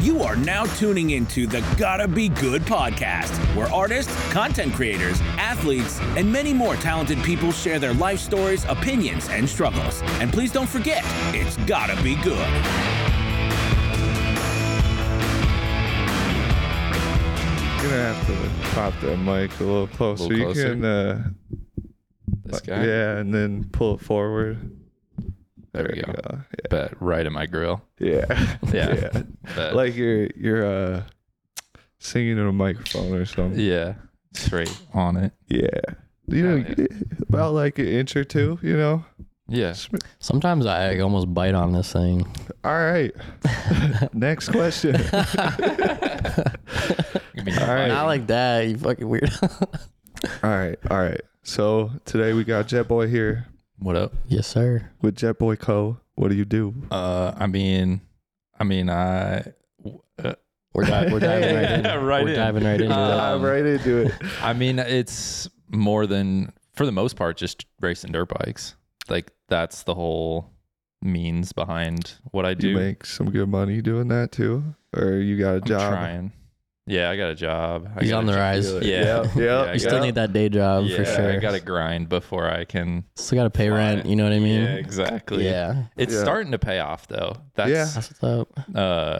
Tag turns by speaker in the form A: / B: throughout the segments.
A: You are now tuning into the Gotta Be Good podcast, where artists, content creators, athletes, and many more talented people share their life stories, opinions, and struggles. And please don't forget, it's gotta be good.
B: You're gonna have to pop that mic a little closer.
C: Little
B: You
C: closer?
B: can, uh,
C: This guy?
B: yeah, and then pull it forward.
C: There, we
B: you
C: go.
B: go.
C: Bet right in my grill.
B: Yeah,
C: Yeah.
B: yeah.
C: Bet.
B: like you're you're uh singing in a microphone or something.
C: yeah. Straight on it.
B: Yeah, you know,
C: Hell yeah.
B: about like an inch or two. You know,
C: Yeah.
D: Sometimes I almost bite on this thing.
B: all right. Next question.
C: I mean,
B: All right.
D: Not like that, you fucking weird.
B: All right, all right. So today we got Jet Boy here
C: What up?
D: yes, sir.
B: with Jet Boy Co. What do you do?
C: Uh, I mean, I mean, I, uh,
D: We're, di- we're diving right in.
C: Yeah, right
D: we're
C: in.
D: diving right into
C: Uh,
D: it.
C: Um,
B: right into it.
C: I mean, it's more than for the most part just racing dirt bikes. Like that's the whole means behind what I
B: You
C: do.
B: make some good money doing that too, or you got a
C: I'm
B: job?
C: trying. Yeah, I got a job. I
D: He's
C: got
D: on
C: a
D: the
C: job.
D: rise.
B: Yeah,
D: You
C: Yeah.
B: yeah.
C: Yeah, I
D: still
C: got-
D: need that day job
C: yeah,
D: for sure.
C: I got to grind before I can.
D: Still got to pay
C: fly.
D: rent. You know what I mean?
C: Yeah, exactly.
D: Yeah.
C: It's
B: Yeah.
C: starting to pay off though. That's
D: That's what's up.
C: uh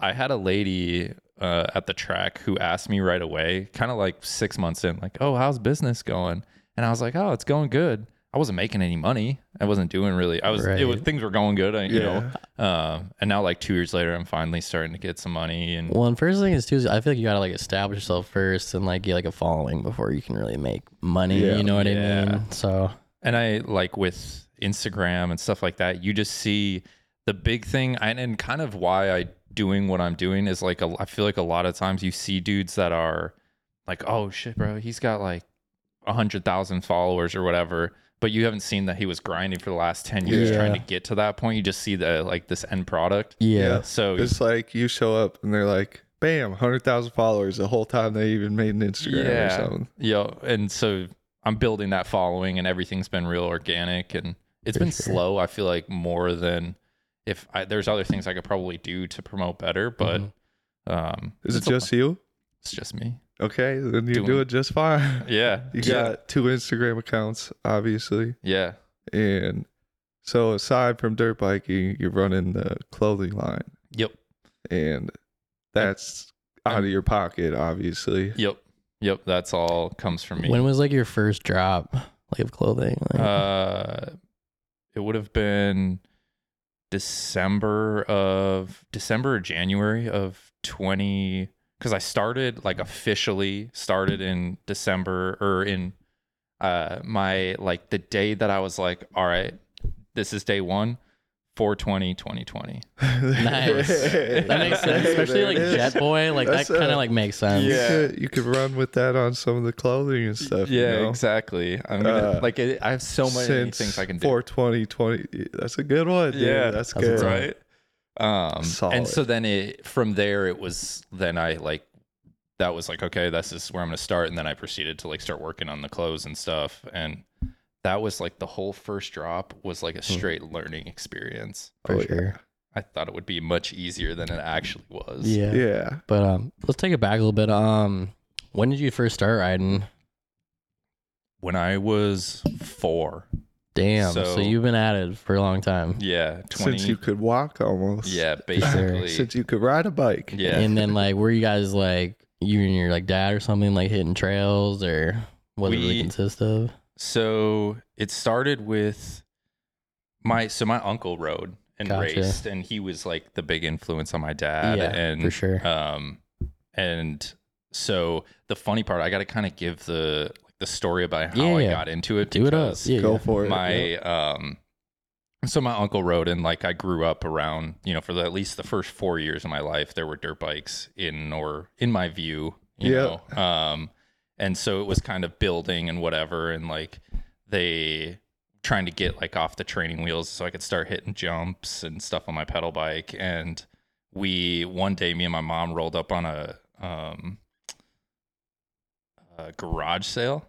C: I had a lady uh, at the track who asked me right away, kind of like six months in, like, "Oh, how's business going?" And I was like, "Oh, it's going good." I wasn't making any money. I wasn't doing really. I was. It was
D: Right.
C: things were going good. I, You know. Um, and now, like two years later, I'm finally starting to get some money. And
D: Well, and first thing is too. is I feel like you gotta like establish yourself first and like get like a following before you can really make money.
B: Yeah.
D: You know what
C: Yeah.
D: I mean? So
C: and I like with Instagram and stuff like that, you just see the big thing and, and kind of why I doing what I'm doing is like a, I feel like a lot of times you see dudes that are like, oh shit, bro, he's got like a hundred thousand followers or whatever, but you haven't seen that he was grinding for the last ten years
D: Yeah.
C: trying to get to that point. You just see the like this end product.
D: yeah,
C: So
B: It's like you show up and they're like, bam, 100,000 followers the whole time they even made an Instagram or something.
C: Yeah. And so I'm building that following and everything's been real organic and it's
D: For
C: been
D: sure.
C: slow. I feel like more than if I, there's other things I could probably do to promote better, but
D: Mhm.
C: um,
B: Is
C: it's
B: it
C: a-
B: just you?
C: it's just me.
B: Okay, then you
C: Doing-
B: do it just fine.
C: Yeah.
B: You
C: yeah.
B: got two Instagram accounts, obviously.
C: yeah.
B: And so aside from dirt biking, you're running the clothing line.
C: Yep.
B: And that's out of your pocket, obviously.
C: Yep. Yep. That's all comes from me.
D: When was like your first drop like of clothing? Like,
C: uh, it would have been December of December or January of 20 because I started like officially started in December or in uh my like the day that I was like all right this is day 1 420 2020
D: Nice. that makes sense,
B: Hey,
D: especially
B: there
D: like
B: it is.
D: Jet Boy. Like
B: That's
D: that kind
B: a-
D: of like makes sense.
B: You
C: Yeah.
B: could- you could run with that on some of the clothing and stuff. you
C: yeah
B: know?
C: exactly I'm gonna
B: Uh,
C: like it, I have so many
B: since
C: things I can do
B: 420 20 that's a good one dude. yeah that's,
D: That's
B: good
D: what's up.
C: right um
B: Solid.
C: and so then it from there it was then i like that was like okay this is where i'm gonna start and then i proceeded to like start working on the clothes and stuff and that was like the whole first drop was like a
B: Hmm.
C: straight learning experience
D: for
B: Oh, yeah.
D: sure.
C: i thought it would be much easier than it actually was
D: Yeah.
B: yeah
D: But um, let's take it back a little bit. Um, when did you first start riding?
C: when i was four
D: Damn. So,
C: So-
D: you've been at it for a long time.
C: yeah 20
B: since you could walk almost
C: yeah
D: sir.
C: basically
B: since you could ride a bike
C: yeah
D: And then like, were you guys like you and your like dad or something like hitting trails or what did it
C: We-
D: really consist of?
C: So it started with my so my uncle rode and
D: Gotcha.
C: raced, and he was like the big influence on my dad.
D: Yeah,
C: and
D: for sure.
C: Um, and so the funny part, I got to kind of give the the story about how
D: Yeah,
C: I
D: yeah.
C: got into it.
D: Do it up.
C: because-
D: Yeah.
B: go
D: yeah.
B: for it
C: my
B: yeah.
C: um so my uncle rode and like I grew up around, you know, for the, at least the first 4 years of my life there were dirt bikes in or in my view, you
B: Yeah.
C: know. Um and so it was kind of building and whatever and like they trying to get like off the training wheels so I could start hitting jumps and stuff on my pedal bike and we one day me and my mom rolled up on a um a garage sale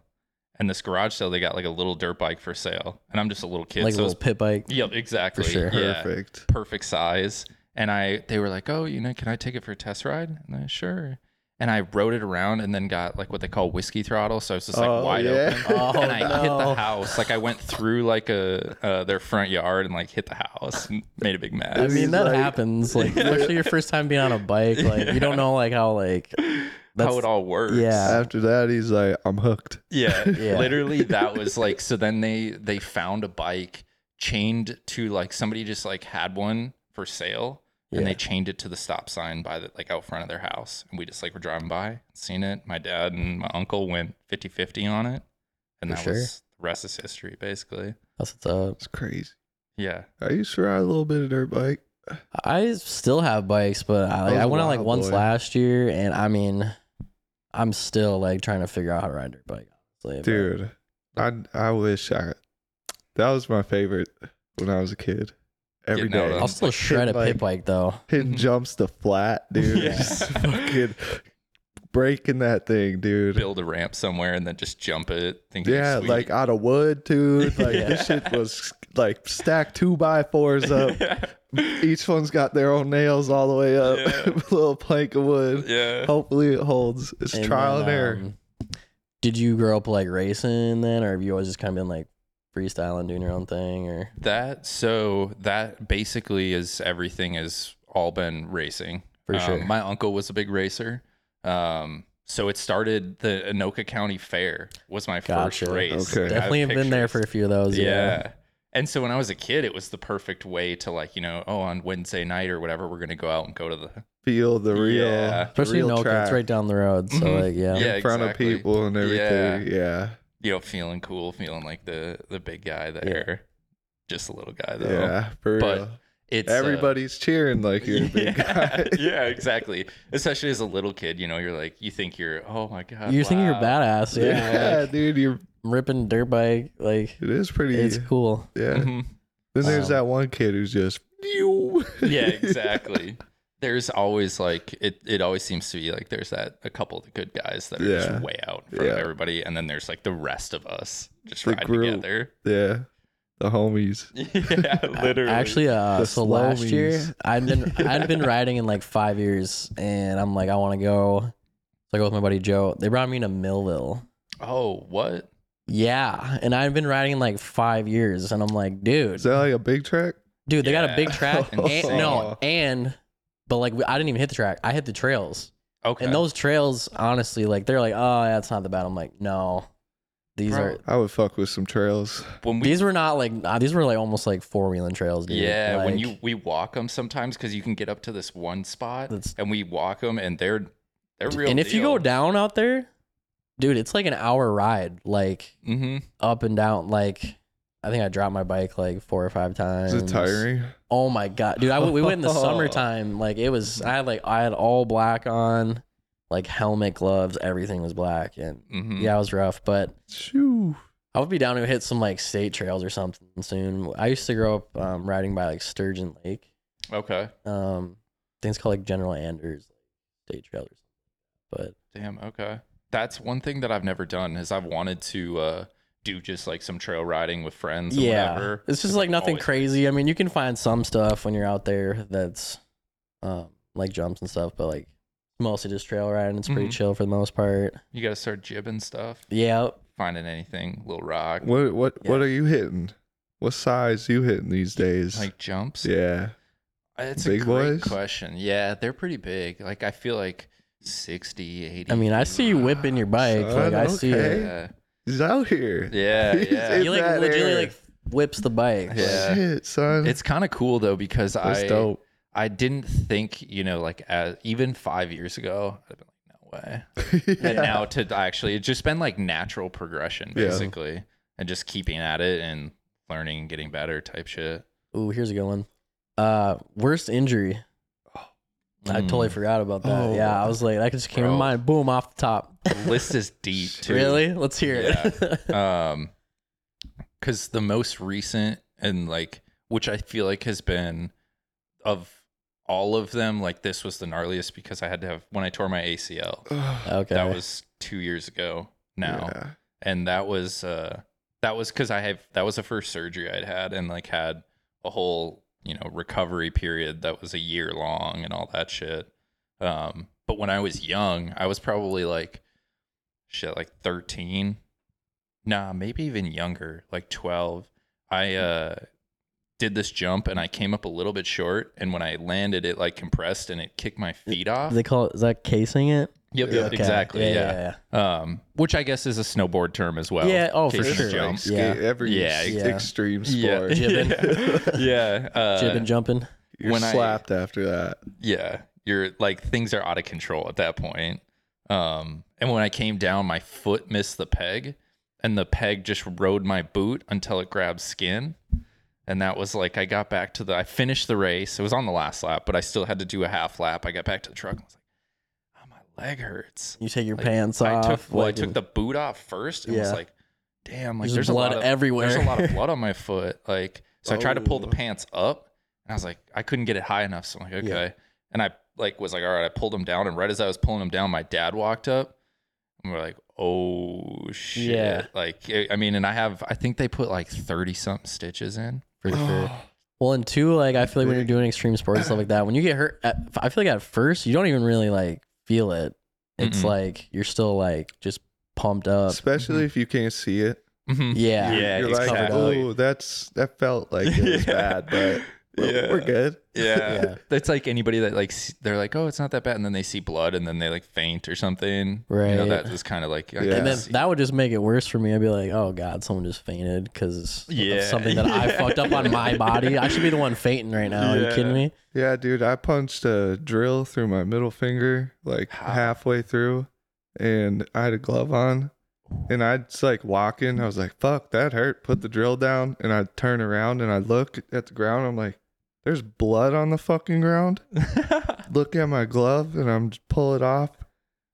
C: and this garage sale they got like a little dirt bike for sale and i'm just a little kid
D: like a
C: so
D: little
C: it's
D: pit bike.
C: yep exactly
D: sure.
C: yeah,
B: perfect
C: perfect size and I they were like, "Oh, you know, can I take it for a test ride?" And I sure. And I rode it around and then got like what they call whiskey throttle, so it's just like
B: Oh,
C: wide
B: yeah.
C: open.
D: Oh,
C: and I hit
D: no.
C: the house. Like I went through like a uh, their front yard and like hit the house and made a big
D: I
C: mess.
D: mean, that
B: like-
D: happens. Like, especially your first time being on a bike, like you don't know like how like that's
C: How it all works.
D: Yeah.
B: After that, he's like, I'm hooked.
C: Yeah,
D: Yeah.
C: literally that was like so then they they found a bike chained to like somebody just like had one for sale and
D: Yeah.
C: they chained it to the stop sign by the like out front of their house and we just like were driving by seen it my dad and my uncle went 50-50 on it and
D: For
C: that
D: sure.
C: was the rest is history basically
D: that's what's up.
B: It's crazy.
C: yeah
B: I used to ride a little bit of dirt bike.
D: I still have bikes, but I, like,
B: Those
D: I went on like
B: wild
D: once
B: boy.
D: last year, and I mean, I'm still like trying to figure out how to ride dirt bike. Honestly, but-
B: Dude, I I wish I that was my favorite when I was a kid. Every
C: Getting out
B: day.
C: of
D: I'll still
C: like,
D: shred a
B: hitting,
D: pit bike though.
B: Hitting jumps to flat, dude.
C: Yeah.
B: Just fucking breaking that thing, dude.
C: build a ramp somewhere and then just jump it thinking it's
B: yeah,
C: sweet.
B: like out of wood, dude. Like this shit was like stacked two by fours up. Each one's got their own nails all the way up.
C: Yeah.
B: little plank of wood.
C: yeah
B: Hopefully it holds. It's
D: And
B: trial
D: then,
B: and error.
D: um, did you grow up like racing then, or have you always just kind of been like freestyling, doing your own thing, or
C: That so that basically is everything has all been racing.
D: For
C: Um,
D: sure.
C: My uncle was a big racer. Um so it started the Anoka County Fair was my
D: Gotcha.
C: first race.
B: Okay.
C: I have
D: definitely have been there for
C: pictures.
D: a few of those. Yeah,
C: Yeah. And so when I was a kid, it was the perfect way to like, you know, oh on Wednesday night or whatever, we're gonna go out and go to the
B: Feel the real
C: Yeah.
D: especially
B: real
D: in Oakland, it's
B: track Mm-hmm.
D: right down the road. So
C: Mhm.
D: like, yeah,
C: Yeah.
B: in front
C: exactly.
B: of people and everything. Yeah. Yeah.
C: you know, feeling cool, feeling like the the big guy there. Just a little guy though.
B: for
C: But
B: real.
C: It's uh,
B: Everybody's cheering like you're a big
C: yeah,
B: guy.
C: yeah, exactly. Especially as a little kid, you know, you're like, you think you're, oh my god,
D: you think you're
C: wow.
D: badass. Yeah,
B: Yeah,
D: like,
B: dude, you're
D: ripping dirt bike, like
B: it is pretty
D: it's cool.
B: yeah.
C: Mhm.
B: Then there's
D: Um,
B: that one kid who's just
C: Yeah, exactly. there's always like it. It always seems to be like there's that a couple of the good guys that are
B: Yeah.
C: just way out in front of
B: Yeah.
C: everybody, and then there's like the rest of us just
B: The
C: ride
B: group.
C: together.
B: Yeah. The homies.
C: yeah, literally.
D: Actually, uh,
B: The
D: so last year
B: slowies.
D: I'd been I'd been riding in like five years, and I'm like I want to go. So I go with my buddy Joe. They brought me to Millville.
C: oh, what?
D: Yeah, and I've been riding like five years, and I'm like, dude,
B: Is that like a big track?
D: dude, they got a
C: Yeah.
D: big track. and,
B: Insane.
D: no, and but like we- I didn't even hit the track. I hit the trails,
C: Okay.
D: and those trails, honestly, like they're like, oh, that's not the bad. I'm like, no, these
C: Bro,
D: are
B: I would fuck with some trails.
C: when we
D: these were not like nah, these were like almost like four wheeling trails, dude.
C: Yeah, when
D: Like,
C: you we walk them sometimes because you can get up to this one spot
D: That's-
C: and we walk them and they're they're real.
D: and if you go
C: deal.
D: down out there, dude, it's like an hour ride, like
C: Mhm.
D: up and down. Like I think I dropped my bike like four or five times.
B: Is it tiring?
D: Oh my god, dude! I w- we went in the summertime. Like it was, I had like I had all black on, like helmet, gloves, everything was black, and
B: Mm.
C: Mhm.
D: yeah, it was rough. But
B: Shoo.
D: I would be down to hit some like state trails or something soon. I used to grow up um, riding by like Sturgeon Lake.
C: Okay.
D: Um, things called like General Anders state trails, or something.
C: Damn. Okay. That's one thing that I've never done is I've wanted to uh, do just like some trail riding with
D: but
C: friends. Or
D: yeah,
C: Whatever.
D: it's just like nothing
C: Always-
D: crazy. I mean, you can find some stuff when you're out there that's um, like jumps and stuff, but like mostly just trail riding. It's pretty
C: Mhm.
D: chill for the most part.
C: You got to start jibbing stuff,
D: Yeah,
C: finding anything, little rock,
B: What what what
D: Yeah.
B: are you hitting? What size you hitting these days?
C: like jumps. Uh,
B: yeah.
C: It's
B: big
C: a great
B: boys?
C: question. Yeah, they're pretty big. Like I feel like 60, 80.
D: I mean, I see you whipping your bike.
B: Son,
D: like I see it.
B: okay.
C: Yeah.
B: He's out here.
C: Yeah.
B: He's
C: yeah.
B: in
D: He like
B: that
D: legitimately
B: area.
D: like whips the bike.
C: Yeah.
B: Shit, son.
C: It's kind of cool though because
B: That's
C: I
B: dope.
C: I didn't think you know like as, even five years ago I'd been like no way.
B: Yeah.
C: And now to actually it's just been like natural progression
B: Yeah.
C: basically, and just keeping at it and learning, and getting better type shit.
D: Ooh, here's a good one. Uh, worst injury. I totally
C: Mm.
D: forgot about that.
B: Oh.
D: yeah, I was like, that just came to
C: Bro.
D: mind. Boom, off the top.
C: The list is deep too.
D: Really? Let's hear it.
C: um because the most recent and like which i feel like has been of all of them like this was the gnarliest because i had to have when i tore my acl
D: okay.
C: that was two years ago now
B: Yeah.
C: and that was uh that was because i have that was the first surgery i'd had and like had a whole you know recovery period that was a year long and all that shit. Um, but when I was young, I was probably like shit, like thirteen. Nah, maybe even younger, like twelve. I
D: Hmm.
C: uh did this jump and I came up a little bit short, and when I landed, it like compressed and it kicked my feet off.
D: They call it is that casing it?
C: Yep, yep,
B: Yeah.
D: Okay.
C: exactly.
D: Yeah,
C: Yeah,
D: yeah,
C: Um, which I guess is a snowboard term as well.
D: Yeah, oh, for
C: Casing
D: sure.
C: Jump.
B: Skate,
D: Yeah.
B: Every
C: Yeah,
B: s-
D: yeah.
B: extreme
C: Yeah,
B: sport.
C: yeah,
D: Jibbing.
C: yeah. Uh,
D: Jibbing jumping.
B: You're
C: When I-
B: slapped after that.
C: yeah. You're like things are out of control at that point. Um, and when I came down, my foot missed the peg, and the peg just rode my boot until it grabbed skin. And that was like I got back to the I finished the race. It was on the last lap, but I still had to do a half lap. I got back to the truck and was like, oh, my leg hurts.
D: You take your
C: Like,
D: pants
C: I
D: off.
C: took well, I
D: like,
C: took
D: and-
C: the boot off first and was
D: Yeah.
C: like, damn, like
D: There's
C: there's,
D: blood
C: a lot of,
D: everywhere.
C: There's a lot of blood on my foot. Like so I tried to pull the
B: Oh.
C: pants up and I was like, I couldn't get it high enough. So I'm like, okay.
D: Yeah.
C: And I like was like, all right, I pulled them down. And right as I was pulling them down, my dad walked up and we're like, oh shit.
D: Yeah.
C: Like I- I mean, and I have I think they put like 30 something stitches in.
D: for sure. Well, and two, like I feel like when you're doing extreme sports and stuff like that, when you get hurt, at, I feel like at first you don't even really like feel it. It's
C: Mm-mm.
D: like you're still like just pumped up.
B: Especially if you can't see it.
C: Mhm.
D: Yeah.
C: Mm-hmm. Yeah,
B: You're
C: it's
B: like,
C: covered up.
B: oh, that's that felt like it was
C: Yeah.
B: bad, but we're,
C: Yeah.
B: we're good.
C: Yeah.
D: Yeah.
C: That's like anybody that like s- they're like, "Oh, it's not that bad." And then they see blood and then they like faint or something. You know,
D: Right.
C: that is kind of like I
B: And
C: can
D: And then
C: see-
D: that would just make it worse for me. I'd be like, "Oh God, someone just fainted because
C: Yeah.
D: something that I
C: Yeah.
D: fucked up on my body. I should be the one fainting right now. Are you
C: Yeah.
D: kidding me?
B: Yeah, dude, I punched a drill through my middle finger like
C: How?
B: halfway through, and I had a glove on, and I'd just, like walking. I was like, "Fuck, that hurt." Put the drill down, and I'd turn around and I'd look at the ground. I'm like, "There's blood on the fucking ground." look at my glove, and I'm just pull it off.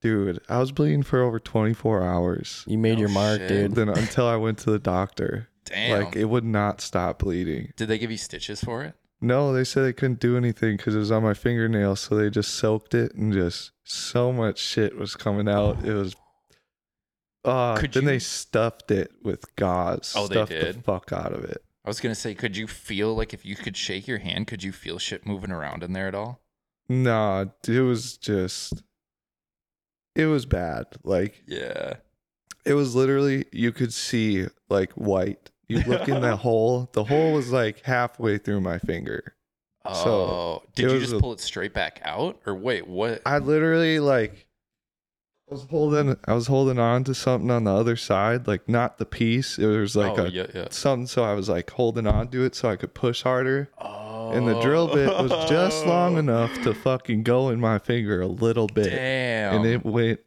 B: Dude, I was bleeding for over 24 hours.
D: You made
C: Oh,
D: your mark,
C: shit.
D: dude.
B: Then until I went to the doctor,
C: Damn.
B: like it would not stop bleeding.
C: Did they give you stitches for it?
B: No, they said they couldn't do anything because it was on my fingernail. So they just soaked it and just so much shit was coming out. It was. Uh,
C: Could
B: then
C: you-
B: they stuffed it with gauze.
C: Oh, they
B: stuffed the
C: did?
B: fuck out of it.
C: I was gonna say, could you feel like if you could shake your hand, could you feel shit moving around in there at all?
B: Nah, it was just. It was bad. Like,
C: Yeah.
B: it was literally, you could see like white. You look in that hole, the hole was like halfway through my finger.
C: Oh,
B: So, it
C: did you
B: was
C: just
B: a-
C: pull it straight back out, or wait, what?
B: I literally like I was holding I was holding on to something on the other side, like not the piece. It was like
C: oh,
B: a
C: yeah, yeah.
B: something so I was like holding on to it so I could push harder.
C: Oh.
B: And the drill bit was just long enough to fucking go in my finger a little bit.
C: Damn.
B: And it went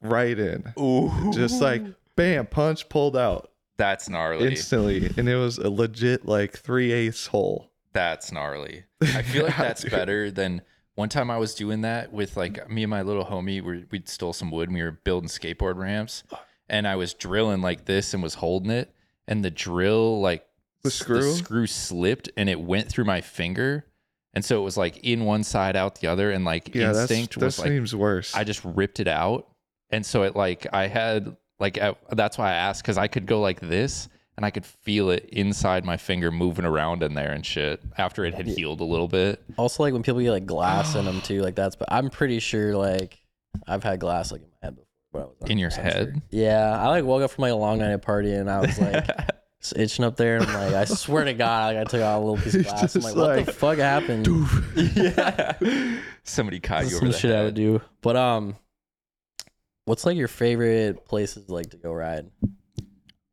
B: right in.
C: Ooh.
B: Just like bam, punch pulled out
C: that's gnarly.
B: instantly. And it was a legit like three eighths hole.
C: That's gnarly. I feel like
B: Yeah,
C: that's
B: dude.
C: better than one time I was doing that with like me and my little homie. We we stole some wood and we were building skateboard ramps, and I was drilling like this and was holding it, and the drill like
B: The
C: s-
B: screw?
C: screw slipped and it went through my finger, and so it was like in one side out the other, and like
B: Yeah,
C: instinct
B: that's,
C: was
B: that
C: like
B: seems worse.
C: I just ripped it out, and so it like I had like I, that's why I asked because I could go like this and I could feel it inside my finger moving around in there and shit after it had healed a little bit.
D: Also, like when people get like glass in them too, like that's. But I'm pretty sure like I've had glass like in my head before. But I was not
C: In your
D: 100%
C: head?
D: sure. Yeah, I like woke up from like a long night at party and I was like s- itching up there and I'm like I swear to God, like, I took out a little piece of
B: It's
D: glass. I'm
B: just
D: like, what the
B: like,
D: fuck happened?
C: yeah, somebody caught
D: That's
C: you over
D: some
C: the
D: shit I
C: head.
D: would do. But um, what's like your favorite places like to go ride?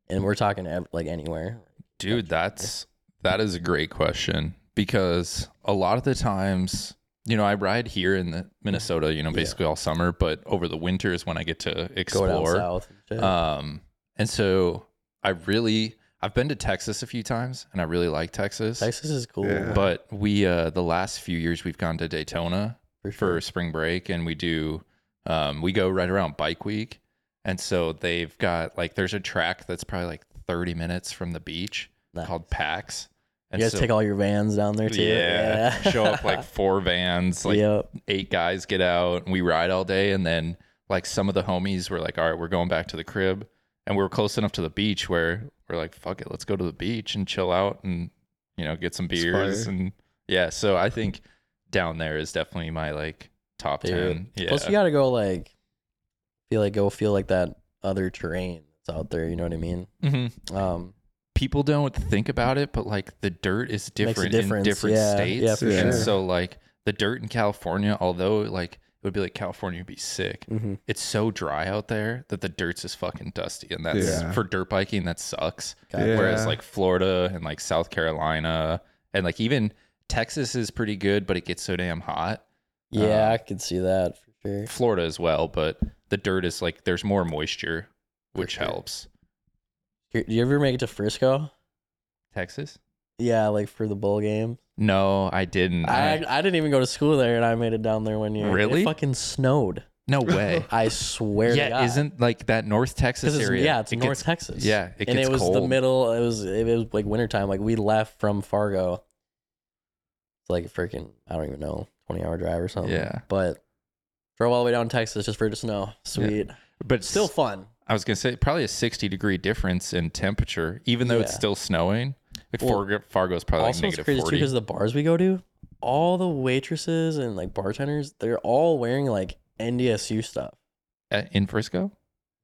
D: And we're talking ev- like anywhere.
C: Dude, that's that is a great question because a lot of the times, you know, I ride here in the Minnesota, you know, basically all summer, but over the winter is when I get to
D: Go
C: explore.
D: down south. and shit.
C: Um, and so I really, I've been to Texas a few times, and I really like Texas.
D: Texas is cool.
B: Yeah.
C: But we, uh, the last few years, we've gone to Daytona for spring break, and we do, um, we go right around Bike Week, and so they've got like there's a track that's probably like 30 minutes from the beach
D: Nice.
C: called Pax.
D: You guys take all your vans down there too.
C: yeah, show up like four vans, like
D: yep.
C: eight guys get out and we ride all day and then like some of the homies were like all right we're going back to the crib and we were close enough to the beach where we're like fuck it let's go to the beach and chill out and you know, get some
B: It's
C: beers
B: fire.
C: and yeah. So I think down there is definitely my like top
D: Dude.
C: ten. Yeah.
D: Plus, you gotta go like feel like go feel like that other terrain that's out there. You know what I mean?
C: Mhm.
D: Um,
C: People don't think about it, but like the dirt is
D: Makes a
C: different in
D: difference.
C: different
D: Yeah,
C: states.
D: yeah, for
B: sure.
C: and so like the dirt in California, although like it would be like California would be sick. It's so dry out there that the dirt's is fucking dusty, and that's
B: Yeah.
C: for dirt biking that sucks.
D: God,
B: Yeah.
C: Whereas like Florida and like South Carolina and like even Texas is pretty good, but it gets so damn hot.
D: yeah,
C: Uh,
D: I could see that for sure.
C: Florida as well, but the dirt is like there's more moisture,
D: For
C: which
D: sure.
C: helps.
D: Do you ever make it to Frisco?
C: Texas?
D: Yeah, like for the bowl game.
C: No, I didn't.
D: I I didn't even go to school there, and I made it down there one year.
C: Really?
D: It fucking snowed.
C: no way.
D: I swear. to
C: yeah,
D: God.
C: isn't like that North Texas
D: 'Cause it's-
C: area?
D: Yeah, it's
C: it
D: North
C: gets-
D: Texas.
C: Yeah, it
D: and
C: gets
D: it was
C: cold.
D: the middle. It was it was like wintertime. Like we left from Fargo. It's like a freaking I don't even know twenty hour drive or something.
C: Yeah.
D: but drove all the way down to Texas just for the snow. Sweet,
C: But
D: still
C: still,
D: fun.
C: I was gonna say probably a 60 degree difference in temperature, even though it's
D: Yeah.
C: still snowing. Like
D: Well,
C: Fargo, Fargo's probably like
D: also, it's
C: negative
D: crazy too
C: 40.
D: because the bars we go to, all the waitresses and like bartenders, they're all wearing like NDSU stuff.
C: Uh, in Frisco.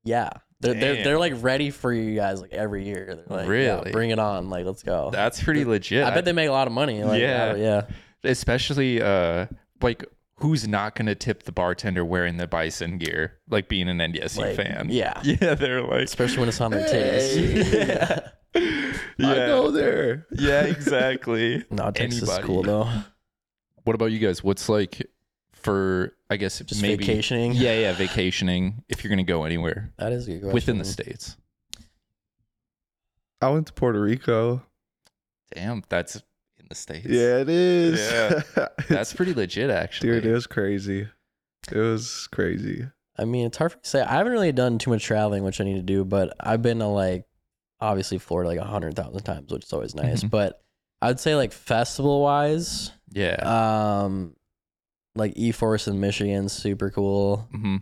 D: Yeah. They're, they're,
C: Damn.
D: they're like ready for you guys like every year. They're like, yeah,
C: Really?
D: bring it on. Like, let's go.
C: That's pretty legit.
D: Oh, I bet they make a lot of money. Like,
C: Yeah.
D: yeah. Yeah.
C: especially uh like who's not gonna tip the bartender wearing the bison gear like being an ndsu
D: Like,
C: fan
D: yeah.
C: yeah they're like
D: Especially when it's on their titties. yeah.
B: I
C: yeah
B: go there.
C: yeah exactly
D: No, Texas is
C: Anybody.
D: cool though.
C: what about you guys what's like for i guess
D: Just
C: maybe
D: vacationing.
C: yeah yeah vacationing if you're gonna go anywhere
D: That is a good question.
C: within the states
B: I went to Puerto Rico.
C: damn that's in the states
B: Yeah, it is.
C: Yeah. that's pretty legit actually
B: dude, it was crazy. It was crazy.
D: I mean, it's hard for me to say. I haven't really done too much traveling, which I need to do, but I've been to like obviously Florida like a hundred thousand times, which is always nice.
C: Mhm.
D: But I would say like festival wise,
B: Uh,
C: yeah
D: um, like E Force in Michigan, super cool.
C: hmm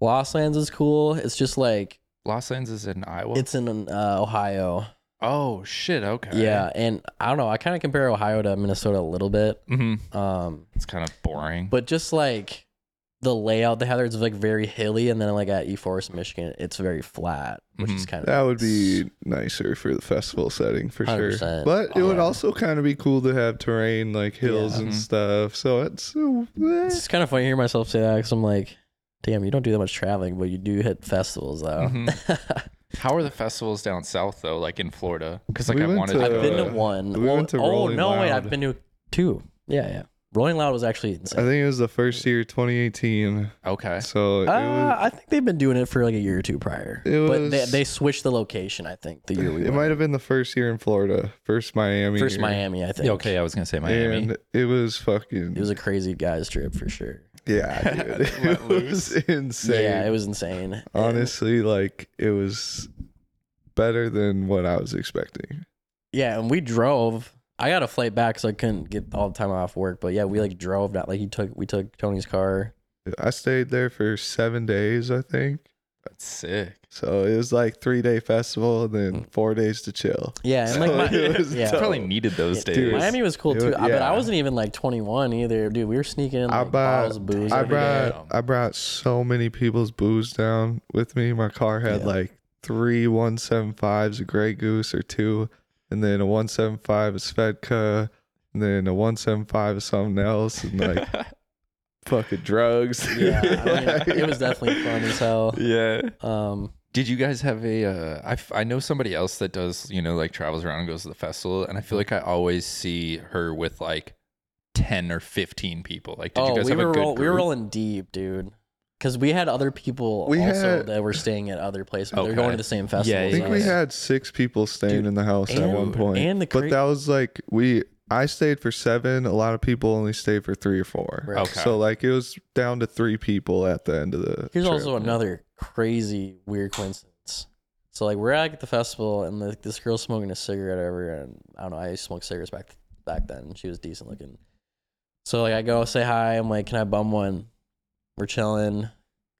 D: Los Lands is cool. It's just like
C: los angeles is in iowa
D: it's in uh, Ohio.
C: oh shit okay
D: Yeah, and I don't know. I kind of compare Ohio to Minnesota a little bit.
C: hmm
D: Um,
C: it's kind of boring
D: but just like the layout they have there, it's like very hilly, and then like at E Forest, Michigan, it's very flat, which
C: Mm-hmm.
D: is kind of
B: That would be nicer for the festival setting for sure.
D: 100%.
B: But it would
D: Yeah.
B: also kind of be cool to have terrain like hills
D: Yeah.
B: and
C: Mhm.
B: stuff. So it's uh, eh.
D: It's kind of funny to hear myself say that because I'm like, damn, you don't do that much traveling, but you do hit festivals though.
C: Mm-hmm. How are the festivals down south though, like in Florida? Because like
B: We
C: I
B: went
C: wanted
B: to-
C: to.
D: I've been to
B: Uh,
D: one.
B: we went to
D: oh
B: Rolling
D: no, wait,
B: Loud. Uh,
D: I've been to two. Yeah, yeah. Rolling Loud was actually
B: I
D: insane.
B: think it was the first year, 2018.
C: okay.
B: So it
D: Uh,
B: was,
D: I think they've been doing it for like a year or two prior,
B: It
D: but they,
B: was-
D: they switched the location. I think the year we
B: it
D: went.
B: might have been the first year in Florida, first Miami.
D: first
B: year.
D: Miami. I think.
C: Yeah, okay, I was gonna say Miami.
B: And it was fucking
D: It was a crazy guys trip for sure.
B: yeah, dude. it
C: Let
B: was
C: loose.
B: insane.
D: Yeah, it was insane.
B: Honestly, like it was better than what I was expecting.
D: Yeah, and we drove. I got a flight back, so I couldn't get all the time off work. But yeah, we like drove down. Like he took, we took Tony's car.
B: I stayed there for seven days, I think.
C: That's sick.
B: So it was like three day festival and
D: Mm.
B: then four days to chill.
D: Yeah, and like
B: So
D: my,
B: it was
D: yeah,
B: tough.
C: Probably needed those days.
B: Dude,
D: Miami was cool
B: it
D: too.
B: was-
D: I- But I
B: yeah.
D: wasn't even like 21 either, dude. We were sneaking in
B: I
D: like
B: brought-
D: bottles of booze.
B: I
D: every
B: brought
D: day.
B: I brought so many people's booze down with me. My car had
D: Yeah.
B: like three one seven fives, a Grey Goose or two, and then a one seven five is Svedka, and then a one seven five is something else, and like fucking drugs.
D: Yeah, I mean, it was definitely fun as hell.
C: yeah.
D: Um,
C: Did you guys have a? Uh, I f- I know somebody else that does. You know, like travels around and goes to the festival, and I feel like I always see her with like ten or fifteen people. Like, did
D: oh,
C: you guys
D: we
C: have
D: were
C: a good
D: roll, we were
C: group?
D: rolling deep, dude. Because we had other people
B: We
D: also
B: had-
D: that were staying at other places. but They're
C: Okay.
D: going to the same festival.
B: I
C: yeah,
B: think we
C: yeah.
B: had six people staying
D: Dude,
B: in the house at one
D: and-
B: point.
D: and the
B: but
D: cra-
B: that was like we I stayed for seven. A lot of people only stayed for three or four.
D: Right.
C: Okay.
B: So like it was down to three people at the end of the
D: Here's
B: trip.
D: also another crazy weird coincidence. So like we're at the festival and the, this girl's smoking a cigarette over and I don't know, I smoked cigarettes back back then and she was decent looking. So like I go say hi, I'm like, Can I bum one? We're chilling,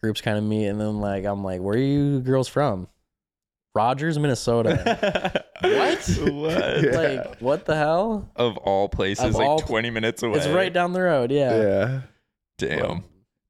D: groups kind of meet, and then like I'm like, Where are you girls from? Rogers, Minnesota. What?
C: what?
B: Yeah.
D: Like, what the hell?
C: Of all places,
D: Of
C: like
D: all-
C: 20 minutes away.
D: It's right down the road. Yeah.
B: yeah.
C: Damn.
D: Well-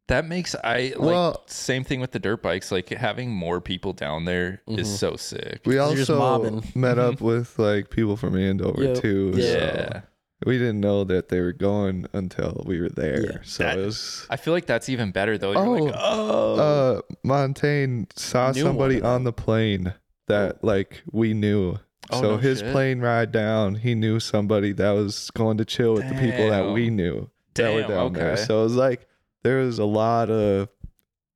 C: That makes I like
B: Well-
C: same thing with the dirt bikes. Like having more people down there is
D: Mhm.
C: so sick.
B: We
D: You're just
B: also
D: mobbing.
B: met up with like people from Andover
D: Yep.
B: too. so
C: yeah.
B: we didn't know that they were going until we were there.
D: Yeah.
B: so
C: That-
B: it was.
C: I feel like that's even better though. You're like, oh,
B: Uh, Montaigne saw
D: Knew one
B: somebody
D: of them.
B: on the plane that like we knew.
C: Oh,
B: so
C: no
B: his
C: shit.
B: plane ride down, he knew somebody that was going to chill with the people that we
C: Damn.
B: knew that
C: damn,
B: were down
C: okay.
B: there. So it was like there was a lot of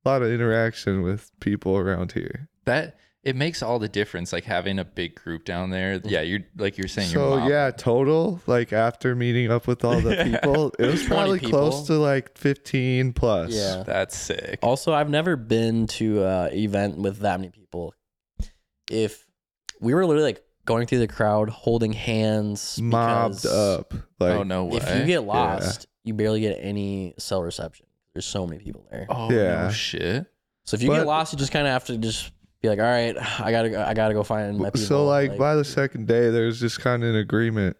B: lot of interaction with people around here.
C: that it makes all the difference. Like having a big group down there.
D: Mm.
C: Yeah, you're like you're saying.
B: So
C: you're
B: yeah, total like after meeting up with all the people, it was
D: 20
B: probably close
D: people.
B: to like 15 plus.
D: Yeah.
C: that's sick.
D: Also, I've never been to an event with that many people. If we were literally like going through the crowd, holding hands,
B: mobbed
D: because
B: up like
C: oh no way.
D: If you get lost, you barely get any cell reception. There's so many people there.
C: oh
B: Yeah.
C: no shit.
D: So if you
B: But-
D: get lost, you just kind of have to just be like, all right, I gotta, go, I gotta go find my people.
B: So like by the second day, there was just kind of an agreement.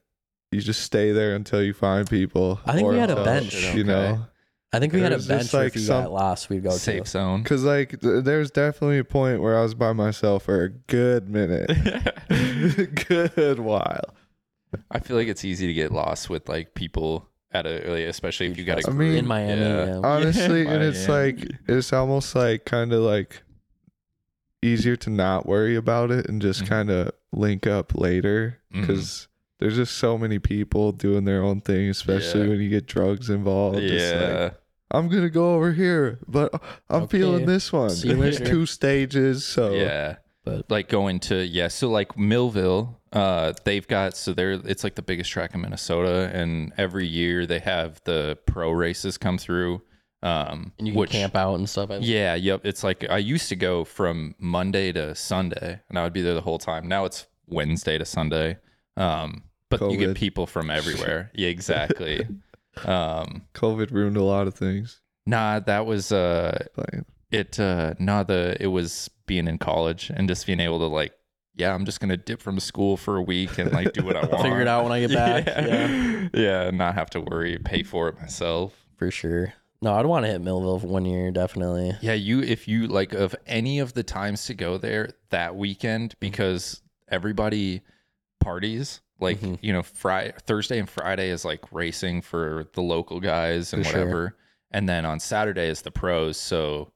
B: You just stay there until you find people.
D: I think we
B: or
D: had a
B: until,
D: bench.
B: You
C: Okay.
B: know,
D: I think we had a
B: there's just,
D: bench where
B: like,
D: if you
B: some-
D: got lost, we'd go
C: Safe
D: to.
C: zone.
B: because like th- there's definitely a point where I was by myself for a good minute, good while.
C: I feel like it's easy to get lost with like people at a, like, especially if you got a
B: I
C: group.
B: mean-
D: in Miami.
C: Yeah.
D: Yeah.
B: Honestly, and
C: Yeah.
B: it's like it's almost like kind of like easier to not worry about it and just
D: Mm-hmm.
C: Mhm.
B: kind of link up later
C: Mhm.
B: because there's just so many people doing their own thing, especially
C: Yeah.
B: when you get drugs involved. It's like,
C: yeah.
B: I'm gonna go over here, but I'm
D: Okay.
B: feeling this one.
D: See you
B: And There's
D: later.
B: two stages, so
C: yeah
D: But-
C: like going to yeah so like millville uh they've got so they're it's like the biggest track in minnesota and every year they have the pro races come through um
D: And you can
C: which-
D: camp out and stuff. I think.
C: yeah yep it's like i used to go from monday to sunday and i would be there the whole time now it's wednesday to sunday um but you
B: COVID.
C: get people from everywhere yeah exactly um
B: COVID ruined a lot of things.
C: nah that was uh
B: Like,
C: it uh no the it was being in college and just being able to like yeah i'm just gonna dip from school for a week and like do what i want
D: Figure it out when I get back. yeah.
C: yeah. yeah not have to worry pay for it myself
D: For sure. No, I'd want to hit Millville for one year, definitely.
C: yeah you if you like of any of the times to go there that weekend
D: Mm-hmm.
C: because everybody parties like
D: Mhm.
C: you know friday thursday and friday is like racing for the local guys and
D: For sure.
C: whatever and then on saturday is the pros so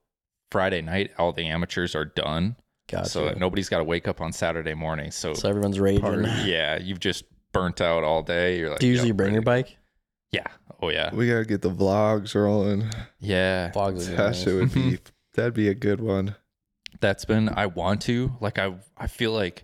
C: friday night all the amateurs are done
D: Gotcha.
C: so
D: So,
C: that nobody's got to wake up on Saturday morning. So,
D: everyone's raging. Do
C: yeah, you've just burnt out all day. You're like,
D: you usually
C: "Yep,
D: bring your
C: ready."
D: bike?
C: Yeah. Oh yeah.
B: we gotta get the vlogs rolling.
C: Yeah.
D: Vlogs are
B: That shit would
D: nice.
B: be that'd be a good one.
C: That's been I want to like I I feel like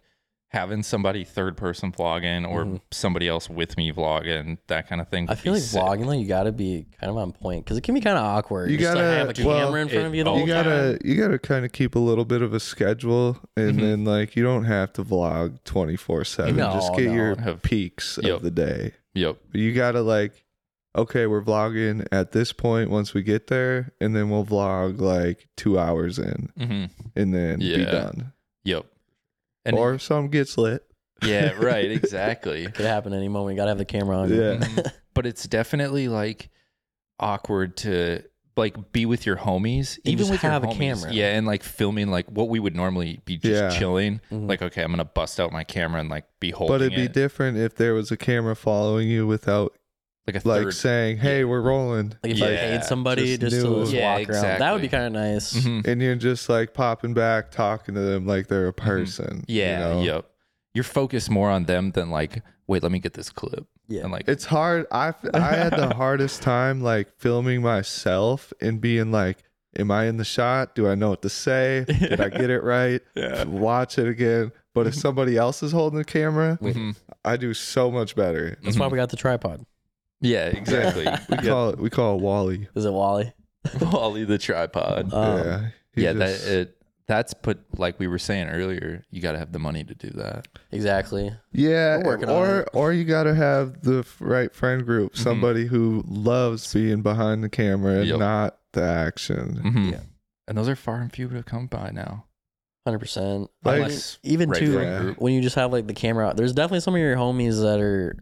C: having somebody third person vlogging or
D: Mhm.
C: somebody else with me vlogging that kind of thing.
D: I
C: would
D: feel
C: be
D: like
C: sick.
D: vlogging though, you gotta be kind of on point because it can be kind of awkward.
B: You
D: just to
B: gotta-
D: have a camera
B: well,
D: in front
C: it-
D: of you. The
C: oh,
D: whole
B: You gotta you gotta kind of keep a little bit of a schedule, and
C: Mhm.
B: then like you don't have to vlog twenty four seven.
D: Mm-hmm. No,
B: Just get
D: no.
B: your
C: Have-
B: peaks
C: Yep.
B: of the day.
C: Yep.
B: But you gotta like, okay, we're vlogging at this point once we get there, and then we'll vlog like two hours in,
C: hmm
B: and then be
C: Yeah.
B: done.
C: Yep. And
B: or some gets lit.
C: yeah, right, exactly.
D: Could happen any moment. You gotta have the camera on. you.
B: Yeah.
C: Mhm. but it's definitely like awkward to like be with your homies,
D: And
C: even
D: just
C: with your
D: have a
C: homies.
D: camera.
C: Yeah, and like filming like what we would normally be just
B: Yeah.
C: chilling.
D: Mhm.
C: Like, okay, I'm gonna bust out my camera and like be holding
B: But it'd be
C: it.
B: different if there was a camera following you without
C: like a
B: like
C: third.
B: saying, "Hey, we're rolling,"
D: Like if you
C: Yeah,
D: paid somebody
B: just
D: just, to
B: new-
D: just
C: Yeah,
D: walk around, that
C: exactly.
D: would be kind of nice.
C: Mhm.
B: and you're just like popping back, talking to them like they're a person. you
C: Mm-hmm. Yeah,
B: know?
C: yep. You're focused more on them than like, wait, let me get this clip.
D: Yeah.
C: And like,
B: It's hard. I f- I had the hardest time like filming myself and being like, "Am I in the shot? Do I know what to say? Did I get it right?"
C: Yeah.
B: Watch it again. But if somebody else is holding the camera,
C: Mhm.
B: I do so much better.
D: That's
C: Mm-hmm.
D: why we got the tripod.
C: yeah, exactly.
B: We call it we call it Wally.
D: Is it Wally?
C: Wally the tripod.
D: Um,
B: yeah, Uh, he
C: yeah,
B: just-
C: that it. That's put like we were saying earlier. You got to have the money to do that.
D: Exactly.
B: Yeah,
D: We're working on
B: or
D: it. Mm-hmm.
B: or you gotta have the f- right friend group, somebody who loves being behind the camera and
C: Yep.
D: Mm-hmm.
B: not the action.
C: Mm-hmm. Mhm. And those are far and few to come by now.
D: hundred percent.
B: Like-
C: Unless
D: Even
C: regular
B: Yeah.
C: group.
D: when you just have like the camera out, there's definitely some of your homies that are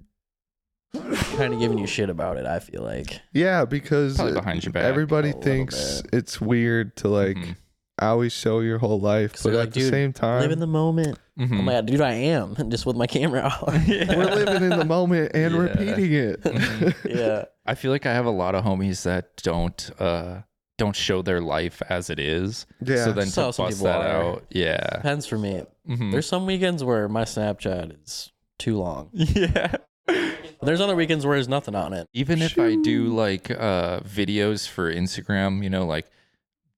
D: kind of giving you shit about it. I feel like
B: Yeah, because
C: Probably
B: uh,
C: behind your back.
B: everybody
D: a little
B: thinks it's weird to like
C: Mhm.
B: always show your whole life,
D: 'Cause
B: but
D: they're
B: at
D: like,
B: the
D: "Dude,
B: same time,
D: live in the moment.
C: Mhm.
D: Oh my god, dude, I am just with my camera out.
B: we're living in the moment and
C: Yeah.
B: repeating it.
D: Mm-hmm.
C: Mhm.
D: yeah,
C: I feel like I have a lot of homies that don't uh don't show their life as it is.
B: yeah.
C: So then to
D: So some
C: bust
D: people
C: that
D: are.
C: out, yeah,
D: depends for me.
C: Mhm.
D: There's some weekends where my Snapchat is too long.
C: yeah.
D: But there's other weekends where there's nothing on it.
C: Even if I do like uh videos for Instagram, you know, like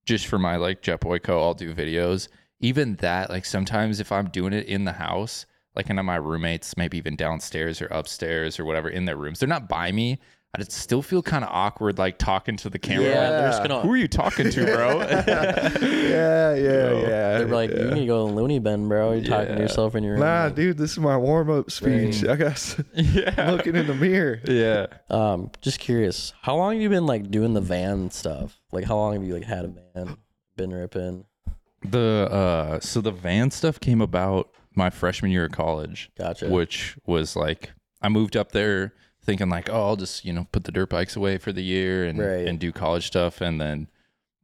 C: just for my like Jet Boy Co, I'll do videos. Even that, like sometimes if I'm doing it in the house, like and my roommates, maybe even downstairs or upstairs or whatever in their rooms, they're not by me. I just still feel kind of awkward, like talking to the camera.
D: Yeah,
C: like,
D: they're just
B: Yeah.
D: gonna.
C: Who are you talking to, bro?
B: yeah, yeah,
C: Yo.
B: yeah.
D: They're like,
B: yeah.
D: you need to go to loony bin, bro. You're talking
C: Yeah.
D: to yourself in your room.
B: nah, dude, this is my warm up speech. I guess
C: yeah.
B: looking in the mirror.
C: Yeah.
D: Um, just curious, how long have you been like doing the van stuff? Like, how long have you like had a van, been ripping?
C: The uh so the van stuff came about my freshman year of college,
D: Gotcha.
C: which was like I moved up there thinking like, oh, I'll just, you know, put the dirt bikes away for the year and
D: Right.
C: and do college stuff and then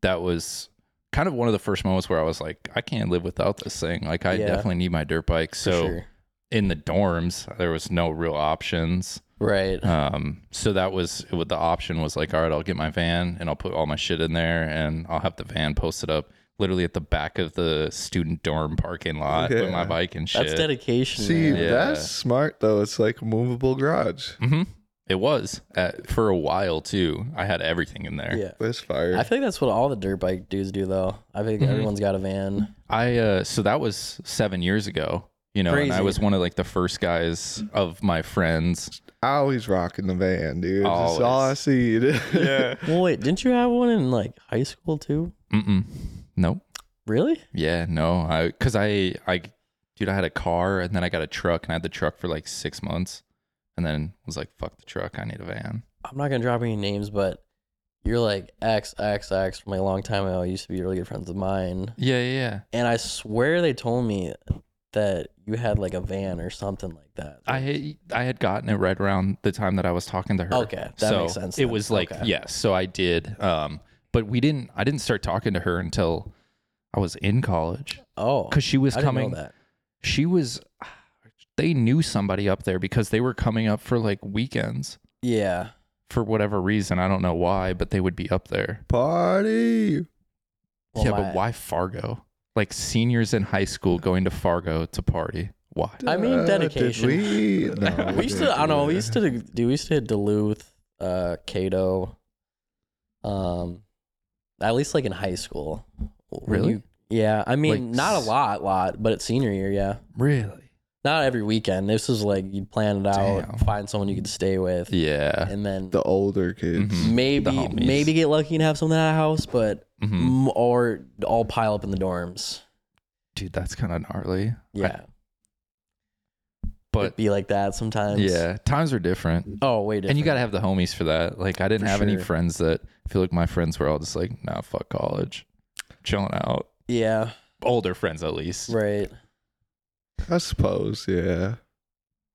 C: that was kind of one of the first moments where I was like, I can't live without this thing. Like I
D: Yeah.
C: definitely need my dirt bike.
D: For
C: So
D: sure.
C: in the dorms, there was no real options.
D: right,
C: Um, so that was what the option was like, all right, I'll get my van and I'll put all my shit in there and I'll have the van posted up literally at the back of the student dorm parking lot with my
B: Yeah.
C: bike and shit.
D: that's dedication.
B: See,
D: man.
C: Yeah.
B: that's smart though. It's like a movable garage.
C: hmm It was at, for a while too. I had everything in there.
D: yeah.
B: That's fire.
D: I feel like that's what all the dirt bike dudes do, though. I think
C: Mhm.
D: everyone's got a van.
C: I, uh, so that was seven years ago, you know, and I
D: Crazy.
C: was one of like the first guys of my friends.
B: I always rocking the van, dude. That's all I
C: Always.
B: see. dude.
D: Well, wait, didn't you have one in like high school too?
C: Mm-mm. Nope.
D: Really?
C: Yeah, no, I because I I dude, I had a car and then I got a truck and I had the truck for like six months, and then was like, fuck the truck, I need a van.
D: I'm not gonna drop any names, but you're like X X X from a long time ago. Used to be really good friends of mine.
C: Yeah, yeah, yeah.
D: and I swear they told me that you had like a van or something like that.
C: I had- I had gotten it right around the time that I was talking to her.
D: Okay, that
C: so
D: makes sense
C: It
D: then.
C: was like yes,
D: Okay.
C: so I did. Um, but we didn't. I didn't start talking to her until I was in college
D: oh
C: because she was
D: I didn't know
C: coming.
D: that.
C: She was. They knew somebody up there because they were coming up for like weekends
D: Yeah,
C: for whatever reason. I don't know why, but they would be up there.
B: Party.
D: Well,
C: yeah,
D: my-
C: but why Fargo? Like seniors in high school going to Fargo to party. Why?
D: I mean,
B: Uh, did
D: dedication.
B: we? No,
D: we used to. I
B: didn't
D: don't know.
B: do that.
D: We used to do. We used to hit Duluth, uh, Cato. Um, at least like in high school. When
C: Really?
D: you- yeah, I mean,
C: Like
D: not a
C: s-
D: lot, lot, but it's senior year. Yeah,
C: Really?
D: not every weekend. This is like you'd plan it out,
C: Damn.
D: find someone you could stay with,
C: Yeah.
D: and then
B: the older kids.
C: Mhm. the
D: maybe
C: homies.
D: maybe get lucky and have someone at a house, but
C: hmm
D: mm or all pile up in the dorms.
C: Dude, that's kind of gnarly.
D: Yeah,
C: But
D: it'd be like that sometimes.
C: yeah, times are different.
D: Oh wait,
C: And you got to have the homies for that. Like, I didn't
D: For
C: have any
D: sure.
C: friends that I feel like my friends were all just like, nah, fuck college. Chilling out.
D: yeah,
C: Older friends, at least.
D: right.
B: I suppose, yeah.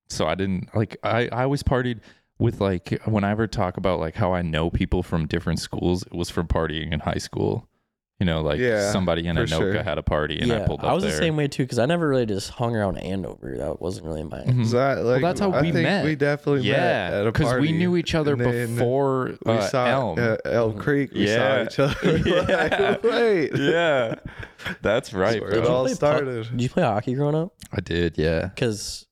C: So I didn't like, I, I always partied with like, whenever I talk about like how I know people from different schools, it was from partying in high school. You know, like
B: Yeah,
C: somebody in
B: for
C: Anoka
B: sure.
C: had a party and
D: yeah,
C: I pulled up
D: was
C: there.
D: the same way too because I never really just hung around Andover. That wasn't really my.
C: Mhm.
B: Is that, like,
C: that's how
B: I
C: we
B: think
C: met.
B: We definitely met
C: Yeah,
B: at a
C: because
B: party.
C: we knew each other
B: and then
C: before
B: We
C: uh,
B: saw
C: Elm. Mm-hmm.
B: uh, Elm Creek. We saw
C: Yeah.
B: each other.
C: Yeah.
B: like, wait.
C: yeah, that's
B: That's
C: right,
B: where it
C: bro.
B: all
D: play puck?
B: started.
D: Did you play hockey growing up?
C: I did, yeah.
D: Because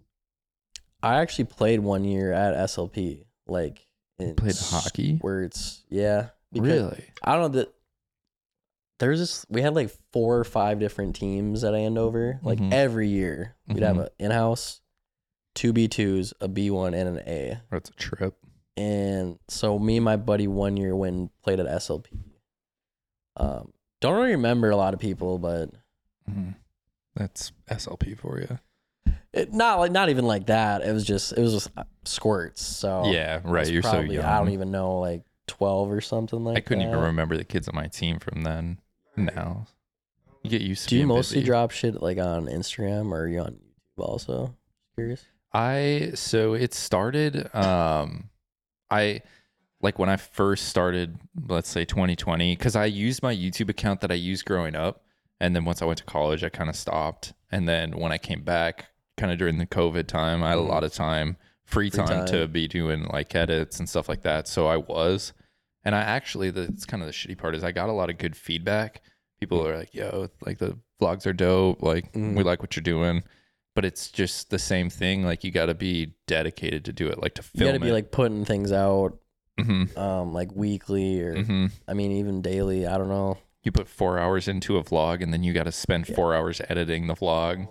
D: I actually played one year at SLP. Like in
C: Played hockey?
D: Where it's yeah. because-
C: Really?
D: I don't know that there's this we had like four or five different teams at Andover. Like
C: Mhm.
D: every year we'd have
C: Mhm.
D: an in house, two B twos, a B one, and an A.
C: That's a trip.
D: And so me and my buddy one year went and played at SLP. Um don't really remember a lot of people, but
C: Mm-hmm. That's SLP for you.
D: it, not like not even like that. It was just it was just uh, squirts. So
C: yeah,
D: it
C: right.
D: was
C: You're so
D: probably,
C: young.
D: I don't even know like twelve or something like.
C: I couldn't
D: that.
C: even remember the kids on my team from then. Now, You get used to
D: Do you
C: being
D: mostly
C: busy.
D: drop shit like on Instagram or are you on YouTube also? Curious.
C: I so it started um I like when I first started let's say 2020 cuz I used my YouTube account that I used growing up and then once I went to college I kind of stopped and then when I came back kind of during the covid time I had a lot of time free,
D: Mm. Free
C: time, to
D: time.
C: be doing like edits and stuff like that so I was and I actually that's kind of the shitty part is I got a lot of good feedback people are like yo like the vlogs are dope like
D: Mm.
C: we like what you're doing but it's just the same thing. Like you got to be dedicated to do it, like to
D: You
C: film
D: gotta be
C: it.
D: like putting things out
C: Mhm,
D: um like weekly or
B: Mm-hmm.
C: mhm.
D: I mean even daily. I don't know.
C: you put four hours into a vlog, and then you got to spend four hours editing the vlog.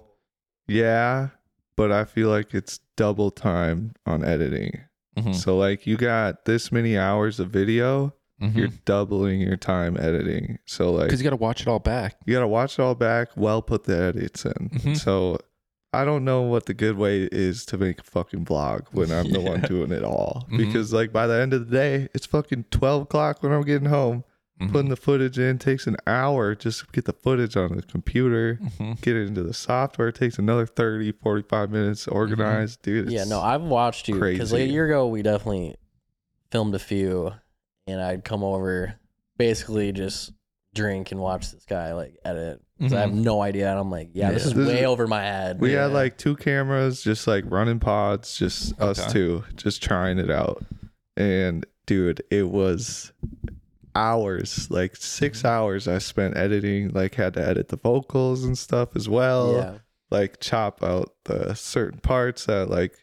B: Yeah, but I feel like it's double time on editing.
C: Mhm,
B: So like you got this many hours of video, you're
C: mhm.
B: doubling your time editing. So like
C: 'Cause you got to watch it all back.
B: you gotta watch it all back, well put the edits in.
C: Mhm.
B: So I don't know what the good way is to make a fucking vlog when I'm the one
C: Yeah.
B: doing it all.
C: Mhm.
B: Because like by the end of the day, it's fucking twelve o'clock when I'm getting home.
C: Mhm,
B: Putting the footage in takes an hour just to get the footage on the computer.
C: mhm.
B: Get it into the software. It takes another 30, 45 minutes
C: Mm-hmm.
B: to organize. Dude, it's
D: yeah, no, I've watched you because like a
B: crazy.
D: year ago we definitely filmed a few, and I'd come over basically just drink and watch this guy like edit. 'Cause I have no idea, and I'm like, yeah, this
C: Yeah.
D: is
B: Mm-hmm. This is-
D: way over my head.
B: We
D: yeah.
B: had like two cameras, just like running pods, just
C: Okay.
B: us two, just trying it out. And dude, it was hours, like 6
D: Mm-hmm.
B: hours I spent editing, like had to edit the vocals and stuff as well,
D: yeah.
B: like chop out the certain parts that like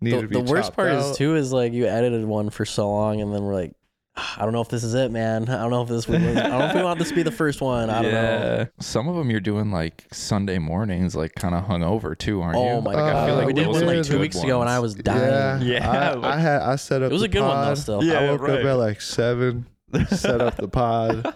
B: needed
D: The,
B: to be
D: the worst
B: chopped
D: part
B: out.
D: is too is like you edited one for so long, and then we're like, "Ah, I don't know if this is it, man. I don't know if this. We, I don't know if we want this to be the first one. I don't know.
C: Some of them you're doing like Sunday mornings, like kind of hungover too, aren't you?
D: Oh my
C: Like,
D: god,
B: feel like
D: we did
C: those
D: one
C: are
D: like
C: the
D: two
C: good
D: weeks ago, and I
C: ones.
D: was dying.
B: Yeah, I, I had I set up.
D: It was
B: the
D: a good one though.
B: pod.
D: Still,
B: I woke up at like seven, set up the pod,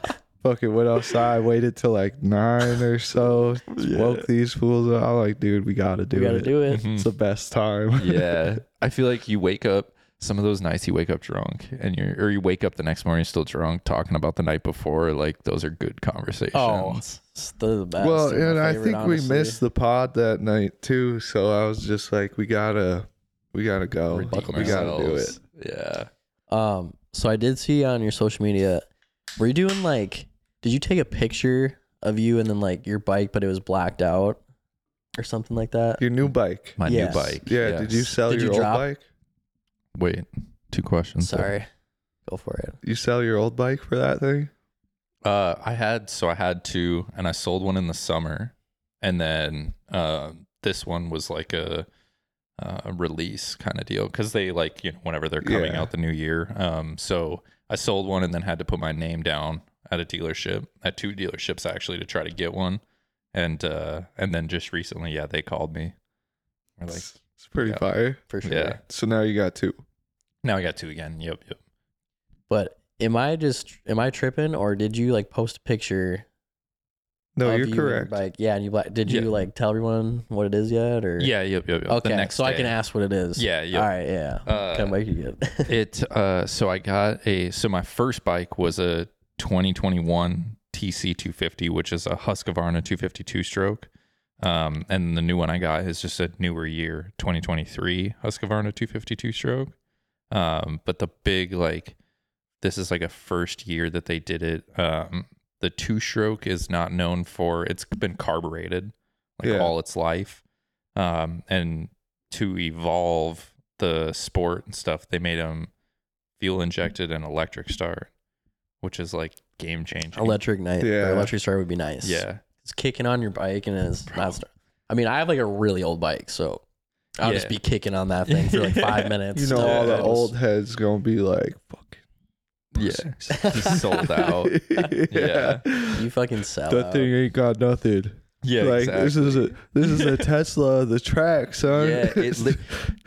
B: fucking went outside, waited till like nine or so, woke these fools up. I'm like, dude, we gotta do
D: we got to
B: it.
D: do it.
C: Mhm.
B: It's the best time.
C: yeah. I feel like you wake up some of those nights you wake up drunk and you're or you wake up the next morning still drunk talking about the night before like those are good conversations.
D: Oh, it's the best.
B: well,
D: They're
B: and
D: my
B: I
D: favorite,
B: think
D: honestly.
B: we missed the pod that night too. So I was just like, we gotta, we gotta go.
C: Redeem
B: we gotta do it.
C: ourselves. Yeah.
D: Um, so I did see on your social media, were you doing like, did you take a picture of you and then like your bike, but it was blacked out or something like that?
B: Your new bike.
C: My
D: Yes.
C: new bike.
B: yeah. Did you
C: yes.
B: sell
D: Did you
B: your old
D: drop?
B: bike?
C: Wait, two questions.
D: Sorry, go for it.
B: You sell your old bike for that thing?
C: Uh, I had so I had two, and I sold one in the summer, and then uh, this one was like a, a release kind of deal because they like you know whenever they're coming
B: Yeah.
C: out the new year. Um, so I sold one and then had to put my name down at a dealership at two dealerships actually to try to get one, and uh, and then just recently, yeah, they called me. They're like,
B: it's, it's pretty
C: yeah.
B: fire.
D: For sure.
C: yeah,
B: So now you got two.
C: now I got two again. Yep, yep.
D: But am I just am I tripping or did you like post a picture?
B: No,
D: of
B: you're
D: you and your
B: correct.
D: bike? Yeah, and you black. Did you
C: Yeah.
D: like tell everyone what it is yet or?
C: Yeah, yep, yep, yep.
D: Okay,
C: the next
D: so I
C: day.
D: can ask what it is.
C: Yeah, yep.
D: All right. Yeah.
C: Uh,
D: Kind of bike you get?
C: it uh so i got a so my first bike was a 2021 tc 250 which is a husqvarna 252 stroke um and the new one i got is just a newer year 2023 husqvarna 252 stroke um but the big like this is like a first year that they did it um the two stroke is not known for it's been carbureted like
B: Yeah.
C: all its life um and to evolve the sport and stuff they made them fuel injected and electric start which is like game changing
D: electric night. Yeah.
B: Yeah.
D: Electric star would be nice.
C: yeah
D: it's kicking on your bike and it's not start. I mean, I have like a really old bike, so I'll just
C: Yeah.
D: be kicking on that thing for like five minutes.
B: You know, all the
C: Yeah.
B: old heads gonna be like, fucking
C: yeah Just sold out
B: yeah.
D: You fucking sell.
B: That
D: out.
B: thing ain't got nothing.
C: yeah
B: like
C: exactly.
B: this is a this is a Tesla of the track, son.
C: Yeah, it li-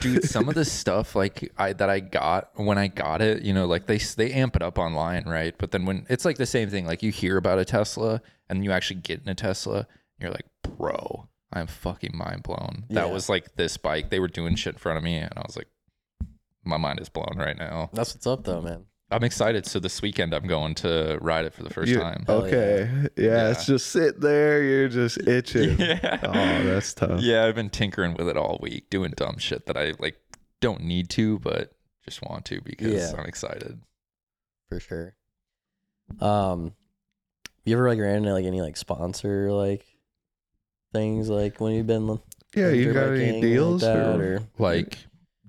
C: dude, some of the stuff like I that I got when I got it, you know, like they s- they amp it up online, right? But then when it's like the same thing, like you hear about a Tesla and you actually get in a Tesla, and you're like, bro, I'm fucking mind blown. That
D: Yeah.
C: was like this bike. They were doing shit in front of me, and I was like, my mind is blown right now.
D: That's what's up, though, man.
C: I'm excited. So this weekend I'm going to ride it for the first
B: You- Oh,
C: time.
D: Hell
B: Okay. Yeah. it's just sit there. You're just itching.
C: Yeah.
B: Oh, that's tough.
C: Yeah, I've been tinkering with it all week, doing dumb shit that I like don't need to, but just want to because
D: Yeah.
C: I'm excited.
D: for sure. Um, you ever like ran into like any like sponsor like things like when you've been like,
B: Yeah, you
D: dirt
B: got
D: biking,
B: any
D: like
B: deals?
D: that,
B: or
D: or
C: Like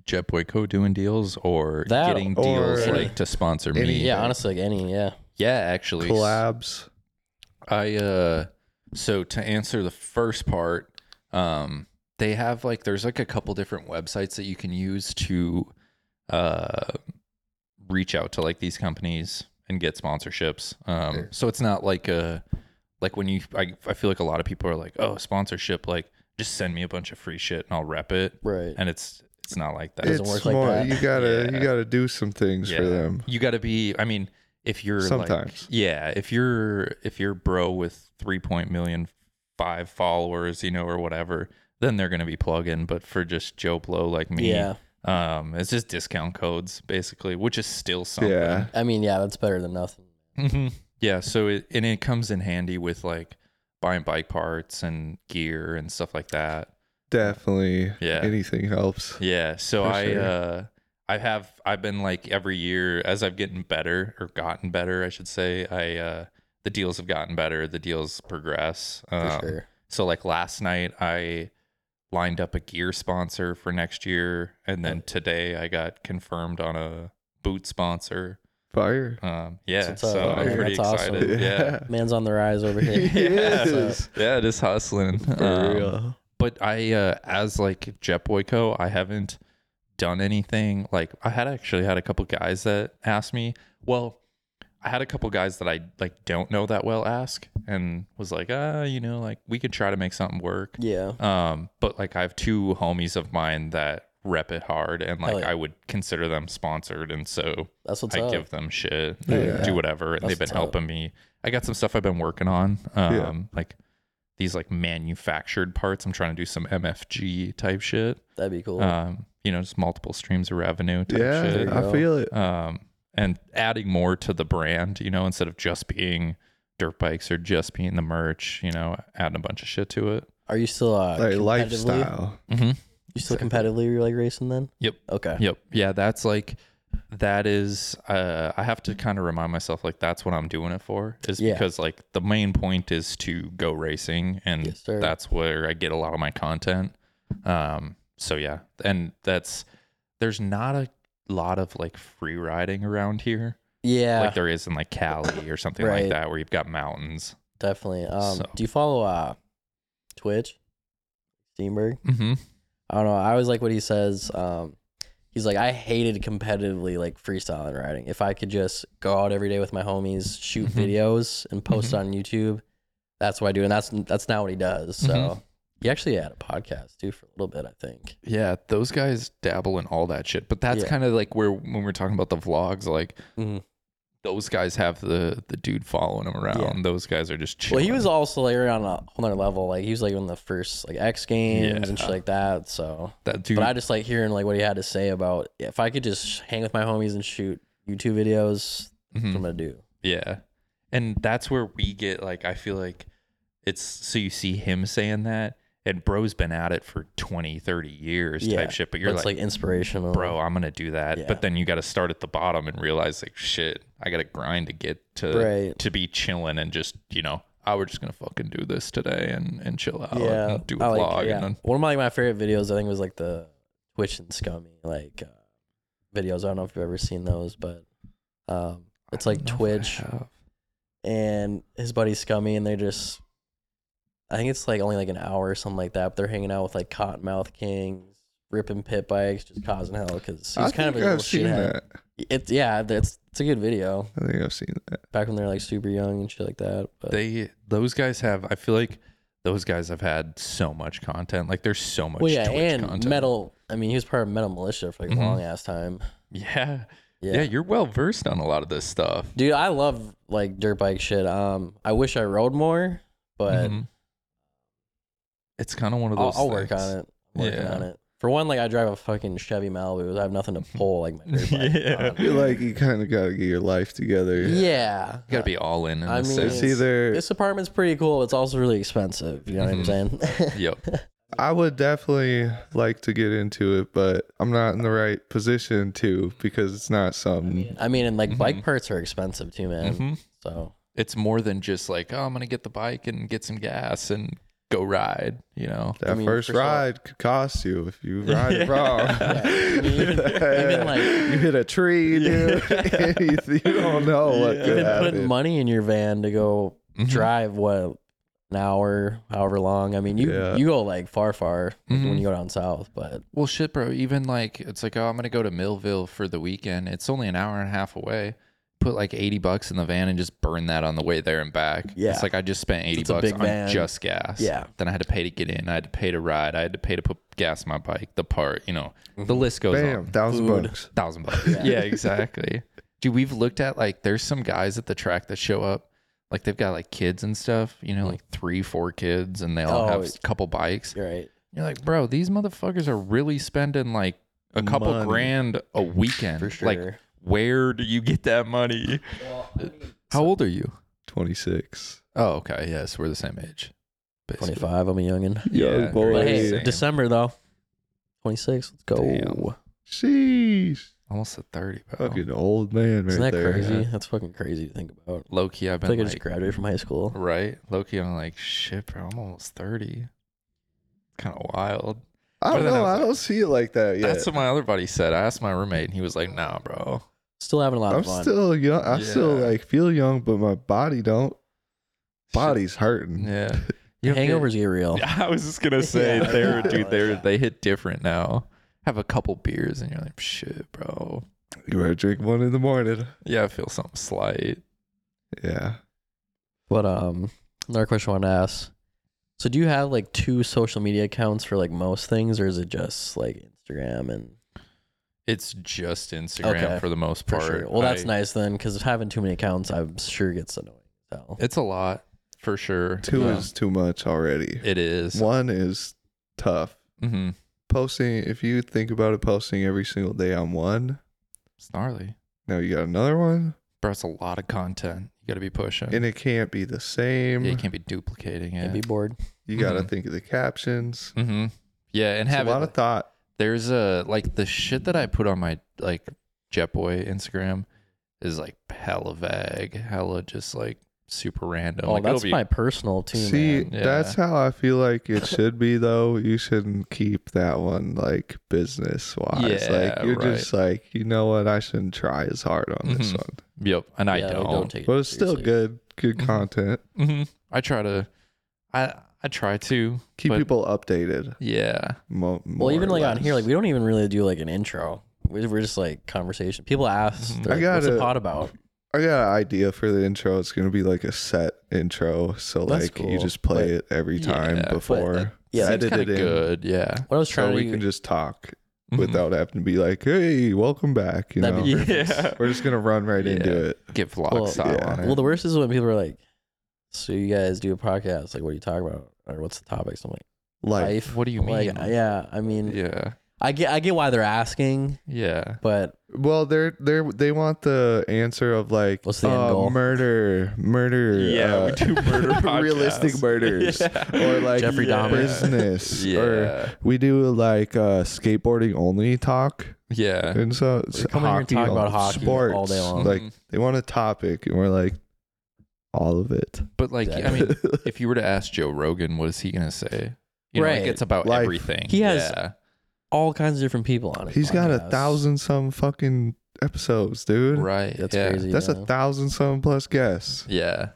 C: Jetboy Co doing deals or
D: That
C: getting
B: or
C: deals
B: any-
C: like to sponsor
B: any-
C: me.
D: yeah, honestly, like any yeah.
C: Yeah, actually.
B: collabs?
C: I uh so to answer the first part, um they have like there's like a couple different websites that you can use to uh reach out to like these companies and get sponsorships. Um
B: Sure.
C: so it's not like a like when you I I feel like a lot of people are like, "Oh, sponsorship like just send me a bunch of free shit and I'll rep it."
D: Right.
C: And it's it's not like that.
D: doesn't
B: It's
D: work like
B: more.
D: that.
B: You gotta.
C: Yeah.
B: You gotta do some things for
C: Yeah.
B: them.
C: You got to be. I mean, if you're like-
B: Sometimes.
C: yeah, if you're if you're bro with three point million five followers, you know, or whatever, then they're gonna be plugging. But for just Joe Blow like me,
D: Yeah.
C: um, it's just discount codes basically, which is still something.
B: Yeah.
D: I mean, yeah, that's better than nothing.
C: hmm Yeah. So it and it comes in handy with like buying bike parts and gear and stuff like that.
B: Definitely.
C: Yeah.
B: Anything helps.
C: Yeah. So
B: For
C: I
B: sure.
C: uh I have I've been like every year as I've gotten better or gotten better, I should say, I uh the deals have gotten better, the deals progress.
D: For
C: Um,
D: sure.
C: so like last night I lined up a gear sponsor for next year and then today I got confirmed on a boot sponsor.
B: Fire.
C: Um yeah,
D: What's up,
C: so I'm
B: man?
C: pretty
D: That's awesome.
C: excited. Yeah.
D: Man's on the rise over here.
B: He is.
C: Yeah, just hustling.
B: For
C: Um,
B: real.
C: but I uh, as like Jet Boyko, I haven't done anything. Like I had actually had a couple guys that asked me. Well, I had a couple guys that I like don't know that well ask and was like, ah, you know, like we could try to make something work.
D: Yeah.
C: Um, but like I have two homies of mine that rep it hard and like
D: Hell yeah.
C: I would consider them sponsored and so
D: That's what's
C: I
D: up.
C: give them shit,
B: Yeah.
C: do whatever, and
D: That's
C: they've been
D: what's up.
C: helping me. I got some stuff I've been working on, um,
B: Yeah.
C: like these like manufactured parts. I'm trying to do some MFG type shit,
D: That'd be cool.
C: um, you know, just multiple streams of revenue type
B: Yeah.
C: shit,
D: you
B: I
D: go.
B: feel it.
C: um, and adding more to the brand, you know, instead of just being dirt bikes or just being the merch, you know, adding a bunch of shit to it.
D: Are you still uh,
B: Like
D: competitively-
B: lifestyle.
C: Mm-hmm.
D: You still competitively like racing then?
C: Yep.
D: Okay.
C: Yep. Yeah, that's like that is uh I have to kind of remind myself like that's what I'm doing it for is
D: Yeah.
C: because like the main point is to go racing and
D: Yes, sir.
C: that's where I get a lot of my content. Um so yeah, and that's there's not a lot of like free riding around here
D: Yeah,
C: like there is in like Cali or something
D: Right.
C: like that where you've got mountains.
D: definitely. Um,
C: So-
D: do you follow uh, Twitch? Steenberg.
C: Mhm.
D: I don't know. I always like what he says. Um, he's like, I hated competitively like freestyle and riding. If I could just go out every day with my homies, shoot
C: Mhm.
D: videos, and post
C: Mhm.
D: on YouTube, that's what I do, and that's that's now what he does. So
C: Mhm.
D: he actually had a podcast too for a little bit, I think.
C: Yeah, those guys dabble in all that shit. But that's
D: Yeah.
C: kind of like where when we're talking about the vlogs like
D: Mhm.
C: those guys have the the dude following him around. Those guys are just chilling.
D: Well, he was also like on a whole other level. Like he was like on the first like X Games and shit
C: Yeah.
D: like that. So
C: that dude.
D: But I just like hearing like what he had to say about if I could just hang with my homies and shoot YouTube videos, that's what
C: Mhm.
D: I'm gonna do.
C: yeah, and that's where we get like I feel like it's so you see him saying that, and bro's been at it for 20, 30 years
D: Yeah,
C: type shit. But you're
D: That's
C: like,
D: like, inspirational,
C: bro, I'm gonna do that.
D: Yeah.
C: But then you got to start at the bottom and realize like shit, I got to grind to get to
D: Right.
C: to be chilling and just you know. I we're just gonna fucking do this today and, and chill out
D: Yeah,
C: and do a
D: I like-
C: vlog
D: yeah.
C: and then
D: one of my, my favorite videos I think was like the Twitch and Scummy like uh, videos. I don't know if you've ever seen those, but um, it's
C: I
D: like
C: don't know if I
D: Twitch
C: have.
D: and his buddy Scummy, and they're just. I think it's like only like an hour or something like that. But they're hanging out with like Cottonmouth Kings, ripping pit bikes, just causing hell because he's
B: I
D: kind
B: think
D: of a little
B: I've seen
D: shithead.
B: that.
D: It's yeah, it's it's a good video.
B: I think I've seen that.
D: Back when they're like super young and shit like that. But
C: they those guys have i feel like those guys have had so much content like there's so much
D: well, yeah,
C: Twitch
D: and
C: content.
D: metal. I mean, he was part of Metal Militia for like
C: Mhm.
D: a long ass time.
C: yeah. yeah
D: Yeah.
C: you're well versed on a lot of this stuff
D: dude, I love like dirt bike shit. Um, I wish I rode more, but
C: Mhm. it's kind of one of
D: I'll,
C: those
D: I'll work
C: things.
D: on it. I'm working
C: Yeah.
D: on it For one, like I drive a fucking Chevy Malibu. I have nothing to pull like my dirt bike Um,
C: Yeah.
D: on.
B: You're like you kind of got to get your life together.
D: yeah.
C: You gotta be all in. in
D: I
C: this
D: mean-
C: sense.
B: It's either
D: This apartment's pretty cool. It's also really expensive. You know what I'm saying?
C: Yep.
B: I would definitely like to get into it, but I'm not in the right position to because it's not something.
D: I mean, and like
C: Mhm.
D: bike parts are expensive too, man.
C: Mhm.
D: So
C: It's more than just like, oh, I'm gonna get the bike and get some gas and go ride. You know.
B: That
D: I mean,
B: first
D: for sure.
B: ride could cost you if you ride it wrong.
D: Yeah. I mean, even- even, like-
B: you hit a tree, dude. you, don't know what
C: Yeah.
B: could
D: even putting
B: happen.
D: money in your van to go
C: Mhm.
D: drive what an hour, however long. I mean, you
B: Yeah.
D: you go like far, far when
C: Mhm.
D: you go down south, but
C: Well, shit, bro. Even like, it's like, oh, I'm gonna go to Millville for the weekend. It's only an hour and a half away. Put like 80 bucks in the van and just burn that on the way there and back.
D: Yeah.
C: It's like I just spent 80
D: It's a
C: bucks
D: big
C: on
D: van.
C: just gas.
D: Yeah.
C: Then I had to pay to get in. I had to pay to ride. I had to pay to put gas in my bike, the part, you know, the list goes
B: Bam,
C: on.
B: thousand
D: Food.
B: bucks.
C: thousand bucks. Yeah, exactly. Dude, we've looked at like there's some guys at the track that show up, like they've got like kids and stuff, you know, like three, four kids, and they all
D: Mm. Oh,
C: have
D: it-
C: a couple bikes.
D: you're right.
C: You're like, bro, these motherfuckers are really spending like a couple
B: Money.
C: grand a weekend.
D: For
C: Like,
D: sure.
C: where do you get that money? How old are you?
B: Twenty six.
C: Oh, okay. Yes, we're the same age. basically.
D: 25, I'm a youngin.
B: Young
C: Yeah,
B: boy.
D: But
C: pretty
D: hey,
C: much the same.
D: December though. 26, let's go.
C: Damn.
B: Sheesh.
C: almost at 30, bro.
B: Fucking old man right
D: Isn't that
B: there.
D: crazy? That's fucking crazy to think about.
C: Low key, I've
D: I
C: been
D: feel like I
C: like,
D: just graduated from high school.
C: right? Low key, I'm like, shit, bro, I'm almost 30. Kind of wild.
B: I don't
C: But then I
B: know.
C: was
B: I
C: like-
B: don't see it like that yet.
C: That's what my other buddy said. I asked my roommate, and he was like, "Nah, bro."
D: Still having a lot
B: I'm
D: of fun.
B: still young. I still
C: Yeah.
B: like feel young, but my body don't.
C: Shit.
B: Body's hurting.
C: Yeah. You don't
D: Hangovers get real.
C: get- I was just gonna say
D: Yeah.
C: they're dude, they're they hit different now. Have a couple beers, and you're like, shit, bro.
B: You better drink one in the morning.
C: Yeah, I feel something slight.
B: Yeah.
D: But um, another question I want to ask. So, do you have like two social media accounts for like most things, or is it just like Instagram and
C: It's just Instagram
D: Okay.
C: for the most
D: for
C: part.
D: sure? Well, that's
C: I-
D: nice then, because having too many accounts, I'm sure gets annoying. as hell.
C: It's a lot for sure.
B: Two
C: Yeah.
B: is too much already.
C: it is.
B: One is tough.
C: Mm-hmm.
B: Posting, if you think about it, posting every single day on one.
C: It's gnarly,
B: Now you got another one,
C: bro. It's a lot of content. You got to be pushing.
B: and it can't be the same.
C: yeah, you can't be duplicating
D: I'd
C: it.
D: be bored.
B: you got to
C: Mhm.
B: think of the captions.
C: mm-hmm. Yeah, and
B: It's
C: have
B: a lot
C: it,
B: of thought.
C: there's a like the shit that I put on my like Jetboy Instagram is like hella vague, hella just like super random.
D: oh,
C: like, it'll
D: that's
C: be-
D: my personal too.
B: See,
D: man.
C: Yeah.
B: that's how I feel like it should be, though. You shouldn't keep that one like business wise.
C: Yeah,
B: like you're
C: right.
B: just like, you know what? I shouldn't try as hard on this
C: Mhm.
B: one,
C: yep, and I
D: Yeah, like,
C: don't.
D: take it
B: but it's still
D: seriously.
B: good, good
C: Mhm.
B: content.
C: hmm I try to, I I try to
B: Keep
C: But-
B: people updated.
C: Yeah,
B: Mo- more
D: Well, even
B: or
D: like on here,
B: less.
D: like we don't even really do like an intro. We- We're just like conversation. People ask,
C: Mhm.
D: they're
B: I
D: like, "What's
B: gotta-
D: the pod about?"
B: I got an Oh, idea for the intro. It's gonna be like a set intro, so
D: That's
B: like you
D: cool.
B: just play it
D: But-
B: every time
C: Yeah, but uh,
B: before.
D: that- yeah,
C: it's
B: edit
C: kind of
B: it in,
C: good. Yeah,
D: What I was trying
B: so
D: to
B: we
D: do-
B: can just talk
C: Mhm.
B: without having to be like, "Hey, welcome back." You
D: That'd
B: know,
D: be
C: yeah.
B: we're just gonna run right into it.
C: Get vlog
D: Well,
C: style
B: yeah.
C: on it.
D: Well, the worst is when people are like, "So you guys do a podcast? Like, what are you talking about? Or what's the topics?" I'm like,
B: Like,
C: what do you
D: Like,
C: mean?
D: yeah, I mean,
C: yeah,
D: I get, I get why they're asking,
C: yeah.
D: but
B: well, they're they're they want the answer of like,
D: What's the end
B: uh,
D: goal?
B: murder, murder, uh, realistic murders, or like
D: Jeffrey
C: Yeah.
D: Dahmer.
B: business,
C: yeah,
B: or we do like uh, skateboarding only talk.
C: yeah.
B: And so it's
D: Uh, come in here and
B: hockey,
D: talk
B: all-
D: about hockey
B: sports,
D: all day long.
B: Like
C: Mhm.
B: they want a topic, and we're like, all of it.
C: But like, I
D: Exactly.
C: mean, if you were to ask Joe Rogan, what is he gonna say? You know, like
D: Right.
C: it's about
B: Life.
C: everything.
D: He has-
C: yeah.
D: all kinds of different people on it.
B: He's got a thousand some fucking episodes, dude.
C: right.
D: That's
C: yeah.
D: crazy.
B: That's
D: yeah.
B: a thousand some plus guests.
C: Yeah.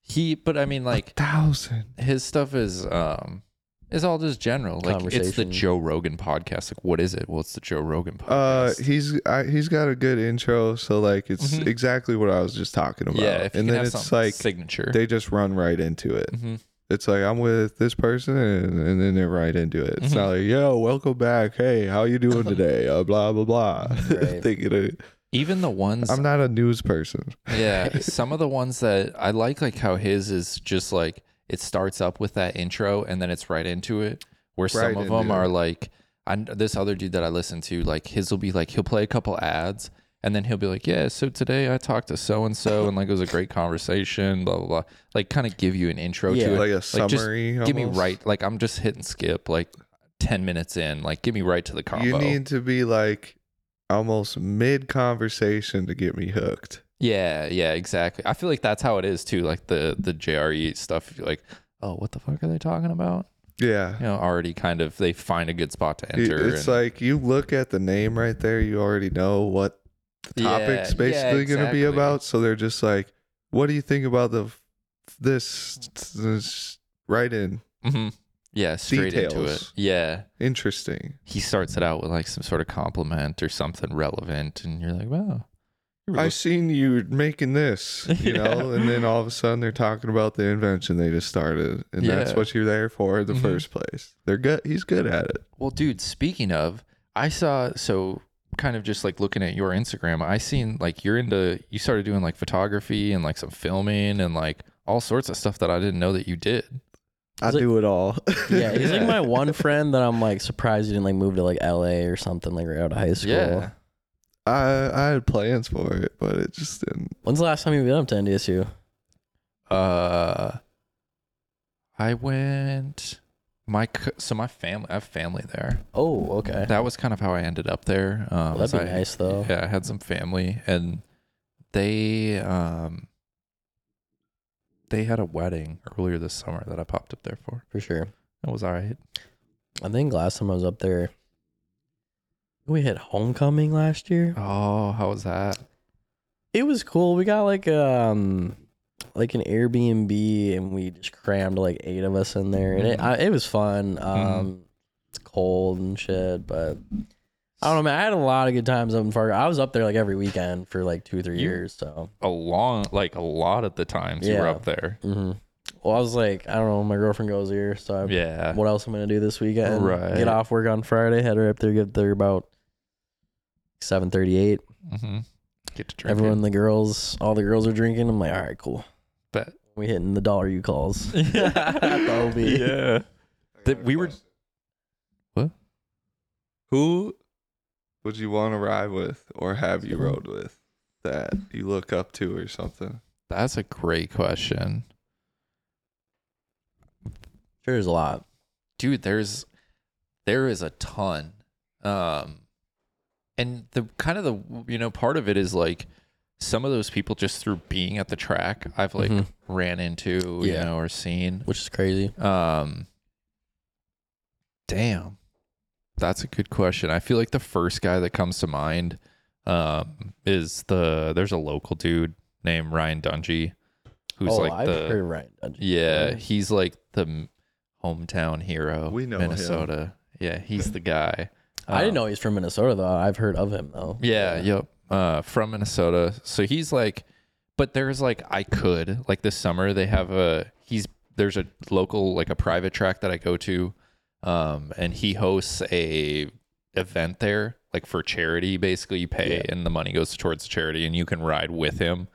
C: He, but I mean,
B: Like
C: like
B: thousand.
C: his stuff is um is all just general. Like it's the
D: Conversation.
C: Joe Rogan podcast. Like what is it? Well, it's the Joe Rogan
B: Uh,
C: podcast.
B: he's I, he's got a good intro, so like it's
C: Mhm.
B: exactly what I was just talking about.
C: yeah. If you
B: and
C: can
B: then
C: have
B: it's
C: something
B: like
C: signature.
B: they just run right into it.
C: Mhm.
B: It's like I'm with this person, and, and then they're right into it. It's
C: Mhm.
B: not like yo, welcome back. Hey, how you doing today? Uh, blah blah blah.
D: Right.
B: Thinking of-
C: Even the ones
B: I'm not a news person.
C: Yeah, some of the ones that I like, like how his is just like it starts up with that intro and then it's right into it. Where
B: Right
C: some of them
B: into
C: are
B: it.
C: like, I this other dude that I listen to, like his will be like he'll play a couple ads and then he'll be like, yeah, so today I talked to so and so and like it was a great conversation, blah blah blah. Like kind of give you an intro
D: Yeah.
C: to it,
B: Like a
C: just
B: summary
C: Give me
B: almost.
C: right, like I'm just hitting skip, like ten minutes in, like give me right to the combo.
B: You need to be like almost mid conversation to get me hooked.
C: Yeah, yeah, exactly. I feel like that's how it is too. Like the the JRE stuff. You're like, oh, what the fuck are they talking about?
B: Yeah.
C: You know, already kind of they find a good spot to
B: It-
C: enter.
B: it's like you look at the name right there, you already know what the
C: Yeah,
B: topic's
C: yeah,
B: basically going to be
C: exactly.
B: about. So they're just like, what do you think about the f- this, this right in?
C: hmm yeah, straight into it.
B: Details.
C: Yeah,
B: Interesting.
C: he starts it out with like some sort of compliment or something relevant, and you're like, wow. you were
B: I
C: look-
B: seen you making this, you
C: Yeah.
B: know, and then all of a sudden they're talking about the invention they just started, and that's
C: Yeah.
B: what you're there for in the
C: Mhm.
B: first place. They're good. He's good at it.
C: Well, dude, speaking of, I saw so kind of just like looking at your Instagram, I seen like you're into you started doing like photography and like some filming and like all sorts of stuff that I didn't know that you did.
B: I
D: like-
B: do it all.
D: Yeah, he's like my one friend that I'm like surprised he didn't like move to like LA or something like right out of high school.
C: Yeah.
B: I I had plans for it, but it just didn't.
D: When's the last time you been up to NDSU?
C: Uh, I went my c- so my family. I have family there.
D: Oh, okay. Oh,
C: That was kind of how I ended up there. Um,
D: That'd
C: so
D: be
C: I-
D: nice though.
C: Yeah, I had some family, and they um they had a wedding earlier this summer that I popped up there for.
D: For sure.
C: It was all right.
D: I think last time I was up there, we had homecoming last year.
C: Oh, how was that?
D: It was cool. We got like um like an Airbnb and we just crammed like eight of us in there and it
C: Mm-hmm.
D: I, it was fun. Um it's cold and shit, but I don't know, man. I had a lot of good times up in Fargo. I was up there like every weekend for like two, three
C: You-
D: years. So,
C: A long, like a lot of the times you were
D: Yeah.
C: up there.
D: Mhm. well, I was like, I don't know. My girlfriend goes here, so I,
C: Mm-hmm. Yeah,
D: what else am I gonna do this weekend?
C: Right.
D: Get off work on Friday, head her up there, get there about seven thirty-eight.
C: mm-hmm. get to drink.
D: Everyone, the girls, all the girls are drinking. I'm like, all right, cool.
C: bet.
D: We hitting the dollar you calls.
C: yeah.
D: That'll be-
C: That we were.
B: Who would you want to ride with, or have you rode with, that you look up to, or something?
C: That's a great question,
D: Sure, there's a lot.
C: dude. There's there is a ton, um, and the kind of the you know part of it is like some of those people just through being at the track I've like
D: Mhm.
C: ran into, you
D: Yeah.
C: know, or seen.
D: which is crazy.
C: Um, damn, that's a good question. I feel like the first guy that comes to mind um, is the there's a local dude named Ryan Dungy, who's
D: oh,
C: like
D: I've
C: the
D: heard Ryan. Dungy.
C: yeah,
D: Yeah.
C: he's like the m- hometown hero.
B: We know him.
C: Minnesota. Yeah, he's the guy.
D: I didn't
C: Um,
D: know he's from Minnesota though. I've heard of him though.
C: yeah, yep. Uh, from Minnesota. So he's like, but there's like, I could, like this summer, they have a, he's, there's a local, like a private track that I go to. Um, and he hosts a event there, like for charity, basically you pay
D: Yeah.
C: and the money goes towards charity and you can ride with him.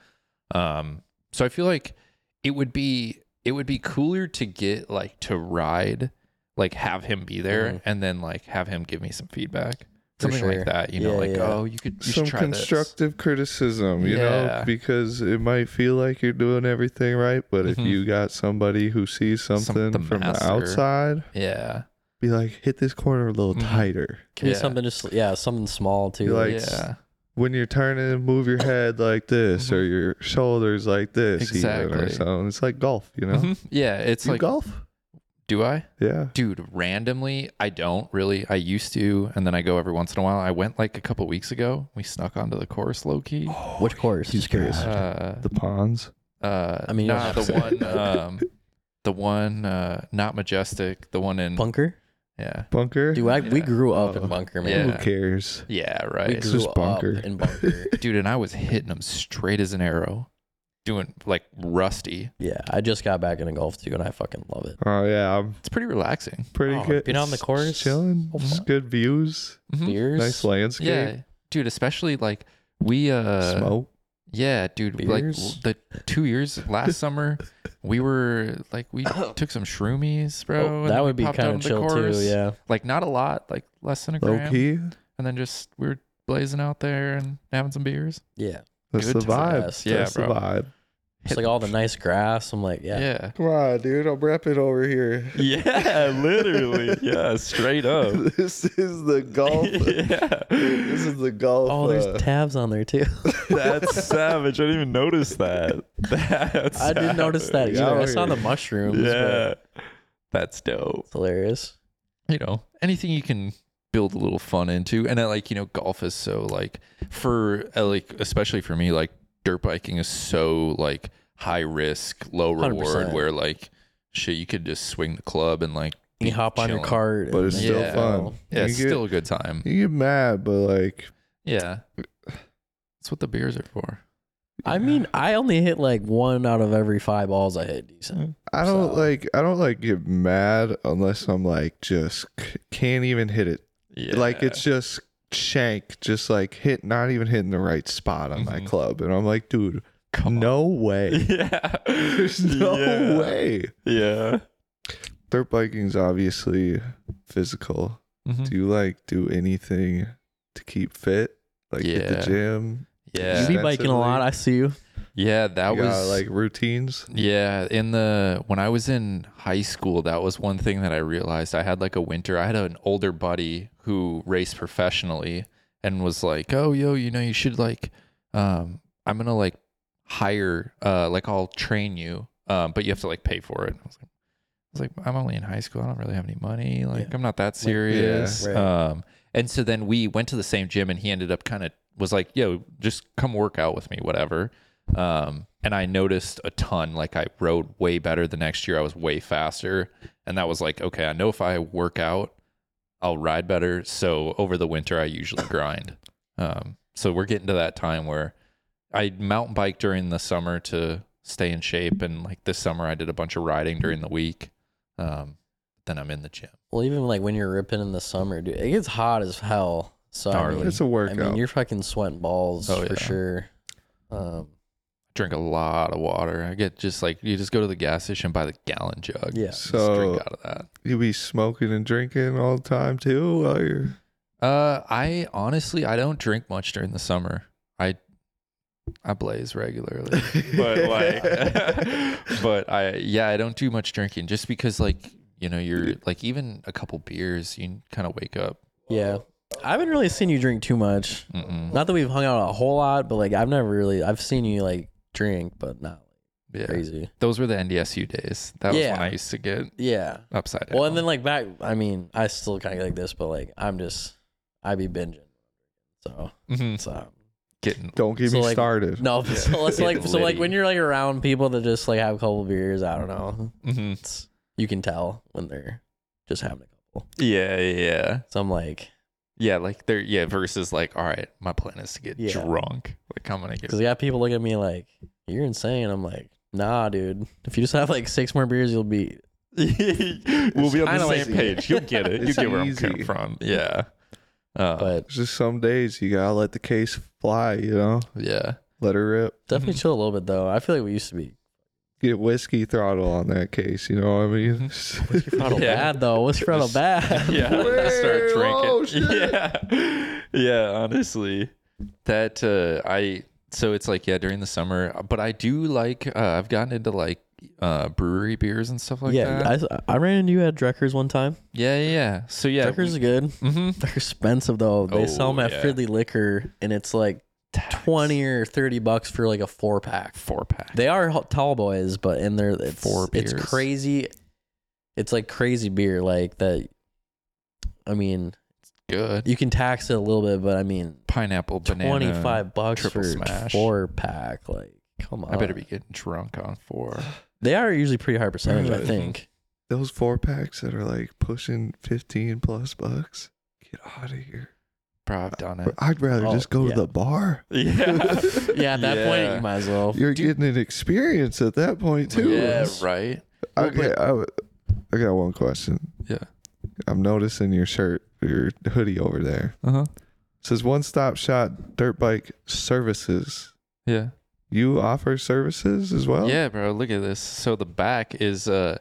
C: Um, so I feel like it would be, it would be cooler to get like to ride, like have him be there
D: Mhm.
C: and then like have him give me some feedback.
D: For
C: Something
D: sure.
C: like that, you know,
D: Yeah,
C: like
D: yeah.
C: oh, you could you
B: Some
C: should try
B: constructive criticism, you know,
C: Yeah.
B: because it might feel like you're doing everything right, but if
C: Mhm.
B: you got somebody who sees something
C: Something
B: from the
C: master.
B: outside,
C: this. Yeah,
B: be like, hit this corner a little
C: Mhm.
B: tighter.
D: Can be
C: Yeah.
D: something just yeah, something small too.
B: You like-
C: yeah,
B: when you're turning, move your head like this, or your shoulders like this, even, or
C: Mm-hmm. Exactly.
B: something. It's like golf, you know.
C: Mhm. yeah. It's
B: You
C: like,
B: golf,
C: do I,
B: yeah.
C: dude? Randomly, I don't really. I used to, and then I go every once in a while. I went like a couple weeks ago. We snuck onto the course low key.
D: which course? Just curious.
C: Uh,
B: The ponds.
C: uh,
D: I mean, you don't
C: nah,
D: have
C: the
D: to.
C: one, um, the one, uh, not majestic. The one in,
D: Bunker?
C: yeah,
B: Bunker.
D: Dude, I, we
C: Yeah.
D: grew up
B: Oh.
D: in bunker,
B: Who
D: man.
C: Yeah.
B: cares?
C: yeah,
D: We
C: right,
B: It's
D: grew
B: just bunker.
D: up in bunker.
C: dude. And I was hitting them straight as an arrow, doing like rusty.
D: yeah, I just got back into golf too, and I fucking love
C: Mm-hmm.
D: it.
B: Oh yeah, I'm
C: It's pretty relaxing.
B: pretty
D: Oh,
B: good.
D: been on the
B: It's
D: course.
B: chilling.
D: Oh,
B: It's
D: fuck.
B: good views.
C: Mhm.
D: Beers,
B: Nice landscape.
C: Yeah, dude. Especially like we uh
B: Smoke.
C: Yeah, dude. Like
D: Beers?
C: w- the two years last summer, we were like we took some shroomies, bro.
D: Oh,
C: and
D: that
C: then we
D: would be
C: popped
D: kind
C: down
D: of
C: the
D: chill
C: course.
D: too. Yeah.
C: Like not a lot, like less than a
B: Low
C: gram.
B: key.
C: And then just we were blazing out there and having some beers.
D: Yeah.
B: That's
C: Good
B: the
C: to the
B: vibe.
D: best.
C: Yeah,
B: That's the
C: bro.
B: vibe.
D: It's like all the nice grass. I'm like, yeah.
C: oh, Yeah.
B: Come on, dude. I'm repping over here.
C: Yeah, literally. Yeah, straight up.
B: this is the golf.
C: yeah.
B: This is the golf.
D: Oh,
B: uh,
D: there's tabs on there too.
C: That's savage. I didn't even notice that. That's
D: I didn't notice
C: savage.
D: that
B: Yeah,
D: either. I saw
B: we're-
D: the mushrooms. but
C: Yeah. That's dope.
D: It's hilarious.
C: You know, anything you can build a little fun into. And I like, you know, golf is so like for uh, like especially for me, like dirt biking is so like high risk, low reward
D: 100%.
C: where like shit you could just swing the club and like
D: You
C: be
D: hop on your
C: chilling.
D: cart.
B: But
D: and
B: it's
D: then
C: still
D: you
B: fun.
D: go.
C: Yeah,
B: You
C: it's
B: get-
C: still a good time.
B: you get mad, but like
C: Yeah. That's what the beers are for.
D: I mean, I only hit like one out of every five balls I hit decent.
B: I don't
D: So-
B: like. I don't like get mad unless I'm like just c- can't even hit it.
C: Yeah.
B: Like it's just shank, just like hit, not even hitting the right spot on my
C: Mhm.
B: club, and I'm like, dude,
C: Come
B: no way.
C: Yeah.
B: There's no
C: Yeah.
B: way.
C: Yeah.
B: Dirt biking's obviously physical.
C: Mm-hmm.
B: Do you like do anything to keep fit? Like at
C: Yeah.
B: the gym,
D: You
C: Yeah.
D: be biking a lot. I see you.
C: Yeah, that
B: you got,
C: was
B: like routines.
C: Yeah, in the when I was in high school, that was one thing that I realized. I had like a winter. I had an older buddy who raced professionally and was like, "Oh, yo, you know, you should like um I'm going to like hire uh like I'll train you, um but you have to like pay for it." I was like I was like, "I'm only in high school. I don't really have any money. Like
D: Yeah.
C: I'm not that serious."
D: right.
C: Um and so then we went to the same gym and he ended up kind of was like, "Yo, just come work out with me, whatever." um, and I noticed a ton. Like I rode way better the next year. I was way faster, and that was like, okay, I know if I work out, I'll ride better. So over the winter, I usually grind. Um, so we're getting to that time where I mountain bike during the summer to stay in shape, and like this summer, I did a bunch of riding during the week. Um, then I'm in the gym.
D: Well, even like when you're ripping in the summer, dude, it gets hot as hell. So I
C: Gnarly.
D: mean,
B: It's a
D: I
B: workout.
D: mean, you're fucking sweating balls
C: Oh,
D: for
C: yeah.
D: sure. Um,
C: Drink a lot of water. I get just like you just go to the gas station and buy the gallon jug.
D: Yeah.
C: Just drink
B: So-
C: out of that.
B: you be smoking and drinking all the time too. While you're
C: Uh, I honestly I don't drink much during the summer. I I blaze regularly, but like, but I yeah I don't do much drinking just because like you know you're like even a couple beers you kind of wake up.
D: yeah, I haven't really seen you drink too much.
C: Mm-mm.
D: Not that we've hung out a whole lot, but like I've never really I've seen you like drink, but not
C: Yeah,
D: crazy.
C: those were the NDSU days. That was when
D: Yeah.
C: I used to get
D: Yeah.
C: upside down.
D: Well, and then like back, I mean, I still kind of like this, but like I'm just I be binging, so
C: Mhm.
D: it's um,
C: getting
B: don't get
D: So,
B: me
D: like,
B: started.
D: no. So it's like so like
C: Litty.
D: when you're like around people that just like have a couple beers, I don't know,
C: Mhm.
D: it's you can tell when they're just having a couple.
C: yeah yeah
D: So I'm like,
C: yeah like they're yeah versus like all right my plan is to get
D: Yeah.
C: drunk like I'm gonna get
D: because I got people looking at me like you're insane. I'm like, nah, dude. If you just have like six more beers, you'll be
C: we'll be on
D: kinda
C: the
D: like-
C: same page. You'll get it. You
B: It's
C: get where I'm
B: easy.
C: coming from. Yeah. Uh,
D: but
B: It's just some days you gotta let the case fly. You know,
C: yeah.
B: let her rip.
D: definitely
C: Mhm.
D: chill a little bit though. I feel like we used to be
B: Get whiskey throttle on that case. You know what I mean?
D: frontal
C: Yeah.
D: bad though. What's frontal bad?
C: Yeah.
B: Wait,
C: start drinking.
B: whoa,
D: oh,
B: shit.
C: Yeah. Yeah, honestly. That uh I so it's like yeah, during the summer, but I do like uh, I've gotten into like uh brewery beers and stuff like
D: yeah,
C: that.
D: I, I ran into you at Drecker's one time.
C: yeah, yeah, yeah. So yeah.
D: Drecker's is good.
C: mm-hmm.
D: They're expensive though. They sell
C: Oh,
D: them at
C: yeah.
D: Fridley Liquor, and it's like twenty or thirty bucks for like a four pack.
C: four pack.
D: They are h- tall boys, but in there, it's
C: Four
D: it's
C: beers.
D: crazy. It's like crazy beer, like that. I mean,
C: Good.
D: you can tax it a little bit, but I mean,
C: Pineapple banana.
D: twenty five bucks
C: triple
D: for
C: smash.
D: four pack. Like, come on,
C: I better be getting drunk on four.
D: They are usually pretty high percentage, I
B: Mhm.
D: think.
B: Those four packs that are like pushing fifteen plus bucks. Get out of here.
C: Bro, I've done it.
B: I'd rather
D: Oh,
B: just go
D: yeah.
B: to the bar.
C: Yeah.
D: Yeah, at that point,
C: Yeah.
D: you might as well.
B: You're getting an experience at that point too.
C: Yeah, right.
B: Okay, I, w- I got one question.
C: Yeah.
B: I'm noticing your shirt, your hoodie over there.
C: Uh huh.
B: It says one stop shot dirt bike services.
C: Yeah.
B: you offer services as well?
C: Yeah, bro. Look at this. So the back is uh,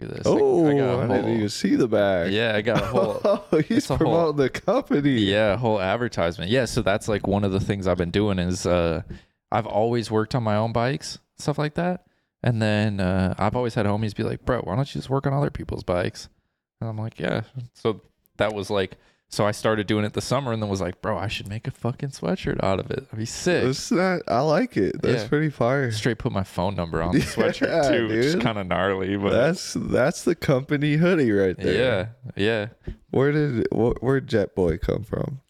C: look at this. I-
B: Oh, I,
C: got a
B: didn't
C: whole-
B: even see the bag.
C: Yeah, I got a whole.
B: Oh, he's
C: it's a whole-
B: promoting the company.
C: Yeah, whole advertisement. Yeah, so that's like one of the things I've been doing is uh I've always worked on my own bikes, stuff like that. And then uh I've always had homies be like, "Bro, why don't you just work on other people's bikes?" And I'm like, "Yeah." So that was like so I started doing it this summer and then was like, "Bro, I should make a fucking sweatshirt out of it. I'd be sick."
B: That's not, I like it. That's
C: Yeah.
B: pretty fire.
C: Straight put my phone number on the sweatshirt
B: Yeah,
C: too, which is
B: dude.
C: kind of gnarly, but
B: That's that's the company hoodie right there.
C: yeah, yeah.
B: Where did wh- where Jet Boy come from?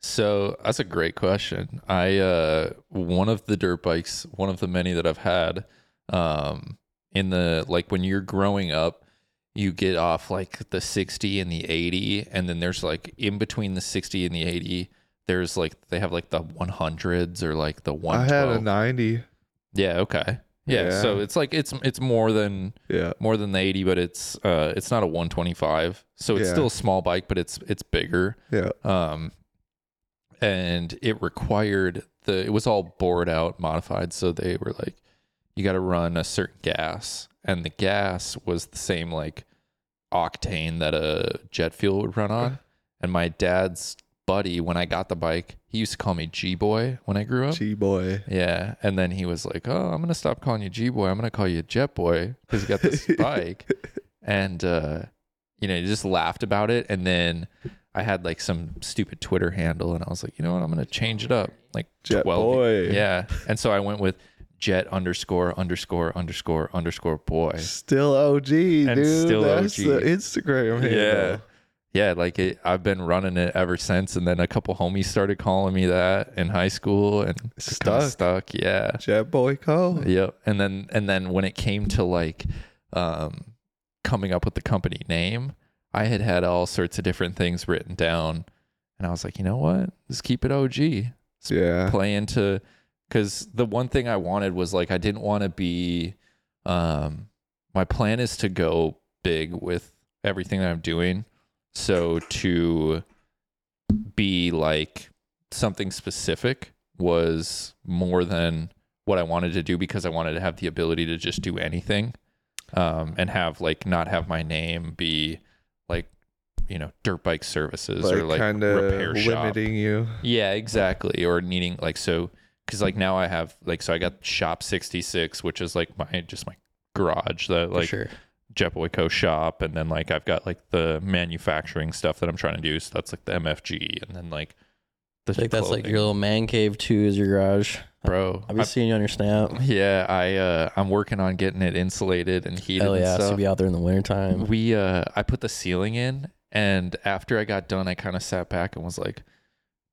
C: So that's a great question. I uh one of the dirt bikes, one of the many that I've had, um, in the like when you're growing up, you get off like the 60 and the 80, and then there's like in between the 60 and the 80, there's like they have like the 100s or like the
B: I had a
C: 112.
B: ninety.
C: yeah, okay. Yeah,
B: Yeah.
C: so it's like it's it's more than
B: Yeah.
C: more than the 80, but it's uh it's not a 125. So it's
B: Yeah.
C: still a small bike, but it's it's bigger
B: Yeah.
C: um and it required the it was all bored out modified so they were like you got to run a certain gas and the gas was the same like octane that a jet fuel would run on and my dad's buddy when i got the bike he used to call me g-boy when i grew up
B: G Boy.
C: yeah and then he was like oh i'm gonna stop calling you g-boy i'm gonna call you jet boy because you got this bike and uh you know, he just laughed about it. And then I had like some stupid Twitter handle, and I was like, you know what, I'm gonna change it up, like
B: Jet
C: 12
B: boy.
C: yeah. And so I went with jet underscore underscore underscore underscore boy.
B: Still OG, dude.
C: still
B: That's
C: OG.
B: the Instagram handle.
C: Yeah. Yeah, like it, I've been running it ever since, and then a couple homies started calling me that in high school, and it kinda
B: Stuck.
C: stuck. Yeah,
B: Jet Boy Co.
C: Yep. And then and then when it came to like um coming up with the company name, I had had all sorts of different things written down and I was like, "You know what? Just keep it OG.
B: Yeah.
C: Play into cuz the one thing I wanted was like I didn't want to be um my plan is to go big with everything that I'm doing. So to be like something specific was more than what I wanted to do because I wanted to have the ability to just do anything um, and have like not have my name be like you know dirt bike services
B: Like,
C: or like
B: kind of
C: repair shop.
B: limiting you.
C: Yeah, exactly. Or needing like so because like now I have like so I got shop sixty six, which is like my just my garage that
D: For
C: like
D: sure.
C: Jetboyco shop, and then like I've got like the manufacturing stuff that I'm trying to do. So that's like the MFG, and then like the
D: I think that's like
C: clothing.
D: your little man cave too is your garage.
C: bro.
D: I'll be seeing you on your snap.
C: I'm- yeah, I uh, I'm working on getting it insulated and heated.
D: Hell
C: and
D: yeah, so
C: stuff.
D: be out there in the wintertime.
C: we uh I put the ceiling in, and after I got done, I kind of sat back and was like,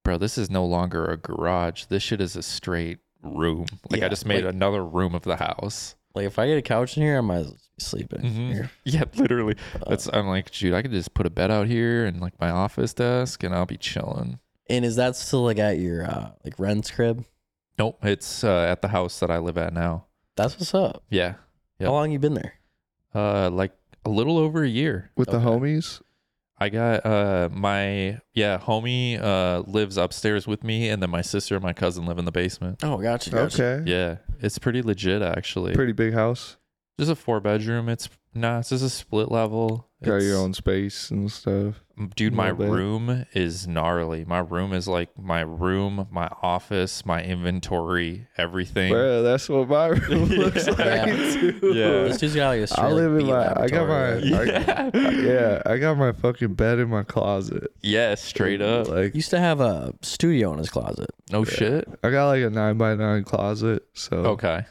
C: bro, this is no longer a garage. This shit is a straight room. Like I
D: Yeah,
C: just made
D: like-
C: another room of the house.
D: Like if I get a couch in here, I might as well be sleeping here.
C: Yeah, literally.
D: Uh.
C: That's I'm like, dude, I could just put a bed out here and like my office desk, and I'll be chilling.
D: And is that still like at your uh, like Ren's crib?
C: Nope, it's uh, at the house that I live at now.
D: That's what's up.
C: Yeah, Yep.
D: How long you been there?
C: uh, like a little over a year.
B: With the
D: Okay.
B: homies?
C: I got uh my yeah homie uh lives upstairs with me, and then my sister and my cousin live in the basement.
D: Oh, gotcha. gotcha.
B: Okay.
C: Yeah, it's pretty legit actually.
B: Pretty big house.
C: Just a four bedroom. It's nah, it's just a split level.
B: Got your
C: It's-
B: own space and stuff.
C: dude. My
B: little bit.
C: room is gnarly. My room is like my room, my office, my inventory, everything.
B: Bro, that's what my room looks like.
D: Yeah.
B: too.
C: Yeah.
D: This dude's got like a straight,
B: I
D: like,
B: live in
D: beat
B: my. I got my.
D: laboratory.
B: Yeah. I, yeah, I got my fucking bed in my closet.
C: Yeah, straight up.
B: Like
D: He used to have a studio in his closet.
C: No shit.
B: I got like a nine by nine closet. So
C: Okay.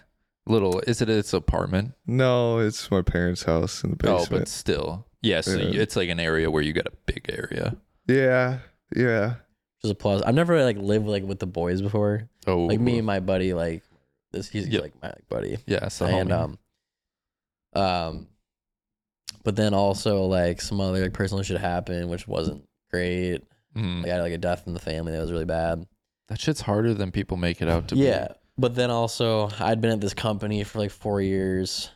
C: Little is it its apartment?
B: no, it's my parents' house in the
C: Oh, but
B: basement.
C: still. Yeah, so
B: Yeah.
C: you- it's like an area where you got a big area.
B: yeah, yeah.
D: Which is a plus. I've never like lived like with the boys before.
C: Oh,
D: Like me and my buddy, like this he's
C: Yep.
D: like my like, buddy.
C: Yeah, so
D: and
C: and
D: um um but then also like some other like personal shit happened which wasn't great like i had like a death in the family that was really bad
C: Mm. that shit's harder than people make it out to
D: yeah but then also i'd been at this company for like four years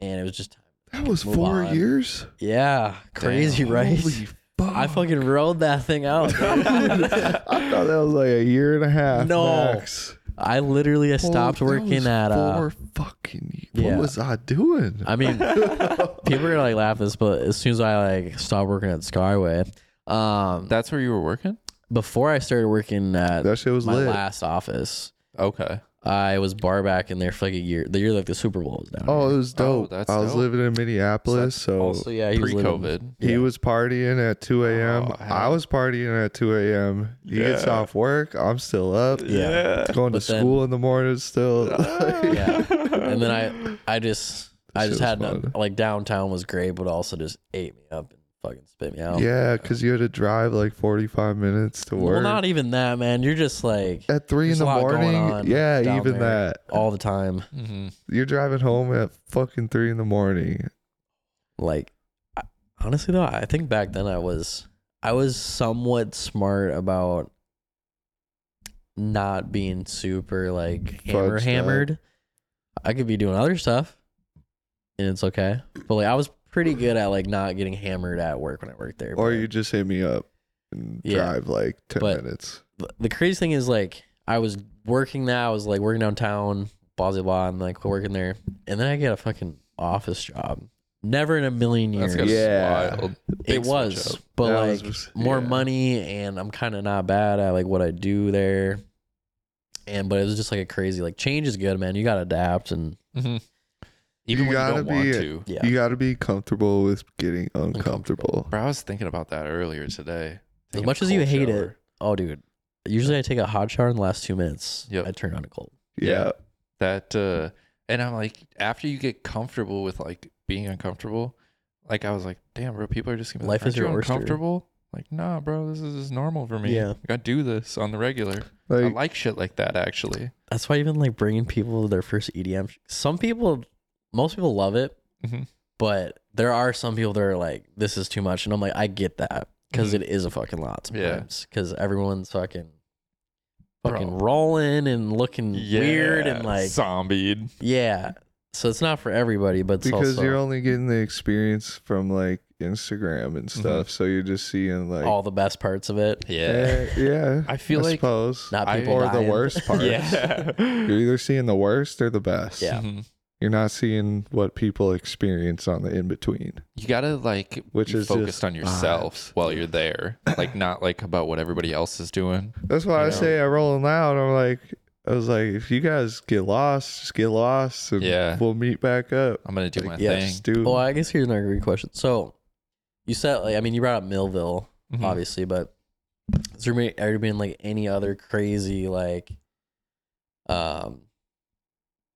D: and it was just
B: That was
D: move
B: four
D: on.
B: years.
D: yeah crazy right
B: Holy
D: i
B: fuck!
D: fucking rode that thing out dude.
B: I thought that was like a year and a half.
D: No.
B: max.
D: I literally I
B: Well,
D: stopped
B: that was
D: working at uh
B: four fucking. ye-
D: yeah.
B: What was I doing?
D: I mean people are gonna like laugh at this, but as soon as I like stopped working at Skyway, um
C: That's where you were working?
D: before I started working at
B: that shit was
D: my
B: lit.
D: last office,
C: Okay.
D: I was bar back in there for like a year. The year like the Super Bowl was down.
B: Oh, it was dope.
C: that's
B: I was
C: dope.
B: living in Minneapolis, so,
D: also yeah, he was
C: Pre
D: living-
C: COVID.
B: he
D: yeah.
B: was partying at 2 a.m.
C: Oh,
B: I was partying at 2 a.m. He gets
C: Yeah.
B: off work. I'm still up.
D: Yeah.
B: Going
D: But
B: to
D: then-
B: school in the morning still.
D: Yeah. and then I I just I
B: Shit
D: just
B: was
D: had no,
B: fun.
D: like downtown was great, but also just ate me up and fucking spit me out.
B: yeah, because you had to drive like 45 minutes to
D: Well,
B: work.
D: not even that, man. You're just like
B: at 3 in
D: there's
B: the
D: a lot going
B: morning.
D: on
B: Yeah,
D: down
B: even
D: there.
B: that.
D: all the time.
C: Mm-hmm.
B: You're driving home at fucking 3 in the morning.
D: Like I, honestly though, I think back then I was I was somewhat smart about not being super like hammer
B: Fudged out.
D: hammered. I could be doing other stuff and it's okay. But like I was pretty good at like not getting hammered at work when I worked there.
B: Or
D: but-
B: you just hit me up and
D: Yeah.
B: drive like 10
D: But-
B: minutes.
D: the- the crazy thing is like I was working that I was like working downtown, blah blah blah, and like working there, and then I get a fucking office job. Never in a million years.
C: That's got
B: Yeah.
C: wild.
D: it
C: Big
D: was,
C: switch up.
D: but
B: That
D: like
B: was-
D: more
B: yeah.
D: money, and I'm kind of not bad at like what I do there. And but it was just like a crazy like change is good, man. You gotta adapt and
C: Mhm. Even
B: You
C: when
B: gotta
C: you don't want
B: be-
C: to.
D: yeah.
B: You got to be comfortable with getting uncomfortable.
C: Bro, I was thinking about that earlier today.
D: as
C: Taking a
D: much as you
C: cold
D: hate it,
C: shower.
D: oh dude. Usually I take a hot shower in the last two minutes.
C: Yep.
D: I turn on a cold.
B: Yeah.
C: that uh and i'm like after you get comfortable with like being uncomfortable like i was like damn bro people are just gonna be like,
D: Life is
C: "Aren't
D: your
C: you
D: oyster."
C: uncomfortable like nah bro this is just normal for me
D: Yeah.
C: like, i do this on the regular i
B: Like,
C: like shit like that actually
D: That's why even like bringing people to their first EDM. sh- Some people, most people love it,
C: Mhm.
D: but there are some people that are like, "This is too much," and I'm like, I get that because is a fucking lot
C: Yeah.
D: sometimes. Because everyone's fucking, fucking
C: Bro.
D: rolling and looking weird and
C: Yeah,
D: like,
C: zombied
D: yeah. So it's not for everybody, but it's
B: because
D: also
B: you're only getting the experience from like Instagram and stuff. So you're just seeing like,
D: Mm-hmm. all the best parts of it.
C: yeah
B: eh, yeah.
C: i feel like
B: suppose.
D: Not
C: I-
D: people
B: or the
D: dying.
B: worst part.
C: yeah
B: You're either seeing the worst or the best.
D: Yeah.
C: Mhm.
B: You're not seeing what people experience on the in between.
C: you gotta like
B: Which
C: be
B: is
C: focused
B: just
C: on yourself while you're there like not like about what everybody else is doing
B: That's why I
C: Yeah.
B: say I roll loud. I'm like, I was like, if you guys get lost, just get lost and
C: Yeah.
B: we'll meet back up.
C: i'm gonna do
B: Like,
C: my
D: yeah,
C: thing
B: Just do
D: Well, I guess here's another good question. So you said, like, I mean, you brought up Millville.
C: Mhm.
D: obviously, but has there been, ever been like any other crazy like um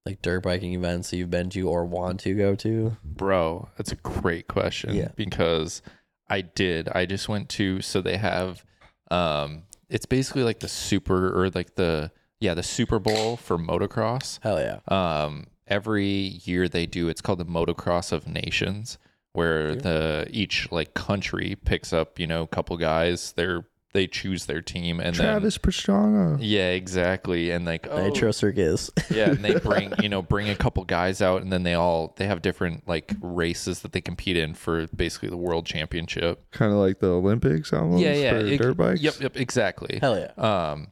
D: like dirt biking events that you've been to or want to go to?
C: Bro, that's a great question.
D: Yeah.
C: Because I did. I just went to so they have um it's basically like the super or like the yeah, the Super Bowl for motocross.
D: Hell yeah.
C: Um every year they do it's called the Motocross of Nations where the each like country picks up, you know, a couple guys, they're they choose their team and
B: Travis Pastrana.
C: then yeah, exactly. And like oh,
D: Nitro circus.
C: yeah, and they bring you know bring a couple guys out, and then they all they have different like races that they compete in for basically the world championship.
B: Kind of like the Olympics almost
C: yeah, yeah,
B: for
C: it-
B: dirt bikes.
C: Yep, yep, exactly.
D: Hell yeah.
C: Um,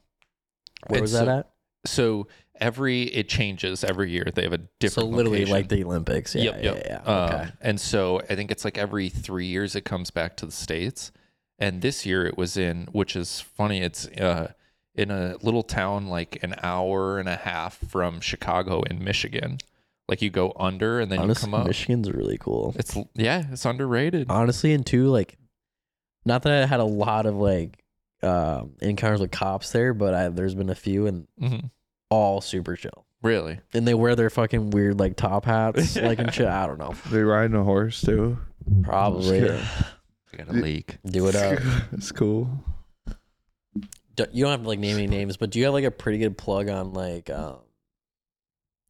D: Where was
C: it's
D: that
C: a-
D: at?
C: so every it changes every year. They have a different.
D: so literally
C: location.
D: like the Olympics. Yeah,
C: yep, yep.
D: yeah, yeah.
C: Um,
D: okay.
C: And so I think it's like every three years it comes back to the states, and this year it was in, which is funny. It's uh, in a little town like an hour and a half from Chicago in Michigan. Like you go under and then
D: Honestly,
C: you come up.
D: Michigan's really cool.
C: It's yeah, it's underrated.
D: Honestly, and two, like not that I had a lot of like um encounters with cops there, but I there's been a few and
C: Mhm.
D: all super chill.
C: Really,
D: and they wear their fucking weird like top hats, like and
C: Yeah.
D: shit. I don't know.
B: They riding a horse too.
D: Probably
B: Yeah.
C: I got a leak.
D: do it up.
B: it's cool.
D: Do- you don't have to like name any names, but do you have like a pretty good plug on like um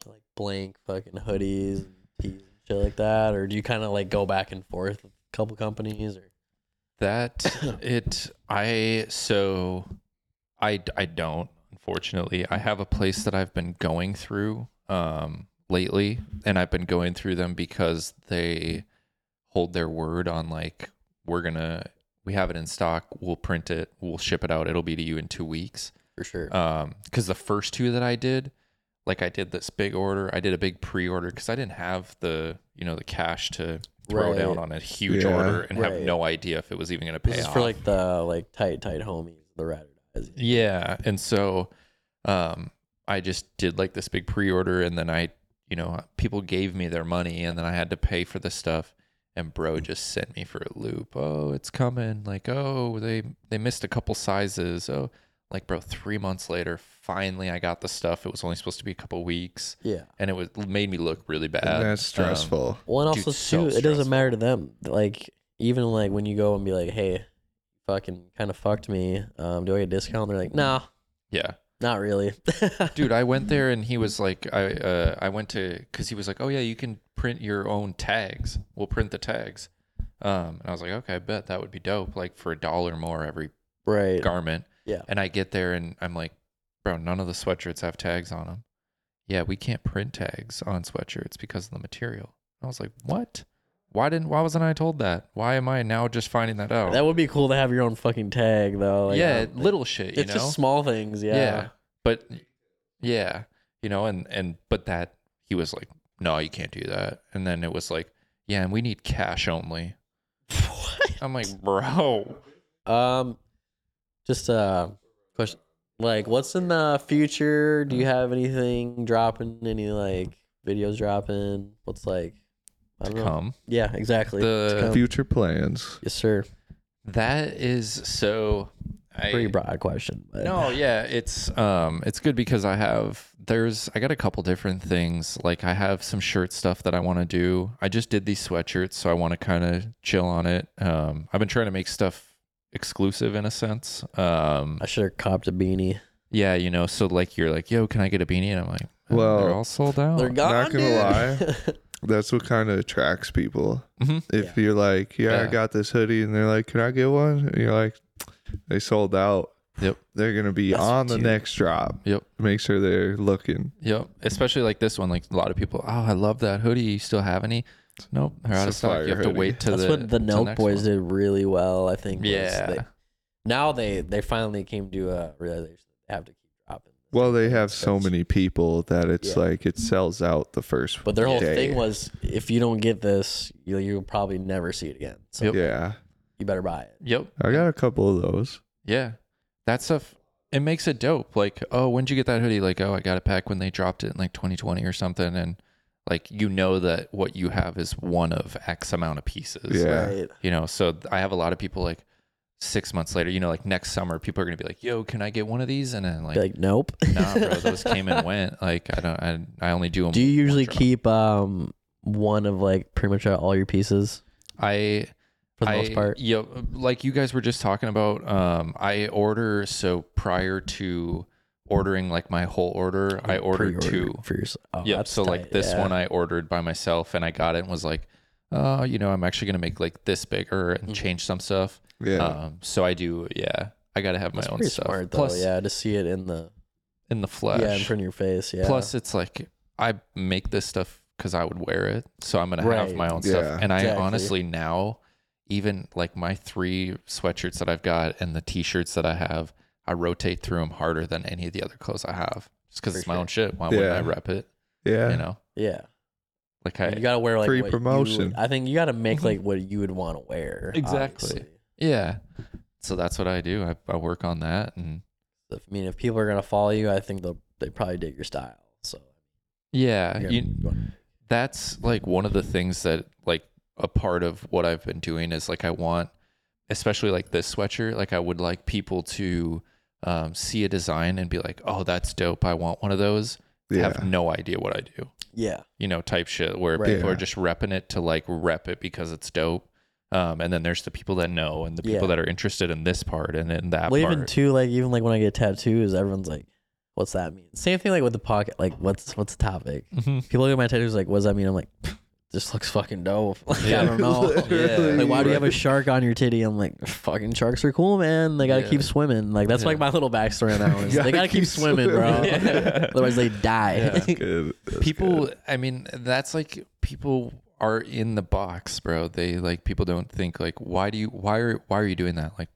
D: like blank fucking hoodies, and tees, and shit like that, or do you kind of like go back and forth with a couple companies or
C: That it I so I I don't unfortunately. I have a place that I've been going through um lately and I've been going through them because they hold their word on like we're going to we have it in stock, we'll print it, we'll ship it out. It'll be to you in 2 weeks.
D: for sure.
C: um because the first two that i did like i did this big order i did a big pre-order because i didn't have the you know the cash to throw
D: Right.
C: down on a huge
B: Yeah.
C: order and have
D: Right.
C: no idea if it was even going to pay
D: this is
C: off
D: for like the like tight tight homies, the rat or dies.
C: yeah and so um i just did like this big pre-order and then i you know people gave me their money and then i had to pay for the stuff and bro just sent me for a loop oh it's coming like oh they they missed a couple sizes oh like bro 3 months later finally i got the stuff it was only supposed to be a couple weeks
D: Yeah.
C: and it was made me look really bad
B: and that's
C: Um,
B: stressful.
D: Well, and
C: Dude,
D: also
C: so
D: too, it
C: stressful.
D: doesn't matter to them. Like even like when you go and be like, "Hey, fucking kind of fucked me. Um, do I get a discount?" They're like, "Nah,
C: yeah
D: not really."
C: dude i went there and he was like i uh, i went to because he was like oh yeah you can print your own tags we'll print the tags um and i was like okay i bet that would be dope like for a dollar more every
D: right?
C: garment
D: Yeah.
C: and i get there and i'm like bro none of the sweatshirts have tags on them yeah we can't print tags on sweatshirts because of the material i was like what why didn't why wasn't i told that why am i now just finding that out
D: That would be cool to have your own fucking tag though. Like,
C: oh. yeah
D: um,
C: little shit you
D: it's
C: know
D: just small things. Yeah.
C: but yeah you know and and but that he was like no you can't do that and then it was like yeah and we need cash only i'm like bro
D: Um, just uh, question. Like, what's in the future? Do you have anything dropping? Any like videos dropping? What's like? I
C: to
D: don't know.
C: come
D: Yeah, exactly. To
C: The
D: come.
B: Future plans.
D: yes, sir.
C: that is so I,
D: Pretty broad question. But
C: No, yeah, it's um it's good because I have there's I got a couple different things. Like I have some shirt stuff that I want to do. I just did these sweatshirts, so I want to kind of chill on it. Um I've been trying to make stuff exclusive in a sense. Um
D: I should have copped a beanie.
C: yeah, you know, so like you're like, "Yo, can I get a beanie?" and I'm like, "Oh,
B: Well,
C: they're all sold out."
D: They're gone.
B: not gonna
D: dude.
B: That's what kind of attracts people.
C: Mhm.
B: If you're like, yeah, I
C: Yeah.
B: got this hoodie, and they're like, can I get one? And you're like, they sold out.
C: Yep.
B: They're gonna be
D: That's
B: on
D: what
B: the
D: you-
B: next drop.
C: Yep.
B: Make sure they're looking.
C: Yep. Especially like this one, like a lot of people, "Oh, I love that hoodie. You still have any?" Nope, they're out of
B: It's a
C: stock.
B: fire
C: You have to
B: hoodie.
C: wait till
D: That's
C: the
D: what the
C: till
D: Note
C: next
D: Boys
C: one.
D: did really well. I think. was
C: Yeah.
D: They, now they they finally came to a realization they have to keep dropping.
B: Well, they have so many people that it's
D: Yeah.
B: like it sells out the first.
D: But their whole
B: day.
D: thing was, if you don't get this, you you'll probably never see it again. So
C: Yep.
B: Yeah,
D: you better buy it.
C: Yep.
B: I got a couple of those.
C: Yeah. That stuff it makes it dope. Like, oh, when'd you get that hoodie? Like, oh, I got it back when they dropped it in like 2020 or something. And like you know that what you have is one of X amount of pieces.
B: Yeah.
D: Right.
C: You know, so th- I have a lot of people like six months later, you know, like next summer, people are gonna be like, yo, can I get one of these? And then like,
D: Be like, nope.
C: nah, bro, those came and went. Like, I don't I, I only do them.
D: Do you usually
C: drop.
D: keep um one of like pretty much all your pieces
C: I
D: for the most
C: I-
D: part?
C: Yeah, like you guys were just talking about. Um, I order so prior to ordering like my whole order, I ordered
D: Pre-order
C: two.
D: for yourself. Oh,
C: Yeah,
D: that's
C: so like
D: tight.
C: this
D: Yeah.
C: one I ordered by myself, and I got it and was like, oh, you know, I'm actually gonna make like this bigger and
D: Mhm.
C: change some stuff.
B: Yeah,
C: Um, so I do. Yeah, I gotta have my
D: That's
C: own
D: pretty
C: stuff.
D: smart though.
C: Plus,
D: yeah, to see it in the
C: in the flesh.
D: yeah in front of your face. Yeah.
C: Plus, it's like I make this stuff because I would wear it, so I'm gonna have
D: Right.
C: my own
B: Yeah.
C: stuff. And I
D: Exactly.
C: honestly now, even like my three sweatshirts that I've got and the t-shirts that I have, I rotate through them harder than any of the other clothes I have, just because
D: For
C: it's my own
D: sure.
C: shit. Why wouldn't I
B: Yeah.
C: rep it?
B: yeah.
C: You know,
D: yeah.
C: like
D: And
C: I
D: you gotta wear like
B: Free
D: what you
B: promotion.
D: would- I think you gotta make like what you would want to wear.
C: Exactly.
D: obviously.
C: yeah. So that's what I do. I, I work on that, and
D: If, I mean, if people are gonna follow you, I think they'll they probably dig your style. So
C: yeah,
D: Uh, you
C: you,
D: gotta-
C: that's like one of the things that like a part of what I've been doing is like I want especially like this sweatshirt like I would like people to um, see a design and be like oh that's dope I want one of those have
B: Yeah.
C: no idea what I do
D: yeah.
C: you know type shit where
D: Right.
C: people are
B: Yeah.
C: just repping it to like rep it because it's dope um, and then there's the people that know and the people
D: Yeah.
C: that are interested in this part and in that
D: Well,
C: part
D: even too, like even like when I get tattoos, everyone's like, "What's that mean?" Same thing like with the pocket. Like, what's what's the topic?
C: Mhm.
D: People look at my tattoos like, "What does that mean?" I'm like, "This looks fucking dope." Like, I don't know.
B: Literally.
D: Like, why do you have a shark on your titty? I'm like, fucking sharks are cool, man. They gotta
C: Yeah.
D: keep swimming. Like that's like
C: Yeah.
D: my little backstory on that one. is they gotta keep, swimming, bro. Otherwise, they die.
B: Good. That's
C: people
B: good.
C: i mean that's like people are in the box bro they like people don't think like why do you why are why are you doing that like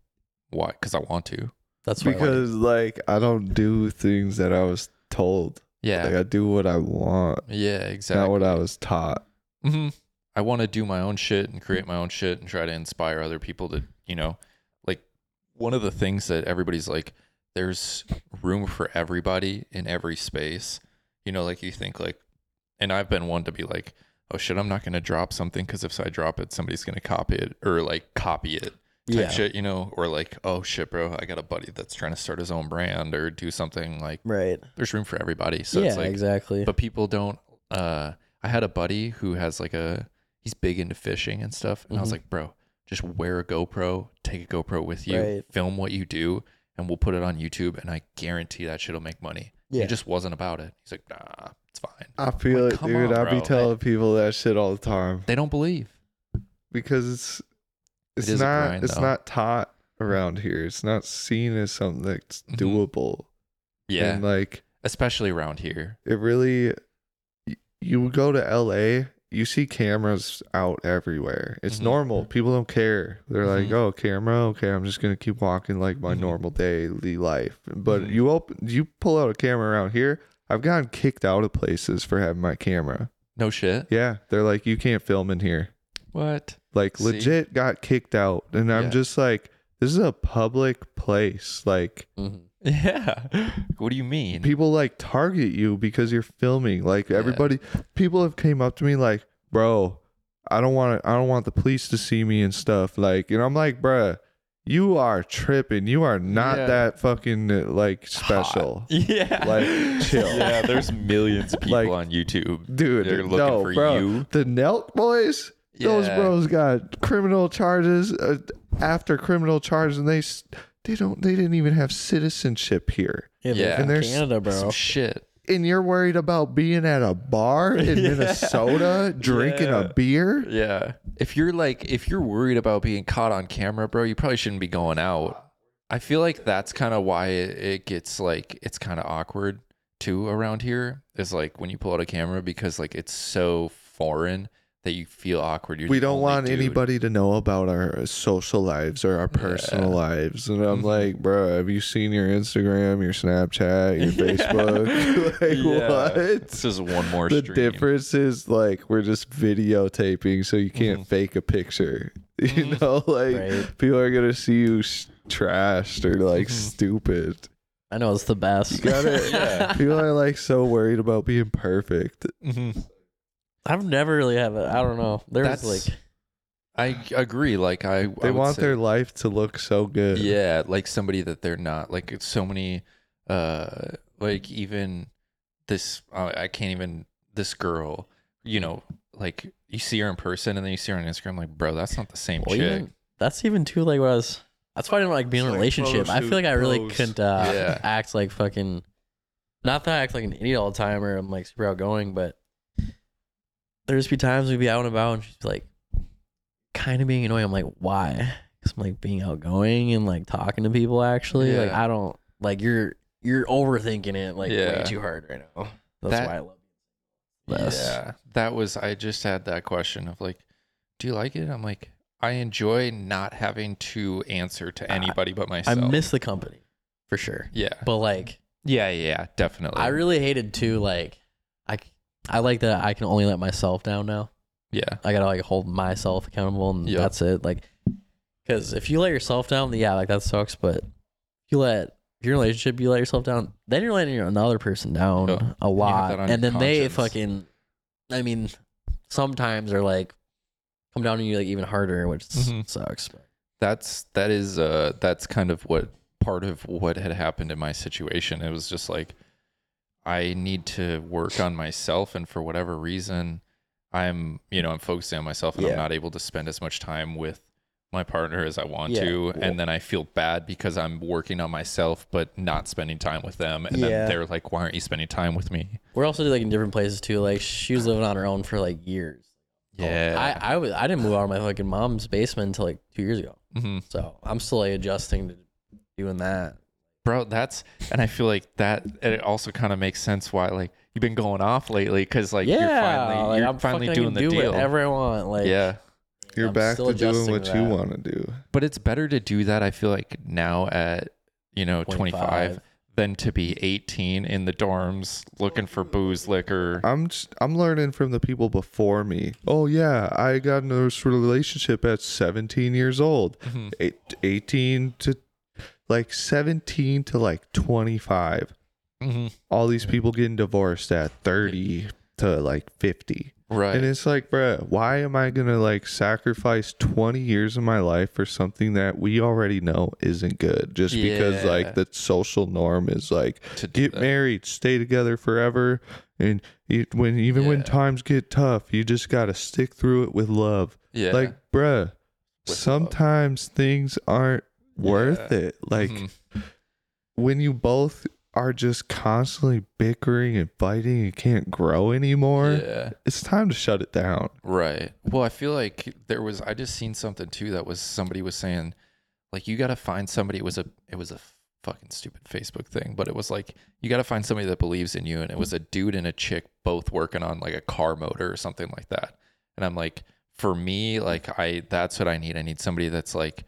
C: why because i want to
D: That's why I like it.
B: because like I don't do things that I was told. Like
C: Yeah.
B: I do what I want,
C: Yeah, exactly.
B: not what I was taught.
C: hmm
D: Mm-hmm.
C: I want to do my own shit and create my own shit and try to inspire other people to, you know, like one of the things that everybody's like, there's room for everybody in every space. You know, like you think like, and I've been one to be like, oh shit, I'm not going to drop something because if I drop it, somebody's going to copy it or like copy it type
D: Yeah.
C: shit, you know, or like, oh shit, bro, I got a buddy that's trying to start his own brand or do something like
D: Right.
C: there's room for everybody. So
D: yeah,
C: it's like,
D: exactly.
C: but people don't uh i had a buddy who has like a he's big into fishing and stuff and
B: Mm-hmm.
C: i was
D: Mhm.
C: like bro just wear a gopro take a gopro with you
D: Right.
C: film what you do and we'll put it on youtube and i guarantee that shit'll make money
D: yeah.
C: he just wasn't about it he's like nah it's fine
B: I feel
C: like,
B: it,
C: come
B: dude.
C: on,
B: I be
C: bro.
B: telling people that shit all the time
C: they don't believe
B: because it's it's
C: is a
B: not
C: grind,
B: it's
C: though. Mm-hmm.
B: not taught around here. It's not seen as something that's
C: Mhm.
B: doable.
C: yeah
B: and like
C: especially around here
B: it really. y- You go to L.A. You see cameras out everywhere. It's
C: Mhm.
B: normal. People don't care. They're like,
C: Mhm.
B: "Oh, camera. Okay, I'm just gonna keep walking like my
C: Mhm.
B: normal daily life." But
C: Mhm.
B: you open, you pull out a camera around here. I've gotten kicked out of places for having my camera.
C: no shit
B: Yeah, they're like, "You can't film in here."
C: what
B: like
C: See?
B: legit got kicked out and i'm
C: Yeah.
B: just like this is a public place like
D: Mhm.
C: yeah what do you mean
B: people like target you because you're filming like
C: Yeah.
B: everybody people have came up to me like bro i don't want to i don't want the police to see me and stuff like and i'm like bruh you are tripping you are not
C: Yeah.
B: that fucking uh, like
C: Hot.
B: special
C: yeah
B: Like, chill.
C: yeah there's millions of people
B: Like,
C: on youtube
B: dude
C: they're looking
B: no
C: for
B: bro
C: you
B: the knelt boys Those
C: Yeah.
B: bros got criminal charges uh, after criminal charges, and they s- they don't they didn't even have citizenship here.
D: Yeah,
C: Yeah.
D: yeah.
C: And
B: there's
D: Canada, bro.
C: some shit
B: And you're worried about being at a bar in
C: Yeah.
B: Minnesota drinking
C: Yeah.
B: a beer?
C: Yeah. If you're like, if you're worried about being caught on camera, bro, you probably shouldn't be going out. I feel like that's kind of why it, it gets like, it's kind of awkward too around here is like when you pull out a camera because like it's so foreign that you feel awkward. You're
B: We
C: the
B: don't
C: only
B: want
C: dude.
B: anybody to know about our social lives or our personal
C: Yeah.
B: lives. And I'm
C: Mhm.
B: like, bro, have you seen your Instagram, your Snapchat, your
C: Yeah.
B: Facebook? like,
C: Yeah.
B: what?
C: This is one more
B: the
C: stream.
B: difference is like we're just videotaping so you can't
C: Mhm.
D: Mm-hmm.
B: fake a picture you
C: Mhm.
B: know like
D: Right.
B: people are gonna see you s trashed or like
D: Mm-hmm.
C: Mhm.
B: stupid
D: I know it's the best.
B: you got it
C: Yeah.
B: people are like so worried about being perfect
C: Mhm.
D: I've never really have it. I don't know. There's
C: That's-
D: like
C: I agree. Like I,
B: they
C: I would
B: want
C: say-
B: their life to look so good
C: yeah like somebody that they're not like it's so many uh like even this uh, i can't even this girl you know like you see her in person and then you see her on instagram like bro that's not the same
D: well,
C: chick
D: even, that's even too like what I was. That's why I didn't like being in a
B: It's like
D: relationship. I feel
B: photo
D: like I really
B: shoot
D: couldn't uh,
C: Yeah.
D: act like fucking. Not that I act like an idiot all the time or I'm like super outgoing, but there's be times we'd be out and about and she's like kind of being annoying. I'm like, why? Because I'm like being outgoing and like talking to people actually. Like
C: Yeah.
D: I don't like you're you're overthinking it like way
C: Yeah.
D: too hard right now. That's
C: That-
D: why I love you. Less.
C: yeah that was i just had that question of like do you like it i'm like i enjoy not having to answer to
D: I-
C: anybody but
D: I
C: myself
D: miss the company for sure.
C: yeah
D: But like
C: yeah yeah definitely
D: I really hated too. Like, I I like that I can only let myself down now.
C: yeah
D: I gotta like hold myself accountable, and
C: Yep.
D: that's it. Like, because if you let yourself down, yeah, like that sucks. But if you let if your relationship, you let yourself down, then you're letting another person down
C: Yeah. And
D: a lot,
C: that on
D: and,
C: your
D: then they
C: conscience.
D: fucking. I mean, sometimes they're like come down on you like even harder, which s-
C: Mhm.
D: sucks. But
C: that's that is uh that's kind of what part of what had happened in my situation it was just like i need to work on myself and for whatever reason i'm you know i'm focusing on myself and
D: Yeah.
C: i'm not able to spend as much time with my partner as i want
D: Yeah.
C: to
D: Well-
C: and then i feel bad because i'm working on myself but not spending time with them and
D: Yeah.
C: then they're like why aren't you spending time with me
D: we're also like in different places too. Like she was living on her own for like years.
C: yeah
D: Oh, I I, was, I didn't move out of my fucking mom's basement until like two years ago.
C: hmm
D: So I'm still like adjusting to doing that.
C: bro that's and i feel like that and it also kind of makes sense why like you've been going off lately because like you're finally
D: like,
C: you're finally
D: fucking- I
C: doing
D: can
C: the
D: do
C: deal
D: Whatever I want, like
C: yeah
B: you're
D: I'm
B: back
D: still
B: to doing
D: adjusting
B: what
D: to
B: you
D: that.
B: want to do
C: but it's better to do that i feel like now at you know, 25,
D: 25.
C: than to be 18 in the dorms looking for booze, liquor.
B: I'm just, I'm learning from the people before me. Oh yeah, I got in a s- relationship at 17 years old,
D: Mm-hmm.
B: Eight- 18 to like 17 to like 25.
C: Mhm.
B: All these people getting divorced at 30 to like 50, and
C: Right.
B: it's like, bruh, why am I gonna like sacrifice 20 years of my life for something that we already know isn't good just because
C: Yeah.
B: like the social norm is like
C: To do
B: get
C: that.
B: married, stay together forever, and you, when even when
C: Yeah.
B: times get tough, you just gotta stick through it with love.
C: Yeah.
B: Like, bruh,
C: love.
B: sometimes things aren't worth
C: Yeah.
B: it. Like
C: Mhm.
B: when you both are just constantly bickering and fighting and can't grow anymore,
C: yeah.
B: it's time to shut it down.
C: Right. Well, I feel like there was I just seen something too that was somebody was saying like you got to find somebody it was a it was a fucking stupid Facebook thing, but it was like you got to find somebody that believes in you and it was a dude and a chick both working on like a car motor or something like that. And I'm like for me like I that's what I need. I need somebody that's like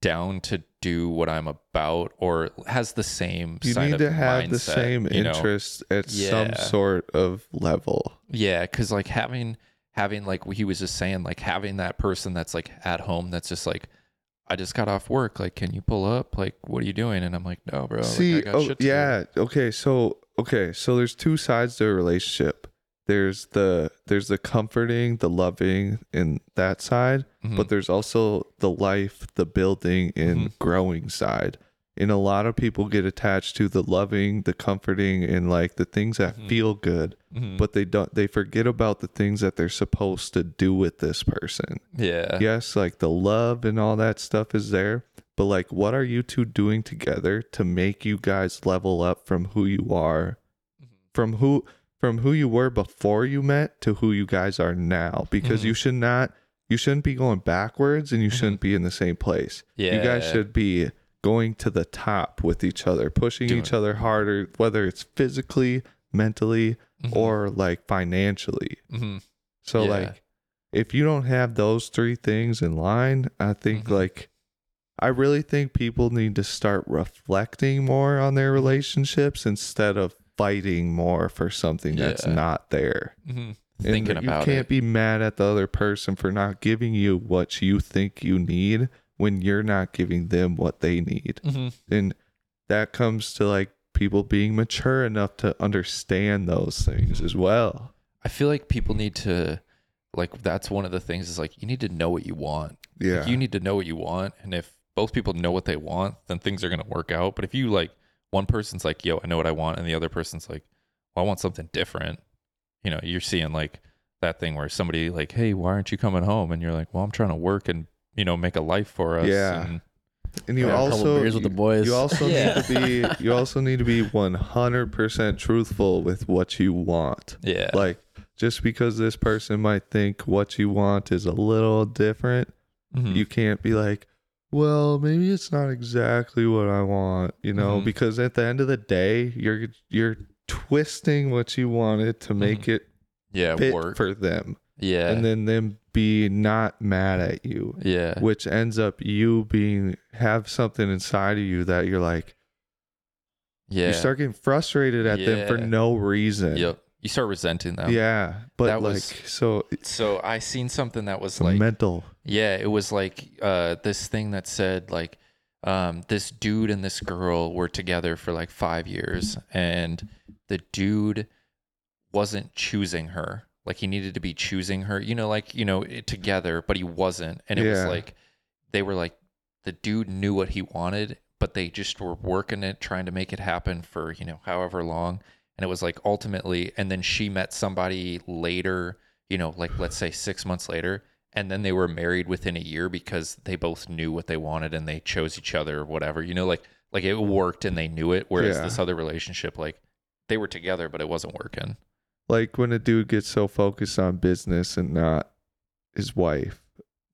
C: down to do what I'm about or has the same
B: You
C: side
B: need
C: of
B: to have the
C: mindset,
B: same
C: you know?
B: interests at some
C: Yeah.
B: sort of level.
C: Yeah, because like having having like he was just saying like having that person that's like at home that's just like I just got off work. Like, can you pull up? Like, what are you doing? And I'm like, no, bro.
B: See,
C: like, I got
B: oh
C: shit to do."
B: yeah, okay. So okay, so there's two sides to a relationship. There's the there's the comforting, the loving, and that side,
C: Mhm.
B: but there's also the life, the building, and growing side. And a lot of people get attached to the loving, the comforting, and like the things that feel good,
C: Mhm.
B: but they don't. They forget about the things that they're supposed to do with this person.
C: yeah,
B: yes, like the love and all that stuff is there, but like what are you two doing together to make you guys level up from who you are
C: Mm-hmm.
B: from who from who you were before you met to who you guys are now because
C: Mm-hmm.
B: you should not you shouldn't be going backwards and you shouldn't be in the same place. You guys
C: Yeah.
B: should be going to the top with each other, pushing each other harder whether it's physically, mentally,
C: Mm-hmm.
B: or like financially.
C: Mhm.
B: So
C: Yeah.
B: like if you don't have those three things in line, I think
C: Mm-hmm.
B: like I really think people need to start reflecting more on their
C: Mm-hmm.
B: relationships instead of fighting more for something that's
C: Yeah.
B: not there.
C: Mhm.
B: And
C: thinking
B: that
C: about
B: you can't
C: it.
B: be mad at the other person for not giving you what you think you need when you're not giving them what they need.
C: Mhm.
B: And that comes to like people being mature enough to understand those things
C: Mm-hmm.
B: as well.
C: I feel like people need to like that's one of the things is like you need to know what you want.
B: Yeah.
C: Like, you need to know what you want, and if both people know what they want, then things are gonna work out. But if you like one person's like, "Yo, I know what I want," and the other person's like, well, "I want something different," you know, you're seeing like that thing where somebody like, "Hey, why aren't you coming home?" And you're like, "Well, I'm trying to work and you know make a life for us."
B: Yeah.
C: and-
B: and you
D: Yeah, a couple
B: also
D: beers with the
B: you-
D: boys.
B: You also
D: Yeah.
B: need to be you also need to be one hundred percent truthful with what you want.
C: yeah,
B: Like just because this person might think what you want is a little different,
D: Mm.
C: Mhm.
B: you can't be like, well, maybe it's not exactly what I want, you know,
D: Mm-hmm.
C: Mhm.
B: because at the end of the day, you're you're twisting what you wanted
D: Mm-hmm.
B: to make it
C: yeah,
B: fit
C: work,
B: for them,
C: yeah,
B: and then them be not mad at you
C: yeah,
B: which ends up you being have something inside of you that you're like
C: yeah.
B: you start getting frustrated at them for
C: Yeah.
B: no reason.
C: yep, you start resenting them.
B: Yeah, but
C: That
B: like
C: was-
B: so it's
C: So I seen something that was like
B: mental.
C: Yeah, it was like uh, this thing that said like um, this dude and this girl were together for like five years, and the dude wasn't choosing her. Like he needed to be choosing her, you know, like you know, it, together, but he wasn't, and it was
B: Yeah.
C: like they were like the dude knew what he wanted, but they just were working it, trying to make it happen for you know however long, and it was like ultimately, and then she met somebody later, you know, like let's say six months later, and then they were married within a year because they both knew what they wanted and they chose each other or whatever, you know, like like it worked and they knew it, whereas
B: Yeah.
C: this other relationship, like they were together but it wasn't working.
B: Like when a dude gets so focused on business and not his wife.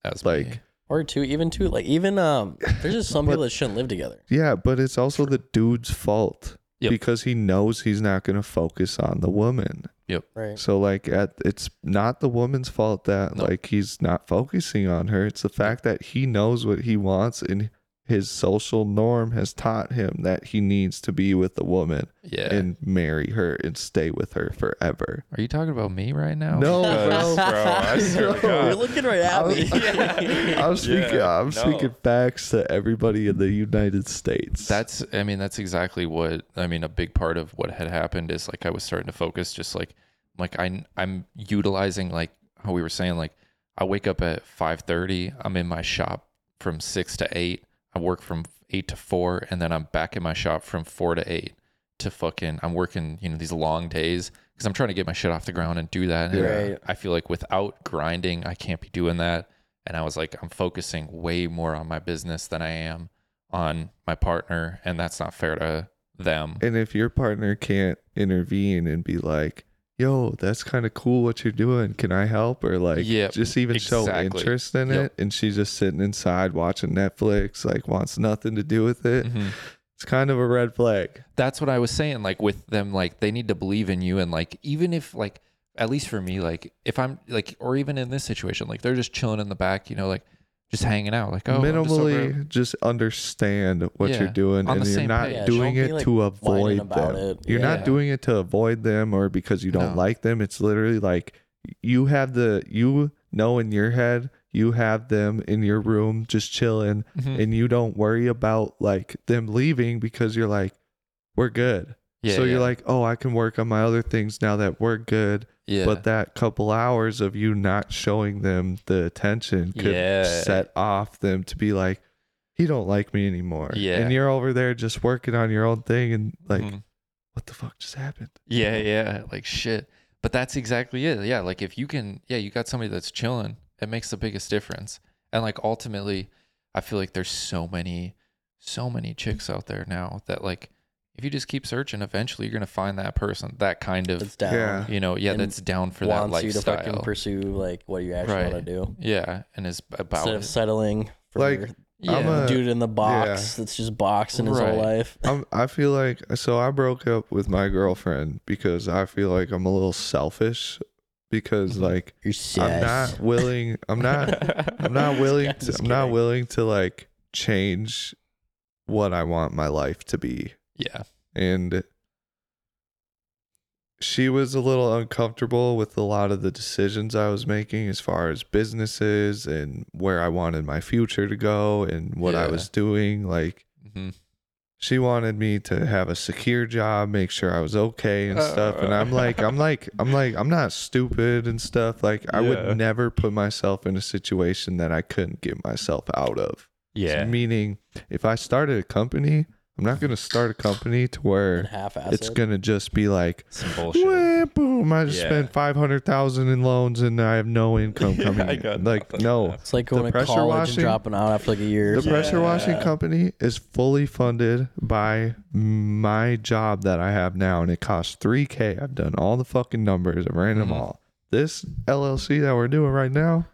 C: That's
B: Like-
C: me.
D: Or two, even two, like even um, there's just some
B: But-
D: people that shouldn't live together.
B: Yeah, but it's also the dude's fault
C: Yep.
B: because he knows he's not going to focus on the woman.
D: Right.
B: So like at it's not the woman's fault that
C: No.
B: like he's not focusing on her. It's the fact that he knows what he wants and his social norm has taught him that he needs to be with a woman
C: Yeah.
B: and marry her and stay with her forever.
C: Are you talking about me right now?
B: No,
E: Because,
B: bro.
E: bro, I swear to
D: You're
E: God.
D: looking right at me.
B: I'm speaking.
E: Yeah,
B: I'm
E: no.
B: speaking facts to everybody in the United States.
C: That's I mean that's exactly what I mean a big part of what had happened is like I was starting to focus just like like I I'm utilizing like how we were saying like I wake up at 5:30, I'm in my shop from 6 to 8, I work from 8 to 4 and then I'm back in my shop from 4 to 8 to fucking I'm working, you know, these long days cuz I'm trying to get my shit off the ground and do that. And
D: Right.
C: I feel like without grinding, I can't be doing that. And I was like I'm focusing way more on my business than I am on my partner and that's not fair to them.
B: and if your partner can't intervene and be like, "Yo, that's kind of cool what you're doing. Can I help?" or like,
C: Yep,
B: just even show
C: exactly.
B: interest in
C: Yep.
B: it, and she's just sitting inside watching Netflix, like wants nothing to do with it.
C: Mhm.
B: It's kind of a red flag.
C: that's what I was saying. Like with them, like they need to believe in you, and like even if like at least for me, like if I'm like or even in this situation, like they're just chilling in the back, you know, like just hanging out, like oh, I'm just
B: Minimally,
C: over-
B: just, understand what
C: Yeah,
B: you're doing,
C: on
B: and
C: the
B: you're
C: same
B: not
C: page. Yeah,
B: doing
D: don't
B: it
D: be, like,
B: to
D: whining
B: avoid
D: about
B: them.
D: it.
B: You're
C: Yeah.
B: not doing it to avoid them or because you don't
C: No.
B: like them. It's literally like you have the you know in your head you have them in your room just chilling
C: Mhm.
B: and you don't worry about like them leaving because you're like we're good
C: yeah,
B: so
C: yeah,
B: you're like oh i can work on my other things now that we're good
C: yeah,
B: but that couple hours of you not showing them the attention could
C: Yeah.
B: set off them to be like he don't like me anymore
C: Yeah.
B: and you're over there just working on your own thing and like
C: Mhm.
B: what the fuck just happened
C: yeah, yeah, like shit. But that's exactly it. Yeah, like if you can, yeah, you got somebody that's chilling, it makes the biggest difference. And like ultimately, I feel like there's so many, so many chicks out there now that like if you just keep searching, eventually you're gonna find that person, that kind of
D: It's down.
B: Yeah.
C: you know, yeah,
D: and
C: that's down for that
D: wants you to
C: lifestyle.
D: fucking pursue like what you actually
C: Right.
D: want to do
C: yeah, and is about
D: instead
C: it.
D: of settling for
B: Like,
D: your
C: yeah.
B: I'm a- Uh,
D: dude in the box that's just boxing his whole
C: Right.
D: life.
B: I'm, I feel like so I broke up with my girlfriend because I feel like I'm a little selfish because
C: Mm-hmm.
B: like
D: You're
B: I'm not
D: sad.
B: willing I'm not I'm not willing to,
D: Just
B: I'm not
D: kidding.
B: willing to like change what I want my life to be
C: yeah,
B: and she was a little uncomfortable with a lot of the decisions I was making as far as businesses and where I wanted my future to go and what I
C: Yeah.
B: was doing like
C: hmm
B: she wanted me to have a secure job, make sure I was okay and stuff. And I'm like, I'm like, I'm like, I'm not stupid and stuff. Like, I
E: Uh. Yeah.
B: would never put myself in a situation that I couldn't get myself out of.
C: yeah,
B: Meaning, if I started a company, I'm not going to start a company to where
D: half assed.
B: it's going to just be like,
C: some bullshit.
B: "Wah, boom, I just
E: Yeah.
B: spent 500,000 in loans and I have no income
E: Yeah,
B: coming
E: I got
B: in. Like,
E: nothing
B: no.
E: left.
D: It's like
B: the
D: going to
B: pressure
D: college
B: washing-
D: and dropping out after like a year. or
B: The pressure washing
E: Yeah.
B: company is fully funded by my job that I have now, and it costs 3K. I've done all the fucking numbers, I've ran them
C: Mhm.
B: all. This LLC that we're doing right now,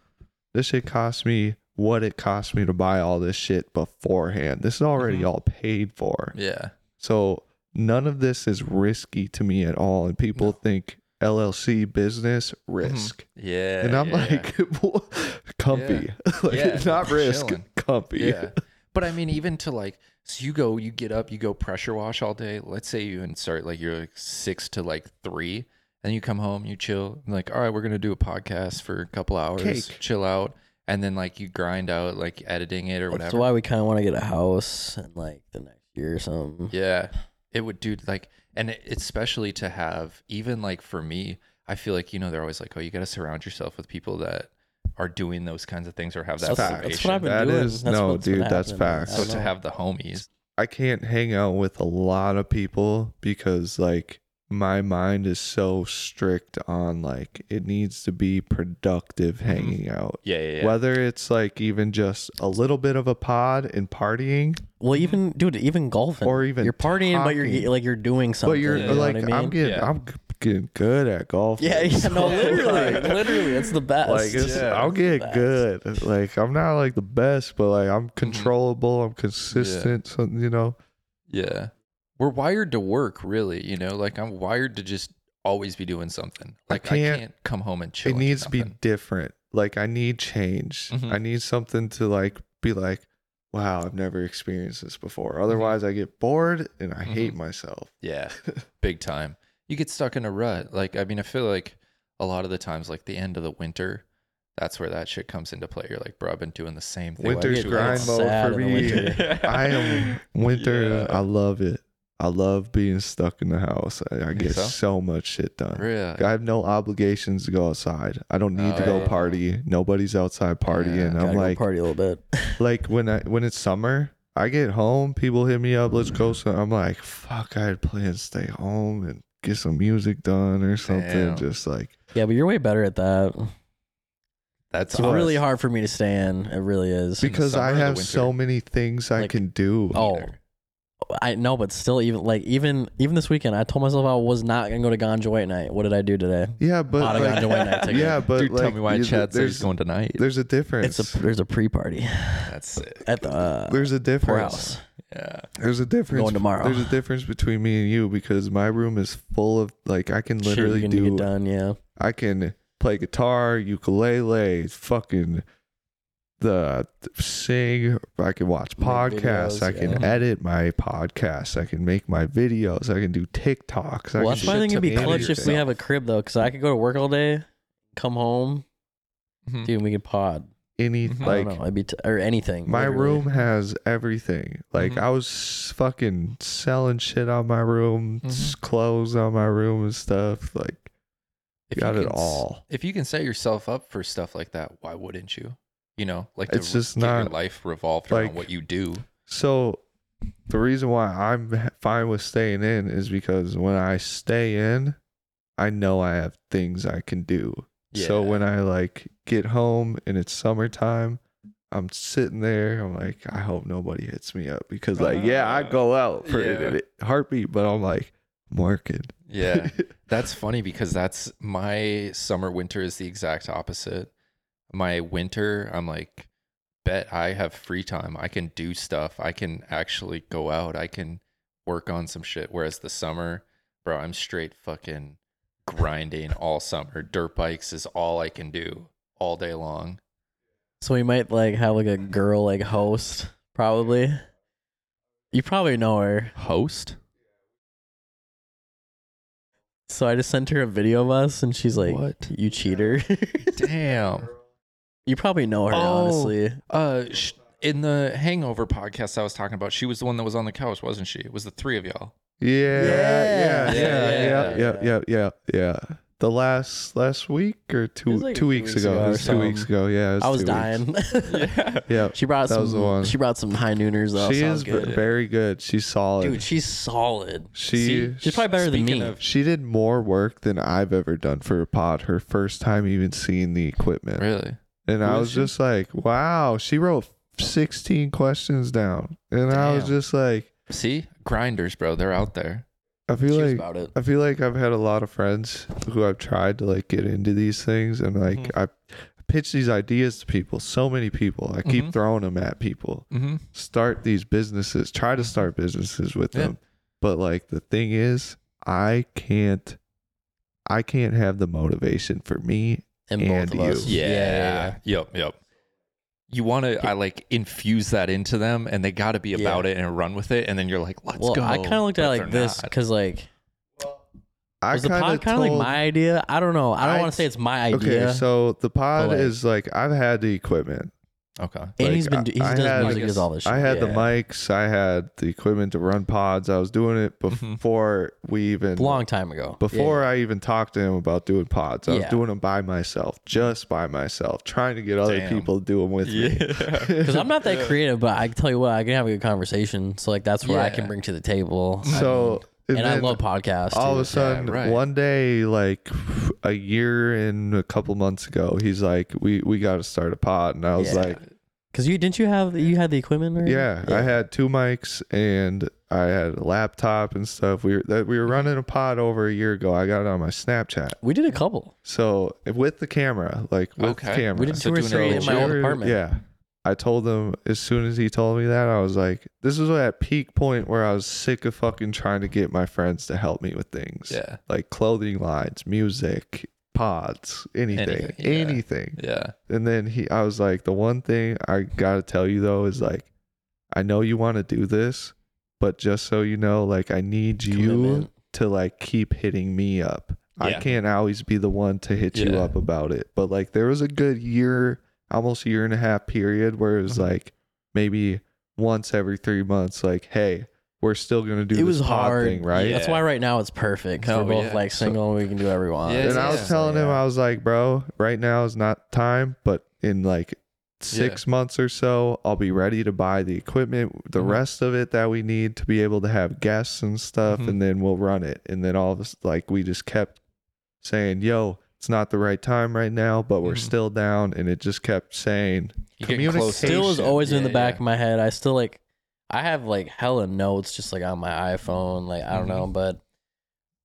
B: this shit cost me what it cost me to buy all this shit beforehand. This is already
C: Mm-hmm.
B: all paid for.
C: Yeah,
B: So none of this is risky to me at all. And people think LLC business risk.
C: Mm-hmm. yeah,
B: And I'm
C: yeah, yeah.
B: like, comfy. like,
C: Yeah,
B: not risk,
C: chilling.
B: comfy.
C: Yeah. But I mean, even to like, so you go, you get up, you go pressure wash all day. Let's say you and start like you're like six to like three, and you come home, you chill, and like, all right, we're gonna do a podcast for a couple hours,
B: Cake.
C: chill out, and then like you grind out like editing it or
D: That's
C: whatever.
D: why we kind of want to get a house in like the next year or something.
C: Yeah. It would do like, and it, especially to have, even like for me, I feel like, you know, they're always like, oh, you got to surround yourself with people that are doing those kinds of things or have that
B: That's-
C: motivation.
B: that's
D: That's what I've been
B: That
D: doing.
B: is-
D: that's
B: no,
D: what's been
B: dude, that's
D: happening. I
B: facts.
D: don't
C: so to
D: know.
C: have the homies.
B: I can't hang out with a lot of people because like my mind is so strict on like it needs to be productive hanging out.
C: Yeah. Mm-hmm. Yeah. yeah.
B: Whether it's like even just a little bit of a pod and partying,
D: Well, even dude, even golfing
B: Or even
D: you're partying, but you're
B: talking.
D: ge- like you're doing something.
B: but you're
D: you know
B: like
D: what
B: I
D: I mean?
B: am getting
C: Yeah.
B: I'm g- getting good at golf.
D: yeah, yeah, no, literally, literally, it's the best.
B: Like it's,
C: Yeah.
B: I'll get
D: Facts.
B: good. Like I'm not like the best, but like
C: Mm-hmm.
B: I'm controllable. I'm consistent. So, you know,
C: Yeah. We're wired to work, really. You know, like I'm wired to just always be doing something.
B: I
C: Like I can't,
B: can't-
C: come home and chill.
B: it
C: and do
B: needs to be
C: nothing.
B: different like i need change
C: Mhm.
B: i need something to like be like wow, I've never experienced this
C: Mm-hmm.
B: before. Otherwise, I get bored and I hate myself.
C: Yeah, big time. You get stuck in a rut. Like, I mean, I feel like a lot of the times, like the end of the winter, that's where that shit comes into play. You're like, bro, I've been doing the same thing.
B: Winter's
C: for two
B: grind
C: months."
B: mode
D: sad
B: for
D: in the
B: me.
D: winter.
B: I am winter.
C: Yeah.
B: I love it. I love being stuck in the house. I, I
C: Think
B: get
C: so?
B: so? much shit done.
C: Really?
B: I have no obligations to go outside. I don't need to
C: Oh,
B: go
C: yeah.
B: party. Nobody's outside
C: Yeah,
B: partying.
D: Gotta
B: I'm
D: go
B: like,
D: party a little bit.
B: like when I when it's summer, I get home. People hit me up. Let's go. So I'm like, fuck. I had plans. Stay home and get some music done or something.
C: Damn.
B: Just like
D: Yeah, but you're way better at that.
C: That's
D: It's
C: awesome.
D: really hard for me to stay in. It really is.
C: Be-
B: because
C: summer or
B: I
C: the
B: have
C: winter?
B: so many things I
D: Like-
B: can do.
D: oh, I know, but still, even like even even this weekend, I told myself I was not gonna go to Ganja White Night. What did I do today?
B: Yeah, but
D: Bought a
B: like-
D: Ganja White Night ticket.
B: yeah, but
C: Dude,
B: like,
C: tell me why
B: you-
C: Chad says he's
B: there's
C: going tonight.
B: there's a difference.
D: It's a there's a pre party
C: That's sick.
D: at the uh,
B: there's a difference.
D: poorhouse.
C: Yeah.
B: There's a difference.
D: Going tomorrow.
B: There's a difference between me and you because my room is full of like I can
D: Shit,
B: literally
D: you can
B: do
D: get done. Yeah,
B: I can play guitar, ukulele, fucking the sing. I can watch
D: Make
B: podcasts.
D: videos,
B: I can
D: yeah.
B: edit my podcasts. I can make my videos. I can do TikToks.
D: well,
B: I
D: that's
B: can
D: why I
B: shit
D: think it'd
B: to
D: be clutch
B: manage
D: if we
B: yourself.
D: have a crib though, because I could go to work all day, come home,
C: Mhm.
D: dude, and we could pod.
B: any
C: Mhm.
D: Mm-hmm. I
B: like
D: don't know, I'd be t- or anything.
B: My
D: literally. Mm-hmm.
B: room has everything. Like
C: Mhm.
B: I was fucking selling shit on my room, s-
D: Mm-hmm.
B: clothes on my room and stuff. Like
C: If
B: got
C: you
B: it
C: can s-
B: all.
C: If you can set yourself up for stuff like that, why wouldn't you? You know, like to
B: It's just
C: get your
B: not,
C: life revolved
B: like-
C: around what you do.
B: So the reason why I'm h- fine with staying in is because when I stay in, I know I have things I can do. So
C: Yeah.
B: when I like get home and it's summertime, I'm sitting there. I'm like, I hope nobody hits me up because like, yeah, I
C: Ah,
B: go out for
C: yeah.
B: a heartbeat, but I'm like, I'm working.
C: Yeah. That's funny because that's my summer winter is the exact opposite. My winter, I'm like, bet I have free time. I can do stuff. I can actually go out. I can work on some shit. Whereas the summer, bro, I'm straight fucking grinding all summer. Dirt bikes is all I can do all day long.
D: So we might like have like a girl like host probably. You probably know her.
C: Host?
D: So I just sent her a video of us, and she's like,
C: What?
D: "You cheater."
C: Damn.
D: you probably know her,
C: Oh.
D: honestly.
C: Uh, sh- in the Hangover podcast I was talking about, she was the one that was on the couch, wasn't she? It was the three of y'all.
B: Yeah, yeah,
D: Yeah.
B: yeah, yeah,
D: Yeah.
B: yeah, yeah, yeah, yeah. The last last week or two
D: was like
B: two weeks ago. It
D: or
B: was two weeks
D: something.
B: ago. Yeah, it
D: I was
B: two weeks.
D: dying.
C: Yeah.
B: Yeah,
D: she brought
B: That
D: some.
B: was the one.
D: She brought some high nooners though.
B: she
D: so that
B: is
D: was
B: v-
D: good.
B: very good. She's solid.
D: dude. She's solid.
B: she
D: She's probably better than
C: Speaking
D: me.
C: of-
B: she did more work than I've ever done for a pod. Her first time even seeing the equipment,
C: Really?
B: and I
C: Who is
B: was
C: she?
B: just like, "Wow!" She wrote sixteen questions down, and I was
C: Damn.
B: just like,
C: See, grinders, bro. They're out there.
B: "I
D: she
B: feel
D: was
B: like
D: about it.
B: I feel like I've had a lot of friends who I've tried to like get into these things, and like
D: Mm-hmm.
C: Mhm.
B: I pitch these ideas to people. So many people, I keep
D: Mm-hmm.
C: Mhm.
B: throwing them at people.
C: Mm-hmm.
B: Start these businesses. Try to start businesses with
C: Yeah.
B: them, but like the thing is, I can't. I can't have the motivation for me.
D: And,
B: and
D: both of
B: you.
D: us.
C: Yeah.
D: yeah,
C: Yep. Yep. You want to, I like infuse that into them, and they got to be
D: Yeah.
C: about it and run with it, and then you're like, let's
D: Well,
C: go.
D: I kind of looked at it
C: But
D: like
C: they're
D: this
C: not.
D: because like
B: I
D: was the
B: kinda
D: pod kind of like
B: told-
D: my idea? I don't know. I don't
B: I-
D: want to say it's
B: Okay,
D: my idea.
B: so the pod
D: like-
B: is like I've had the equipment.
C: Okay.
D: and
B: like,
D: he's been
B: I-
D: do- he
B: I
D: does
B: had-
D: music, does all this. Shit.
B: I had the
D: Yeah.
B: mics. I had the equipment to run pods. I was doing it
D: Mm-hmm.
C: Mhm.
B: before we even
D: long time ago.
B: before I even talked to him about doing pods. I was
D: Yeah.
B: doing them by myself, just by myself, trying to get other
C: Damn.
B: people to do them with me.
D: because I'm not that creative, but I tell you what, I can have a good conversation. So like that's what I can
C: Yeah.
D: bring to the table.
B: So
D: I mean, and I
B: then
D: love podcasts.
B: all
D: too.
B: of a sudden,
C: right.
B: one day, like a year and a couple months ago, he's like, "We we got to start a pod," and I was
D: Yeah.
B: like,
D: Cause you didn't you have you had the equipment? Or?
B: Yeah, I had two mics and I had a laptop and stuff. We were that we were running a pod over a year ago. I got it on my Snapchat.
D: We did a couple.
B: So with the camera, like with the
C: Okay.
B: camera,
D: We did
C: So
D: two or
C: doing it
D: three in
C: all
D: my old
C: together,
D: apartment.
B: Yeah, I told him as soon as he told me that I was like, this was at peak point where I was sick of fucking trying to get my friends to help me with things.
C: Yeah.
B: like clothing lines, music, pods, anything, anything.
C: Anything, yeah. And then he-
B: And then he, I was like, the one thing I gotta tell you though is like, I know you want to do this, but just so you know, like I need you
D: Commitment.
B: to like keep hitting me up. I
F: Yeah.
B: can't always be the one to hit you
F: Yeah.
B: up about it. But like there was a good year, almost year and a half period where it
D: Mm-hmm.
B: was like maybe once every three months, like, hey, we're still gonna do
D: it
B: this
D: was
B: pod
D: hard.
B: thing, right?
F: Yeah.
D: That's why right now it's perfect. 'cause
F: Oh,
D: we're both
F: yeah.
D: like
F: So-
D: single and we can do what we want.
F: Yeah,
B: And I
F: yeah.
B: was telling him, I was like, bro, right now is not time, but in like six months or so, I'll be ready to buy the equipment, the
D: Mm-hmm.
F: Mhm.
B: rest of it that we need to be able to have guests and stuff,
D: Mm-hmm.
F: Mhm.
B: and then we'll run it. And then all of us, like, we just kept saying, yo, it's not the right time right now, but we're
D: Mm-hmm.
F: Mhm.
B: still down. And it just kept saying,
F: You get
B: Communication.
F: close.
D: still is always in the
F: Yeah,
D: back
F: yeah.
D: of my head. I still like I have like hella notes just like on my iPhone. Like I don't know, but
F: Mm-hmm.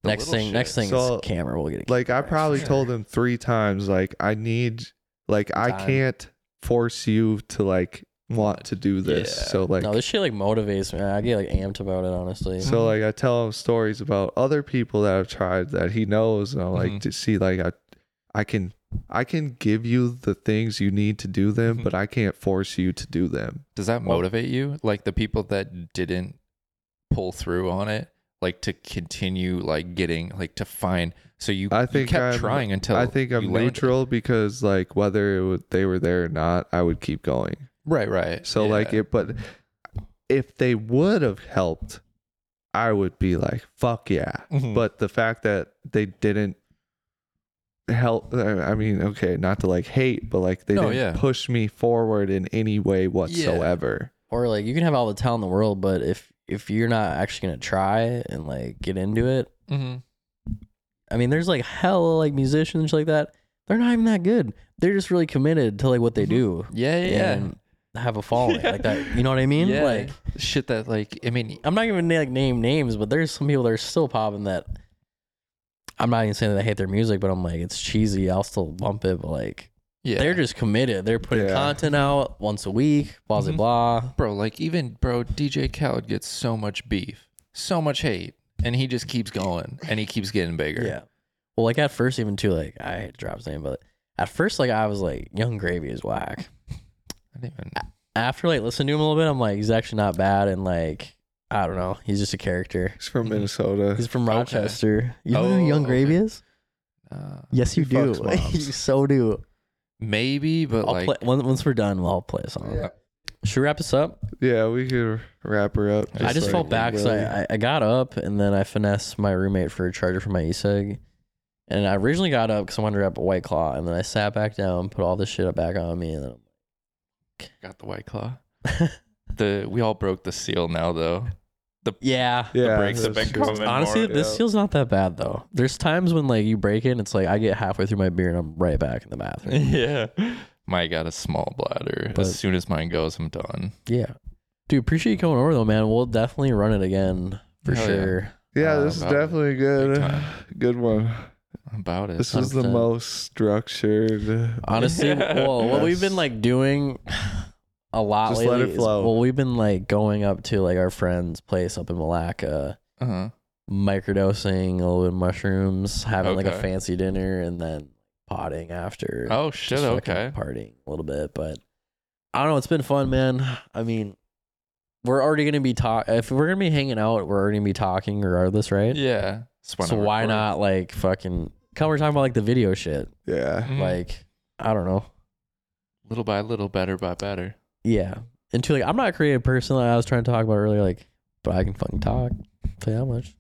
F: The
D: next
F: little
D: thing
F: shit.
D: next thing
B: So,
D: is camera. We'll get a
B: like, I
D: camera,
B: probably
D: sure.
B: told him three times, like, I need, like, I
D: Time.
B: can't force you to, like, want to do this.
F: Yeah.
B: So, like,
D: no, this shit like motivates me. I get like amped about it. Honestly,
B: So like I tell him stories about other people that I've tried that he knows, and I'm like
F: Mhm.
B: to see like I, I can, I can give you the things you need to do them,
F: Mhm.
B: but I can't force you to do them.
F: Does that motivate you? Like the people that didn't pull through on it, like to continue like getting like to find. So you,
B: I
F: you
B: think
F: kept
B: I'm-
F: trying until
B: I think
F: you
B: I'm
F: landed.
B: neutral because like whether it would, they were there or not, I would keep going.
F: Right, right.
B: So
F: Yeah.
B: like it, but if they would have helped, I would be like fuck yeah.
F: Mhm.
B: But the fact that they didn't help uh, i mean okay not to like hate but like they
F: No,
B: didn't
F: yeah.
B: push me forward in any way whatsoever
D: or like you can have all the talent in the world, but if if you're not actually gonna try and like get into it,
F: Mhm.
D: I mean, there's like hella like musicians and shit like that. They're not even that good. They're just really committed to like what they do.
F: yeah, yeah, Mm-hmm. yeah.
D: and have a following like that. You know what I mean?
F: Yeah.
D: Like
F: shit that like I mean
D: I'm not even like name names, but there's some people that are still popping that. I'm not even saying that I hate their music, but I'm like it's cheesy. I'll still bump it, but like
F: yeah.
D: they're just committed. They're putting
B: Yeah.
D: content out once a week, blah blah
F: Mhm.
D: blah.
F: bro, like even bro, DJ Khaled gets so much beef, so much hate, and he just keeps going and he keeps getting bigger.
D: Yeah. Well, like at first, even too, like I hate to drop his name, but at first, like I was like, Young Gravy is whack.
F: I didn't even,
D: After like listening to him a little bit, I'm like, he's actually not bad, and like I don't know, he's just a character.
B: he's from
F: Mhm.
B: minnesota
D: He's from
F: Okay.
D: Rochester. You know who
F: Oh,
D: Young Gravy
F: okay.
D: is?
F: uh,
D: Yes,
B: He
D: you do.
B: fucks moms.
D: you so do.
F: maybe, but
D: I'll
F: like
D: play once, once we're done. I'll play a song. Should we wrap this up?
B: yeah we could wrap her up
F: I
D: I just
B: like
D: felt bad because
B: really-
D: I, I got up and then I finessed my roommate for a charger for my eSig, and I originally got up because I wanted to wrap a white claw, and then I sat back down, put all this shit back on me, and then
F: got the white claw. the we all broke the seal now though.
D: yeah.
B: yeah
F: brakes have
B: that's
F: been
B: true.
F: coming.
D: Honestly,
F: hard,
D: this
B: yeah.
D: seal's not that bad though. There's times when like you break it, and it's like I get halfway through my beer and I'm right back in the bathroom.
F: yeah. Mine got a small bladder.
D: But-
F: as soon as mine goes, I'm done.
D: yeah, dude, appreciate you coming over though, man. We'll definitely run it again for
F: Hell yeah.
D: sure. Um,
B: yeah
F: Uh,
B: this is
F: about it.
B: definitely
F: Big
B: good
F: time.
B: good one
F: About it.
B: this is the
D: 100%.
B: most structured
D: Honestly,
F: Yeah.
D: well, what we've
B: Yes.
D: been like doing a lot
B: Just let
D: lately
B: it
D: is-
B: flow.
D: well, we've been like going up to like our friend's place up in Malacca,
F: uh-huh.
D: microdosing a little bit of mushrooms, having like a
F: Okay.
D: fancy dinner, and then potting after.
F: Oh shit!
D: just fucking
F: Okay.
D: partying a little bit, but I don't know. It's been fun, man. I mean, we're already gonna be talk. If we're gonna be hanging out, we're already gonna be talking regardless, right?
F: Yeah. That's when I
D: So why
F: record.
D: not like fucking? Come, we're talking about like the video shit.
B: yeah
C: Mm-hmm.
F: Mhm.
D: Like I don't know.
F: little by little, better by better.
D: Yeah. And two, like, I'm not a creative person like I was trying to talk about earlier, like, but I can fucking talk. Tell you how much.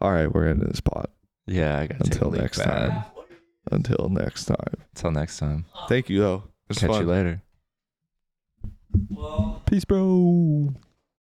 B: all right we're into this pot
G: Yeah, I got
B: until next time until next time
G: Until next time.
B: thank you though It was
G: Catch
B: fun.
G: you later.
B: peace bro